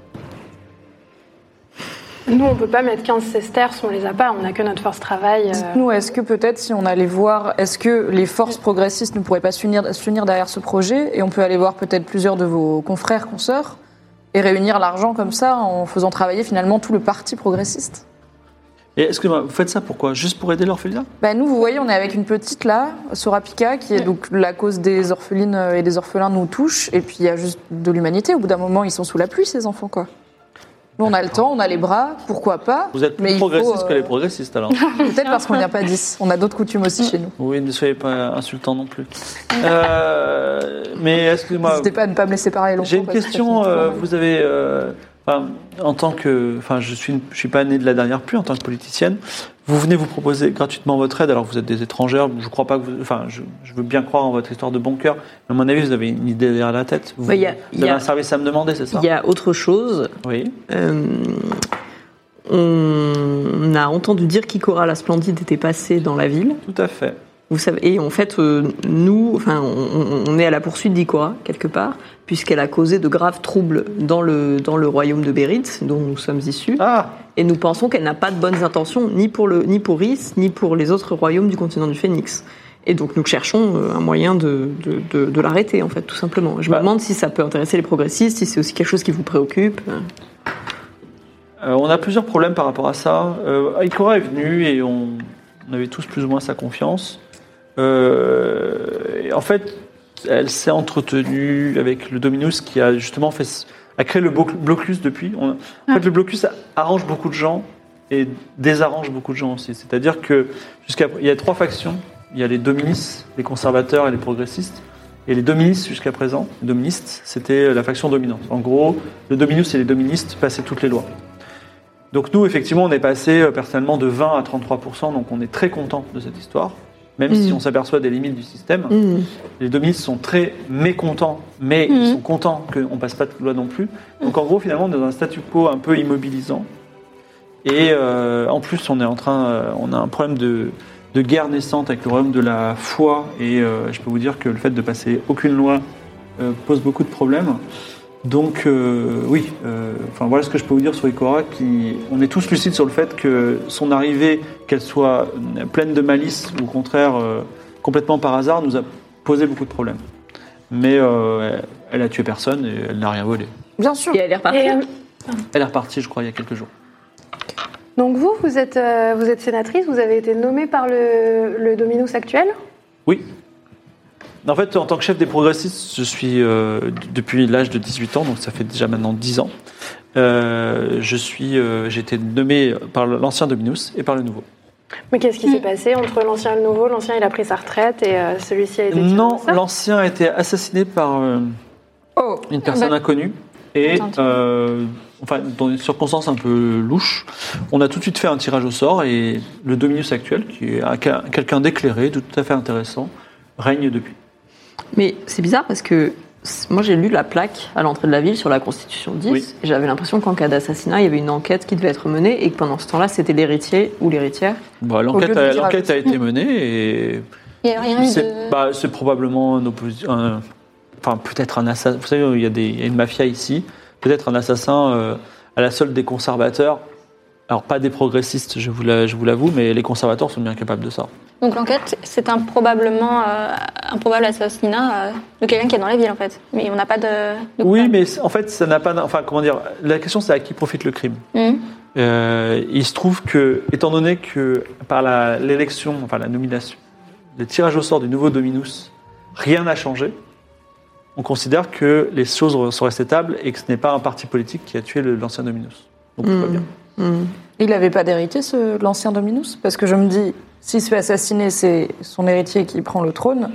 Speaker 7: Nous, on peut pas mettre 15 sesterces, on les a pas, on a que notre force travail. euh,
Speaker 4: Dites-nous, est-ce que peut-être si on allait voir, est-ce que les forces progressistes ne pourraient pas s'unir s'unir derrière ce projet et on peut aller voir peut-être plusieurs de vos confrères, consoeurs et réunir l'argent comme ça en faisant travailler finalement tout le parti progressiste
Speaker 2: Et excusez-moi, vous faites ça pourquoi Juste pour aider l'orphelinat
Speaker 4: bah nous, vous voyez, on est avec une petite là, Sorapika, qui est donc la cause des orphelines et des orphelins nous touche. Et puis il y a juste de l'humanité. Au bout d'un moment, ils sont sous la pluie, ces enfants, quoi. Nous, on a le temps, on a les bras, pourquoi pas
Speaker 2: Vous êtes plus
Speaker 4: Mais il faut,
Speaker 2: progressiste que
Speaker 4: euh,
Speaker 2: les progressistes alors.
Speaker 4: Peut-être parce qu'on vient pas dix. On a d'autres coutumes aussi chez nous.
Speaker 2: oui, ne soyez pas insultants non plus. Euh, mais excusez-moi,
Speaker 4: N'hésitez pas à ne pas me laisser parler longtemps.
Speaker 2: j'ai une
Speaker 4: parce que ça
Speaker 2: question.
Speaker 4: finit
Speaker 2: euh,
Speaker 4: trop mal.
Speaker 2: vous avez, euh, enfin, en tant que, enfin, je suis, je suis pas né de la dernière pluie en tant que politicienne. Vous venez vous proposer gratuitement votre aide alors que vous êtes des étrangères. Je crois pas que, vous, enfin, je, je veux bien croire en votre histoire de bon cœur. Mais à mon avis, vous avez une idée derrière la tête. Vous,
Speaker 3: Mais Bah, il y a-
Speaker 2: vous avez
Speaker 3: il y a-
Speaker 2: un service à me demander, c'est ça
Speaker 3: Il y a autre chose.
Speaker 2: Oui.
Speaker 3: Euh, on a entendu dire qu'Ikora la Splendide était passée dans la ville.
Speaker 2: Tout à fait.
Speaker 3: Vous savez, et en fait, euh, nous, enfin, on, on- on est à la poursuite d'Ikora, quelque part, puisqu'elle a causé de graves troubles dans le, dans le royaume de Bérite, dont nous sommes issus.
Speaker 2: Ah,
Speaker 3: Et nous pensons qu'elle n'a pas de bonnes intentions, ni pour, le, ni pour Rhys, ni pour les autres royaumes du continent du Phénix. Et donc, nous cherchons euh, un moyen de, de, de- de l'arrêter, en fait, tout simplement. Je
Speaker 2: Bah.
Speaker 3: me demande si ça peut intéresser les progressistes, si c'est aussi quelque chose qui vous préoccupe.
Speaker 2: Euh, on a plusieurs problèmes par rapport à ça. Euh, Ikora est venu et on, on avait tous plus ou moins sa confiance. Euh, et en fait, elle s'est entretenue avec le Dominus qui a justement fait, ce- a créé le bloc- blocus depuis. On- en fait, le blocus arrange beaucoup de gens et désarrange beaucoup de gens aussi. C'est-à-dire que jusqu'à il y a trois factions. Il y a les Dominis, les conservateurs et les progressistes. Et les doministes jusqu'à présent, doministes, c'était la faction dominante. En gros, le dominus et les doministes passaient toutes les lois. Donc nous, effectivement, on est passé euh, personnellement de 20 à 33%, donc on est très content de cette histoire, même si on s'aperçoit des limites du système. Les doministes sont très mécontents, mais ils sont contents qu'on passe pas de loi non plus. Donc en gros, finalement, on est dans un statu quo un peu immobilisant. Et euh, en plus, on est en train, euh, on a un problème de, de guerre naissante avec le royaume de la foi, et euh, je peux vous dire que le fait de passer aucune loi euh, pose beaucoup de problèmes. Donc euh, oui, euh, enfin voilà ce que je peux vous dire sur Ikora. Qui, on est tous lucides sur le fait que son arrivée, qu'elle soit euh, pleine de malice ou au contraire euh, complètement par hasard, nous a posé beaucoup de problèmes. Mais euh, elle a tué personne et elle n'a rien volé.
Speaker 4: Bien sûr.
Speaker 3: Et elle est repartie.
Speaker 7: Et, euh,
Speaker 2: Elle est repartie, je crois, il y a quelques jours.
Speaker 7: donc vous, vous êtes, euh, vous êtes sénatrice, vous avez été nommée par le, le Dominus actuel.
Speaker 2: Oui. En fait, en tant que chef des progressistes, je suis euh, d- depuis l'âge de 18 ans, donc ça fait déjà maintenant 10 ans. Euh, je suis, euh, j'ai été nommé par l'ancien Dominus et par le nouveau.
Speaker 7: Mais qu'est-ce
Speaker 5: Hmm.
Speaker 7: qui s'est passé entre l'ancien et le nouveau L'ancien, il a pris sa retraite et euh, celui-ci a été. tiré
Speaker 2: Non,
Speaker 7: au sort
Speaker 2: l'ancien a été assassiné par euh,
Speaker 4: Oh,
Speaker 2: une personne inconnue et,
Speaker 4: Attends.
Speaker 2: euh, enfin, dans une circonstance un peu louche, on a tout de suite fait un tirage au sort et le Dominus actuel, qui est un- quelqu'un d'éclairé, de tout à fait intéressant, règne depuis.
Speaker 3: Mais c'est bizarre parce que c- moi j'ai lu la plaque à l'entrée de la ville sur la Constitution 10
Speaker 2: Oui.
Speaker 3: et j'avais l'impression qu'en cas d'assassinat, il y avait une enquête qui devait être menée et que pendant ce temps-là, c'était l'héritier ou l'héritière.
Speaker 2: Bah,
Speaker 4: lieu
Speaker 2: l'enquête
Speaker 4: de
Speaker 2: a,
Speaker 4: dire à
Speaker 2: l'enquête a été menée et
Speaker 5: Il n'y a rien eu
Speaker 2: c'est
Speaker 5: de.
Speaker 2: bah, c'est probablement un opposi- un- enfin peut-être un assassin. Vous savez, il y, a des, il y a une mafia ici. Peut-être un assassin euh, à la solde des conservateurs. Alors, pas des progressistes, je vous la- je vous l'avoue, mais les conservateurs sont bien capables de ça.
Speaker 5: Donc l'enquête, c'est un probablement euh, un probable assassinat euh, de quelqu'un qui est dans la ville en fait. Mais on n'a pas de. de
Speaker 2: Oui,
Speaker 5: coupable.
Speaker 2: mais c'est- en fait, ça n'a pas. d'im- Enfin, comment dire La question, c'est à qui profite le crime.
Speaker 5: Mhm.
Speaker 2: Euh, il se trouve que, étant donné que par la- l'élection, enfin la nomination, le tirage au sort du nouveau Dominus, rien n'a changé, on considère que les choses re- sont restées stables et que ce n'est pas un parti politique qui a tué le- l'ancien Dominus. Donc tout va
Speaker 4: Hmm.
Speaker 3: Mhm.
Speaker 2: bien.
Speaker 4: Il n'avait pas d'héritier, ce- l'ancien Dominus Parce que je me dis, s'il se fait assassiner, c'est son héritier qui prend le trône.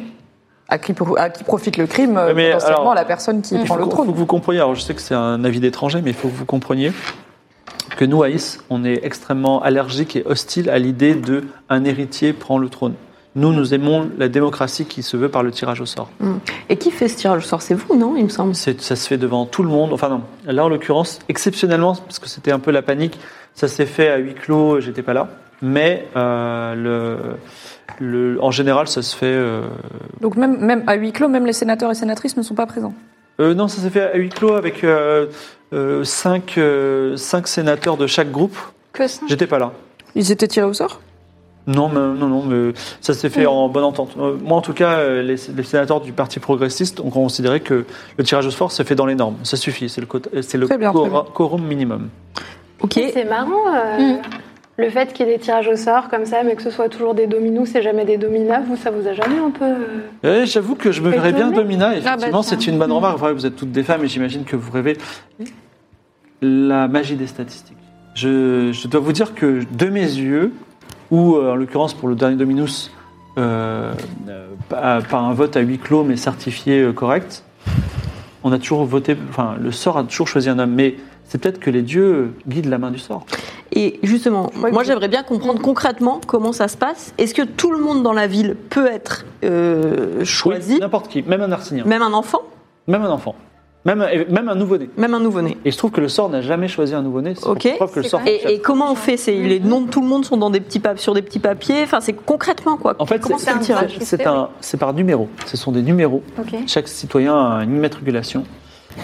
Speaker 4: À qui, pro- à qui profite le crime euh,
Speaker 2: Mais
Speaker 4: Potentiellement,
Speaker 2: alors-
Speaker 4: la personne qui
Speaker 2: Il
Speaker 4: prend
Speaker 2: faut,
Speaker 4: le
Speaker 2: qu'on- faut
Speaker 4: trône.
Speaker 2: que vous compreniez, alors je sais que c'est un avis d'étranger, mais il faut que vous compreniez que nous, Aïs, on est extrêmement allergique et hostile à l'idée de un héritier prend le trône. Nous, nous aimons la démocratie qui se veut par le tirage au sort.
Speaker 3: Et qui fait ce tirage au sort C'est vous, non Il me semble.
Speaker 2: C'est- Ça se fait devant tout le monde. Enfin non, là en l'occurrence, exceptionnellement, parce que c'était un peu la panique, ça s'est fait à huis clos, euh, j'étais pas là. Mais euh, le, le- en général, ça se fait... euh,
Speaker 4: Donc même, même à huis clos, même les sénateurs et sénatrices ne sont pas présents.
Speaker 2: Euh, non, ça s'est fait à huis clos avec euh, euh, cinq, euh, cinq sénateurs de chaque groupe.
Speaker 5: Que ça.
Speaker 2: J'étais pas là.
Speaker 4: Ils étaient tirés au sort
Speaker 2: Non, mais, non, non, mais ça s'est fait en bonne entente. Euh, Moi, en tout cas, euh, les, les sénateurs du Parti progressiste ont considéré que le tirage au sort se fait dans les normes. Ça suffit, c'est le, quota- euh, c'est le
Speaker 4: Très bien,
Speaker 2: quora-
Speaker 4: très bien.
Speaker 2: quorum minimum.
Speaker 3: Ok.
Speaker 7: C'est marrant, euh, le fait qu'il y ait des tirages au sort comme ça, mais que ce soit toujours des dominos et jamais des dominas, vous, ça vous a jamais un peu... euh,
Speaker 2: Eh, J'avoue que je me
Speaker 7: Et
Speaker 2: verrais bien
Speaker 7: Domina
Speaker 2: Domina. Effectivement,
Speaker 7: bah, tiens.
Speaker 2: c'est une bonne remarque. Voilà, Vous êtes toutes des femmes et j'imagine que vous rêvez la magie des statistiques. Je, je dois vous dire que de mes yeux, ou euh, en l'occurrence pour le dernier Dominus, euh, euh, pas, pas un vote à huis clos mais certifié euh, correct, on a toujours voté. Enfin, le sort a toujours choisi un homme. Mais c'est peut-être que les dieux guident la main du sort.
Speaker 3: Et justement, moi Mm. j'aimerais bien comprendre concrètement comment ça se passe. Est-ce que tout le monde dans la ville peut être euh,
Speaker 2: Oui,
Speaker 3: choisi,
Speaker 2: N'importe qui, même un arsinien,
Speaker 3: même un enfant,
Speaker 2: même un enfant, même, un- même un nouveau-né.
Speaker 3: même un nouveau-né
Speaker 2: Et il se trouve que le sort n'a jamais choisi un nouveau-né. C'est
Speaker 3: Ok.
Speaker 2: pour preuve que le sort.
Speaker 3: Et, et comment on fait C'est les noms de tout le monde sont dans des petits pap- sur des petits papiers. Enfin, c'est concrètement quoi.
Speaker 2: En fait,
Speaker 3: comment
Speaker 2: c'est-
Speaker 3: c'est un
Speaker 5: c'est-
Speaker 3: tirage
Speaker 5: qui se
Speaker 2: c'est
Speaker 5: fait,
Speaker 2: un, c'est par numéro. Ce sont des numéros.
Speaker 5: Ok.
Speaker 2: Chaque citoyen a une immatriculation.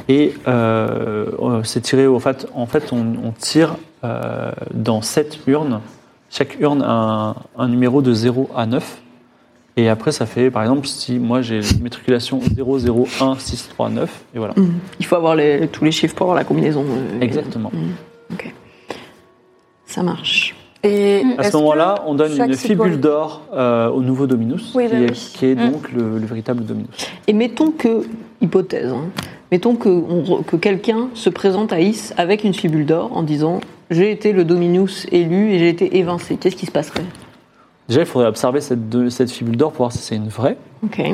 Speaker 2: Et euh, euh, c'est tiré. au- En fait, en fait on, on tire euh, dans sept urnes. Chaque urne a un, un numéro de 0 à 9. Et après, ça fait, par exemple, si moi j'ai l'immatriculation 001639, et
Speaker 3: Mm.
Speaker 2: voilà.
Speaker 3: Il faut avoir les- tous les chiffres pour avoir la combinaison. euh,
Speaker 2: Exactement.
Speaker 3: Ça marche.
Speaker 4: Et
Speaker 2: À
Speaker 4: est-ce
Speaker 2: ce
Speaker 4: que
Speaker 2: moment-là, on donne
Speaker 4: chaque
Speaker 2: une
Speaker 4: citoyen-
Speaker 2: fibule d'or euh, au nouveau Dominus,
Speaker 5: Oui,
Speaker 2: qui,
Speaker 5: bah
Speaker 2: est,
Speaker 5: oui.
Speaker 2: qui est donc le, le véritable Dominus.
Speaker 3: Et mettons que hypothèse, hein, mettons que, on re- que quelqu'un se présente à Is avec une fibule d'or en disant j'ai été le Dominus élu et j'ai été évincé. Qu'est-ce qui se passerait
Speaker 2: Déjà, il faudrait observer cette, de- cette fibule d'or pour voir si c'est une vraie.
Speaker 3: Ok.
Speaker 2: Et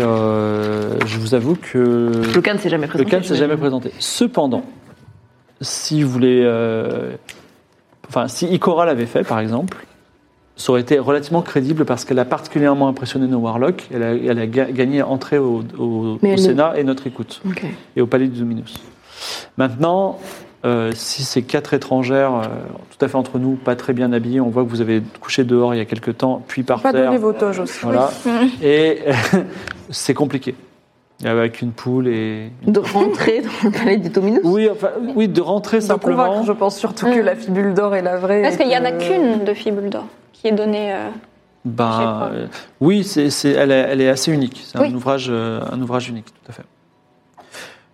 Speaker 2: euh, je vous avoue que
Speaker 3: Le cas ne s'est jamais
Speaker 2: le
Speaker 3: présenté.
Speaker 2: cas ne s'est jamais présenté. Cependant, si vous voulez. euh, enfin, si Ikora l'avait fait, par exemple, ça aurait été relativement crédible parce qu'elle a particulièrement impressionné nos warlocks. Elle a, elle a ga- gagné entrée au, au-
Speaker 3: Mais
Speaker 2: au
Speaker 3: elle ne-
Speaker 2: Sénat et notre écoute,
Speaker 3: Ok.
Speaker 2: et au palais du Dominus. Maintenant. euh, si ces quatre étrangères, euh, tout à fait entre nous, pas très bien habillées, on voit que vous avez couché dehors il y a quelque temps, puis par
Speaker 4: Pas
Speaker 2: terre.
Speaker 4: donner vos toges aussi.
Speaker 2: Voilà. Et c'est compliqué. Avec une poule et.
Speaker 3: De rentrer dans le palais du Dominus.
Speaker 2: Oui, enfin, oui, de rentrer
Speaker 4: De convaincre,
Speaker 2: simplement.
Speaker 4: je pense surtout que la fibule d'or est la vraie.
Speaker 5: Parce
Speaker 4: et
Speaker 5: qu'il n'y en a
Speaker 4: que-
Speaker 5: qu'une de fibule d'or qui est donnée. euh, je sais
Speaker 2: Ben,
Speaker 5: pas.
Speaker 2: euh, oui, c'est, c'est- elle, est, elle est assez unique. C'est
Speaker 5: Oui.
Speaker 2: un, ouvrage, euh, un ouvrage unique, tout à fait.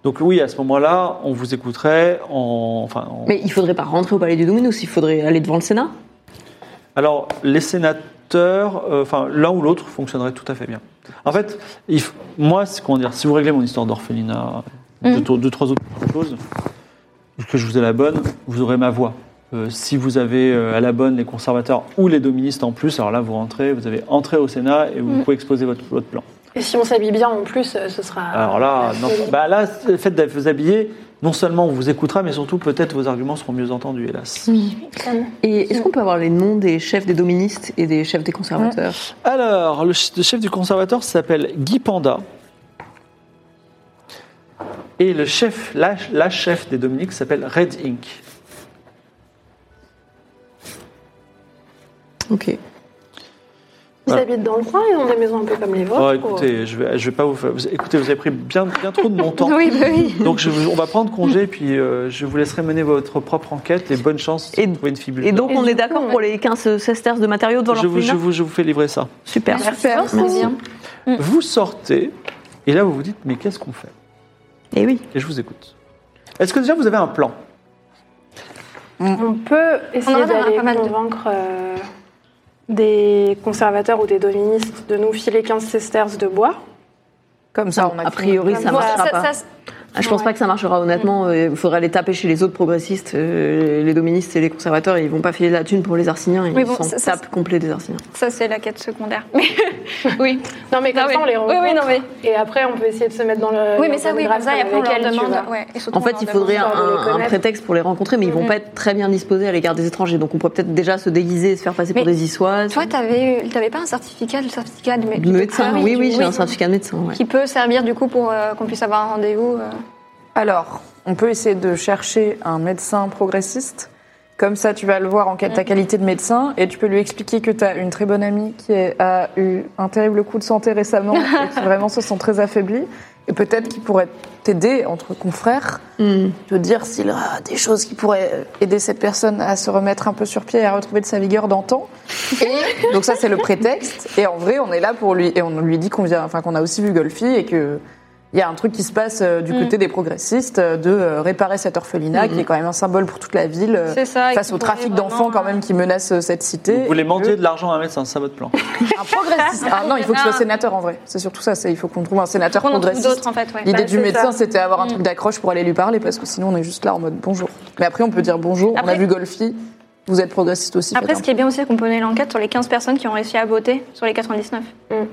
Speaker 2: Donc, oui, à ce moment-là, on vous écouterait. en- enfin, en-
Speaker 3: Mais il faudrait pas rentrer au palais du Dominus. Il faudrait aller devant le Sénat.
Speaker 2: Alors, les sénateurs, euh, enfin, l'un ou l'autre fonctionnerait tout à fait bien. En fait, il f- moi, c'est comment dire, si vous réglez mon histoire d'orphelinat, deux, trois- deux, trois autres choses, que je vous ai la bonne, vous aurez ma voix. Euh, si vous avez euh, à la bonne les conservateurs ou les doministes en plus, alors là, vous rentrez, vous avez entrée au Sénat et vous pouvez exposer votre, votre plan.
Speaker 7: Et si on s'habille bien en plus, euh, ce sera...
Speaker 2: Alors là, non, bah là, le fait de vous habiller, non seulement on vous écoutera, mais surtout, peut-être vos arguments seront mieux entendus, hélas.
Speaker 3: Et est-ce qu'on peut avoir les noms des chefs des doministes et des chefs des conservateurs
Speaker 2: Alors, le ch- le chef du conservateur s'appelle Guy Panda. Et le chef, la, la chef des Dominiques s'appelle Red Ink.
Speaker 3: Ok.
Speaker 7: Ils habitent dans le coin, ils ont des maisons un peu comme les vôtres.
Speaker 2: Oh, écoutez, je vais, je vais pas vous, faire- vous- Écoutez, vous avez pris bien, bien trop de mon temps.
Speaker 7: Oui, bah oui.
Speaker 2: Donc je vous- on va prendre congé, puis euh, je vous laisserai mener votre propre enquête et bonne chance
Speaker 3: Et-
Speaker 2: de trouver une fibule.
Speaker 3: Et donc,
Speaker 7: Et
Speaker 3: on
Speaker 7: du
Speaker 3: est
Speaker 7: coup,
Speaker 3: d'accord
Speaker 7: on-
Speaker 3: pour les 15 sesterces de matériaux devant
Speaker 2: je vous,
Speaker 3: leur
Speaker 2: je,
Speaker 3: vous...
Speaker 2: vous, je vous fais livrer ça.
Speaker 3: Super.
Speaker 4: Super.
Speaker 7: Merci.
Speaker 2: Vous sortez, et là vous vous dites, mais qu'est-ce qu'on fait
Speaker 3: Et Eh oui.
Speaker 2: Et je vous écoute. Est-ce que déjà vous avez un plan
Speaker 7: On peut
Speaker 5: On en
Speaker 7: essayer
Speaker 5: a
Speaker 7: d'aller
Speaker 5: pas mal de-
Speaker 7: convaincre euh, des conservateurs ou des doministes de nous filer 15 sesterces de bois.
Speaker 4: Comme ça, on a
Speaker 3: A priori, ça
Speaker 5: Bon,
Speaker 3: marchera pas.
Speaker 5: ça-
Speaker 3: Ah, Je pense pas que ça marchera, honnêtement. Euh, Il faudra les taper chez les autres progressistes, euh, les doministes et les conservateurs. Ils vont pas filer de la thune pour les arsiniens. Ils
Speaker 5: Oui, bon,
Speaker 3: s'en
Speaker 5: ça- ça-
Speaker 3: tapent complet des arsiniens.
Speaker 5: ça, c'est la quête secondaire. Mais oui.
Speaker 7: Non, mais comme
Speaker 5: Non,
Speaker 7: ça,
Speaker 5: mais-
Speaker 7: on les euh,
Speaker 5: oui, oui, non, mais.
Speaker 7: Et après, on peut essayer de se mettre dans le.
Speaker 5: Oui, mais ça, oui, comme ça, et après, on
Speaker 7: avec
Speaker 5: leur
Speaker 7: elles, tu
Speaker 5: demande.
Speaker 7: vois.
Speaker 5: ouais, et surtout,
Speaker 3: En
Speaker 5: on
Speaker 3: fait,
Speaker 5: leur
Speaker 3: il
Speaker 5: demande-
Speaker 3: faudrait un,
Speaker 7: histoire de les
Speaker 3: un
Speaker 7: connaître.
Speaker 3: prétexte pour les rencontrer, mais ils vont
Speaker 5: Mhm.
Speaker 3: pas être très bien disposés à l'égard des étrangers. Donc, on pourrait peut-être déjà se déguiser, se faire passer pour
Speaker 5: Mais
Speaker 3: des issoises.
Speaker 5: Toi, t'avais t'avais pas un certificat, le certificat de, mé-
Speaker 3: de
Speaker 5: de
Speaker 3: médecin,
Speaker 5: Paris,
Speaker 3: oui,
Speaker 5: du-
Speaker 3: oui, j'ai un certificat de médecin. ouais.
Speaker 5: Qui peut servir du coup pour euh, qu'on puisse avoir un rendez-vous. euh.
Speaker 4: Alors, on peut essayer de chercher un médecin progressiste. Comme ça, tu vas le voir en quelle-
Speaker 5: Mm.
Speaker 4: ta qualité de médecin et tu peux lui expliquer que tu as une très bonne amie qui est- a eu un terrible coup de santé récemment et qui vraiment se sent très affaiblie. Et peut-être qu'il pourrait t'aider entre confrères,
Speaker 5: Mm.
Speaker 4: te dire s'il a des choses qui pourraient aider cette personne à se remettre un peu sur pied et à retrouver de sa vigueur d'antan. Et donc ça, c'est le prétexte. Et en vrai, on est là pour lui et on lui dit qu'on vient, enfin qu'on a aussi vu Golfi et que il y a un truc qui se passe euh,
Speaker 5: Mm.
Speaker 4: du côté des progressistes euh, de euh, réparer cette orphelinat qui est quand même un symbole pour toute la ville euh,
Speaker 5: C'est ça, et
Speaker 4: face
Speaker 5: qui
Speaker 4: au
Speaker 5: pourrait
Speaker 4: trafic
Speaker 5: vraiment,
Speaker 4: d'enfants quand
Speaker 5: euh,
Speaker 4: même qui menace euh, cette cité.
Speaker 2: Vous voulez
Speaker 4: Et
Speaker 2: mendier de l'argent à un médecin, c'est ça votre plan
Speaker 4: que- Un progressiste. Ah non, il faut que ce soit
Speaker 5: Ah.
Speaker 4: sénateur en vrai. C'est surtout ça. C'est il faut qu'on trouve un sénateur
Speaker 5: Qu'on en trouve
Speaker 4: progressiste.
Speaker 5: d'autres en fait, ouais.
Speaker 4: L'idée
Speaker 7: Bah,
Speaker 4: du
Speaker 7: c'est
Speaker 4: médecin,
Speaker 7: ça.
Speaker 4: c'était avoir un
Speaker 5: Mm.
Speaker 4: truc d'accroche pour aller lui parler, parce que sinon on est juste là en mode bonjour. Mais après, on peut dire bonjour, on a
Speaker 5: Après-
Speaker 4: vu Golfi, vous êtes progressiste aussi.
Speaker 5: Après,
Speaker 4: faites
Speaker 5: ce qui est bien aussi, c'est qu'on peut mener l'enquête sur les 15 personnes qui ont réussi à voter sur les 99.
Speaker 4: un-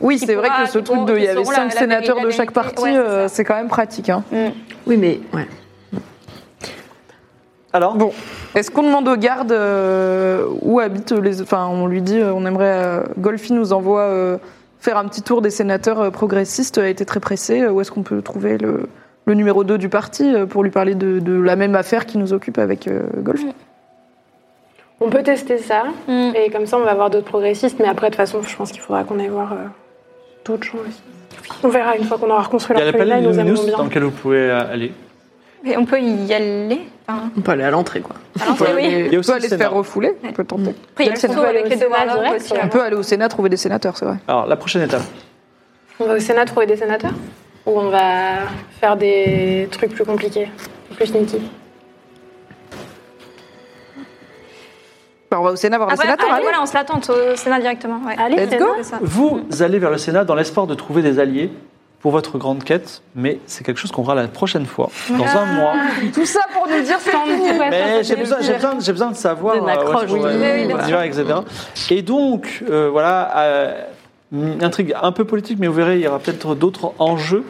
Speaker 4: Oui,
Speaker 5: qui
Speaker 4: c'est vrai
Speaker 5: pourra-
Speaker 4: que ce
Speaker 5: qui
Speaker 4: truc de.
Speaker 5: pourra-
Speaker 4: Il y
Speaker 5: qui
Speaker 4: avait
Speaker 5: sauront
Speaker 4: cinq
Speaker 5: la- la
Speaker 4: sénateurs de
Speaker 5: vérité,
Speaker 4: chaque
Speaker 5: ouais,
Speaker 4: parti,
Speaker 5: c'est
Speaker 4: euh,
Speaker 5: ça.
Speaker 4: c'est quand même pratique. hein.
Speaker 3: Oui, mais ouais.
Speaker 2: Alors
Speaker 4: Bon, est-ce qu'on demande au garde euh, où habitent les. Enfin, on lui dit, euh, on aimerait. euh, Golfi nous envoie euh, faire un petit tour des sénateurs euh, progressistes, a été très pressé. euh, Où est-ce qu'on peut trouver le, le numéro 2 du parti euh, pour lui parler de, de la même affaire qui nous occupe avec euh, Golfi
Speaker 7: On peut tester ça.
Speaker 5: Mm.
Speaker 7: Et comme ça, on va voir d'autres progressistes. Mais après, de toute façon, je pense qu'il faudra qu'on aille voir euh, d'autres gens aussi. On verra une fois qu'on aura reconstruit
Speaker 2: Il y a la
Speaker 7: l'orphelinat,
Speaker 2: palais
Speaker 7: ils nous aimeront
Speaker 2: lumineuse dans
Speaker 7: bien.
Speaker 2: lequel vous pouvez euh, aller.
Speaker 5: Mais on peut y aller. Enfin,
Speaker 3: On peut aller à l'entrée, quoi.
Speaker 5: à l'entrée, Ah, oui.
Speaker 2: Il y a
Speaker 4: On
Speaker 2: aussi le
Speaker 4: peut aller se
Speaker 2: Sénat.
Speaker 4: faire refouler, on peut tenter.
Speaker 5: Mm. Après, il y a le
Speaker 4: Peut-être
Speaker 5: saut avec les deux
Speaker 7: Sénat
Speaker 5: warlocks
Speaker 7: direct,
Speaker 5: aussi.
Speaker 7: ouais.
Speaker 5: hein.
Speaker 4: On peut aller au Sénat trouver des sénateurs, c'est vrai.
Speaker 2: Alors la prochaine étape.
Speaker 7: On va au Sénat trouver des sénateurs Ou on
Speaker 3: Ah,
Speaker 7: va faire des trucs plus compliqués, plus sneaky
Speaker 4: Enfin, on va au Sénat voir les
Speaker 5: Après,
Speaker 4: sénateurs,
Speaker 5: allez,
Speaker 4: allez.
Speaker 5: Ah, voilà, on se l'attend au Sénat directement. ouais.
Speaker 7: Allez,
Speaker 4: Let's
Speaker 7: Sénat.
Speaker 4: go.
Speaker 5: C'est ça.
Speaker 2: Vous allez vers le Sénat dans l'espoir de trouver des alliés pour votre grande quête, mais c'est quelque chose qu'on verra la prochaine fois, dans un mois.
Speaker 4: Tout ça pour nous dire sans nous
Speaker 2: Mais j'ai besoin, j'ai besoin, j'ai besoin de savoir.
Speaker 3: Des
Speaker 2: euh,
Speaker 3: macros,
Speaker 2: ouais,
Speaker 3: oui,
Speaker 2: ouais,
Speaker 3: oui,
Speaker 2: ouais,
Speaker 3: oui,
Speaker 2: divers, etc. Et donc, euh, voilà, euh, une intrigue un peu politique, mais vous verrez, il y aura peut-être d'autres enjeux.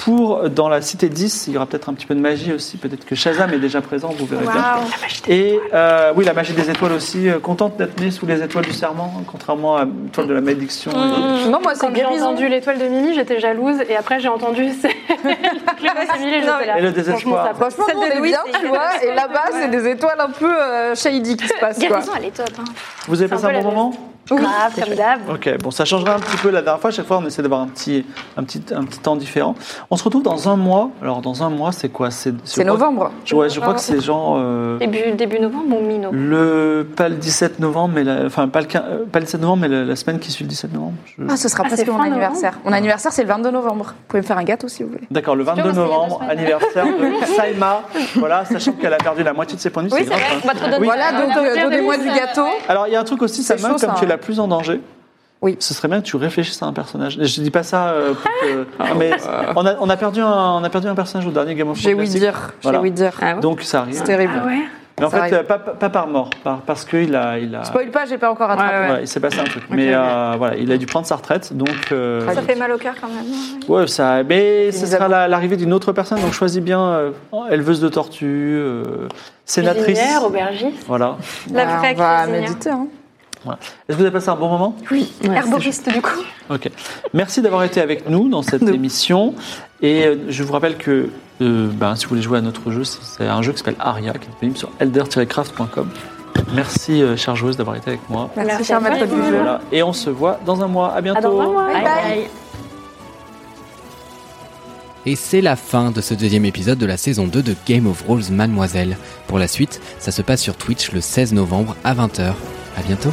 Speaker 2: Pour euh, dans la cité 10, il y aura peut-être un petit peu de magie aussi. Peut-être que Shazam est déjà présent, vous verrez bien.
Speaker 5: Waouh.
Speaker 2: Et euh, oui, la magie des étoiles aussi. euh, Contente d'être née sous les étoiles du serment, hein, contrairement à l'étoile de la malédiction. et-
Speaker 4: Non, moi, c'est
Speaker 7: Quand j'ai
Speaker 4: guérison.
Speaker 7: entendu l'étoile de Mimi, j'étais jalouse. Et après, j'ai entendu. c'est- Clémence et Millet, j'étais
Speaker 5: Non, mais-
Speaker 7: là.
Speaker 2: Et le désespoir.
Speaker 7: Franchement, ça-
Speaker 4: Franchement,
Speaker 5: Celle
Speaker 4: nous, on
Speaker 5: de
Speaker 4: est
Speaker 5: Louis,
Speaker 4: bien,
Speaker 5: c'est-
Speaker 4: tu vois. Et là-bas, c'est des étoiles un peu euh, shady qui se passent, quoi.
Speaker 5: Guérison, elle est top. hein. Ah,
Speaker 2: Vous avez
Speaker 7: C'est un
Speaker 2: passé un
Speaker 7: peu
Speaker 2: bon
Speaker 7: la
Speaker 2: moment
Speaker 7: Grave, comme d'hab.
Speaker 2: Ok, bon, ça changera un petit peu la dernière fois. À chaque fois, on essaie d'avoir un petit, un, petit, un petit temps différent. On se retrouve dans un mois. Alors, dans un mois, c'est quoi C'est je
Speaker 4: C'est
Speaker 2: crois-
Speaker 4: novembre.
Speaker 2: je- ouais, je crois que c'est genre euh,
Speaker 5: Début, début novembre ou mi-novembre
Speaker 2: le, pas le 17 novembre, mais la, enfin, pas le, quin- euh, pas le 17 novembre, mais la, la semaine qui suit le 17 novembre. Je-
Speaker 4: Ah, ce sera presque
Speaker 7: c'est
Speaker 4: mon
Speaker 7: fin
Speaker 4: anniversaire. Mon anniversaire, c'est le 22 novembre. Vous pouvez me faire un gâteau si vous voulez.
Speaker 2: D'accord, le 22
Speaker 5: parce qu'il y a deux
Speaker 2: novembre,
Speaker 5: semaines.
Speaker 2: anniversaire de Saïma. voilà, sachant qu'elle a perdu la moitié de ses points de vue,
Speaker 5: Oui,
Speaker 2: c'est
Speaker 5: c'est
Speaker 2: grave.
Speaker 5: vrai,
Speaker 2: hein.
Speaker 5: on va te redonner.
Speaker 2: Oui.
Speaker 4: Voilà, donc euh, donnez-moi du gâteau.
Speaker 2: Alors, il y a un truc aussi,
Speaker 4: C'est
Speaker 2: Saïma,
Speaker 4: chaud,
Speaker 2: comme
Speaker 4: ça,
Speaker 2: tu es
Speaker 4: hein.
Speaker 2: la plus en danger.
Speaker 4: Oui.
Speaker 2: Ce serait bien que tu réfléchisses à un personnage. Je dis pas ça euh, pour que-
Speaker 4: Ah,
Speaker 2: mais on a, on, a perdu un, on a perdu un personnage au dernier Game of
Speaker 4: oh, euh. J'ai
Speaker 2: Thrones.
Speaker 4: oui
Speaker 2: classique.
Speaker 4: dire. J'ai
Speaker 2: Voilà.
Speaker 4: oui dire.
Speaker 3: Ah
Speaker 2: Donc ça arrive.
Speaker 4: C'est terrible.
Speaker 7: Ah ouais
Speaker 2: Mais en
Speaker 4: ça
Speaker 2: fait,
Speaker 4: arrive.
Speaker 2: euh, pas, pas par mort, par- parce qu'il a, il a,
Speaker 4: Spoil pas, j'ai pas encore attrapé.
Speaker 2: voilà, il s'est passé un truc. mais euh, voilà, il a dû prendre sa retraite, donc euh,
Speaker 5: Ça fait mal au cœur quand même.
Speaker 2: ouais, ça. Mais ce
Speaker 4: Évidemment.
Speaker 2: sera la- l'arrivée d'une autre personne, donc choisis bien euh, éleveuse de tortues, euh, sénatrice.
Speaker 7: Cuisinière, aubergiste.
Speaker 2: Voilà.
Speaker 5: La
Speaker 4: Bah,
Speaker 5: vraie
Speaker 4: on va
Speaker 5: cuisinière.
Speaker 4: méditer. hein.
Speaker 2: Est-ce que vous avez passé un bon moment
Speaker 5: Herboriste du coup.
Speaker 2: Ok. Merci d'avoir été avec nous dans cette émission. Et euh, je vous rappelle que euh, ben, si vous voulez jouer à notre jeu, c'est c'est un jeu qui s'appelle Aria, qui est disponible sur elder-craft.com. Merci, euh, chère joueuse, d'avoir été avec moi.
Speaker 4: Merci,
Speaker 7: Merci
Speaker 4: cher
Speaker 7: à toi,
Speaker 4: maître du jeu.
Speaker 2: Voilà. Et on se voit dans un mois. À bientôt.
Speaker 7: À dans un mois.
Speaker 4: Bye bye.
Speaker 1: Et c'est la fin de ce deuxième épisode de la saison 2 de Game of Rolls Mademoiselle. Pour la suite, ça se passe sur Twitch le 16 novembre à 20h. À bientôt.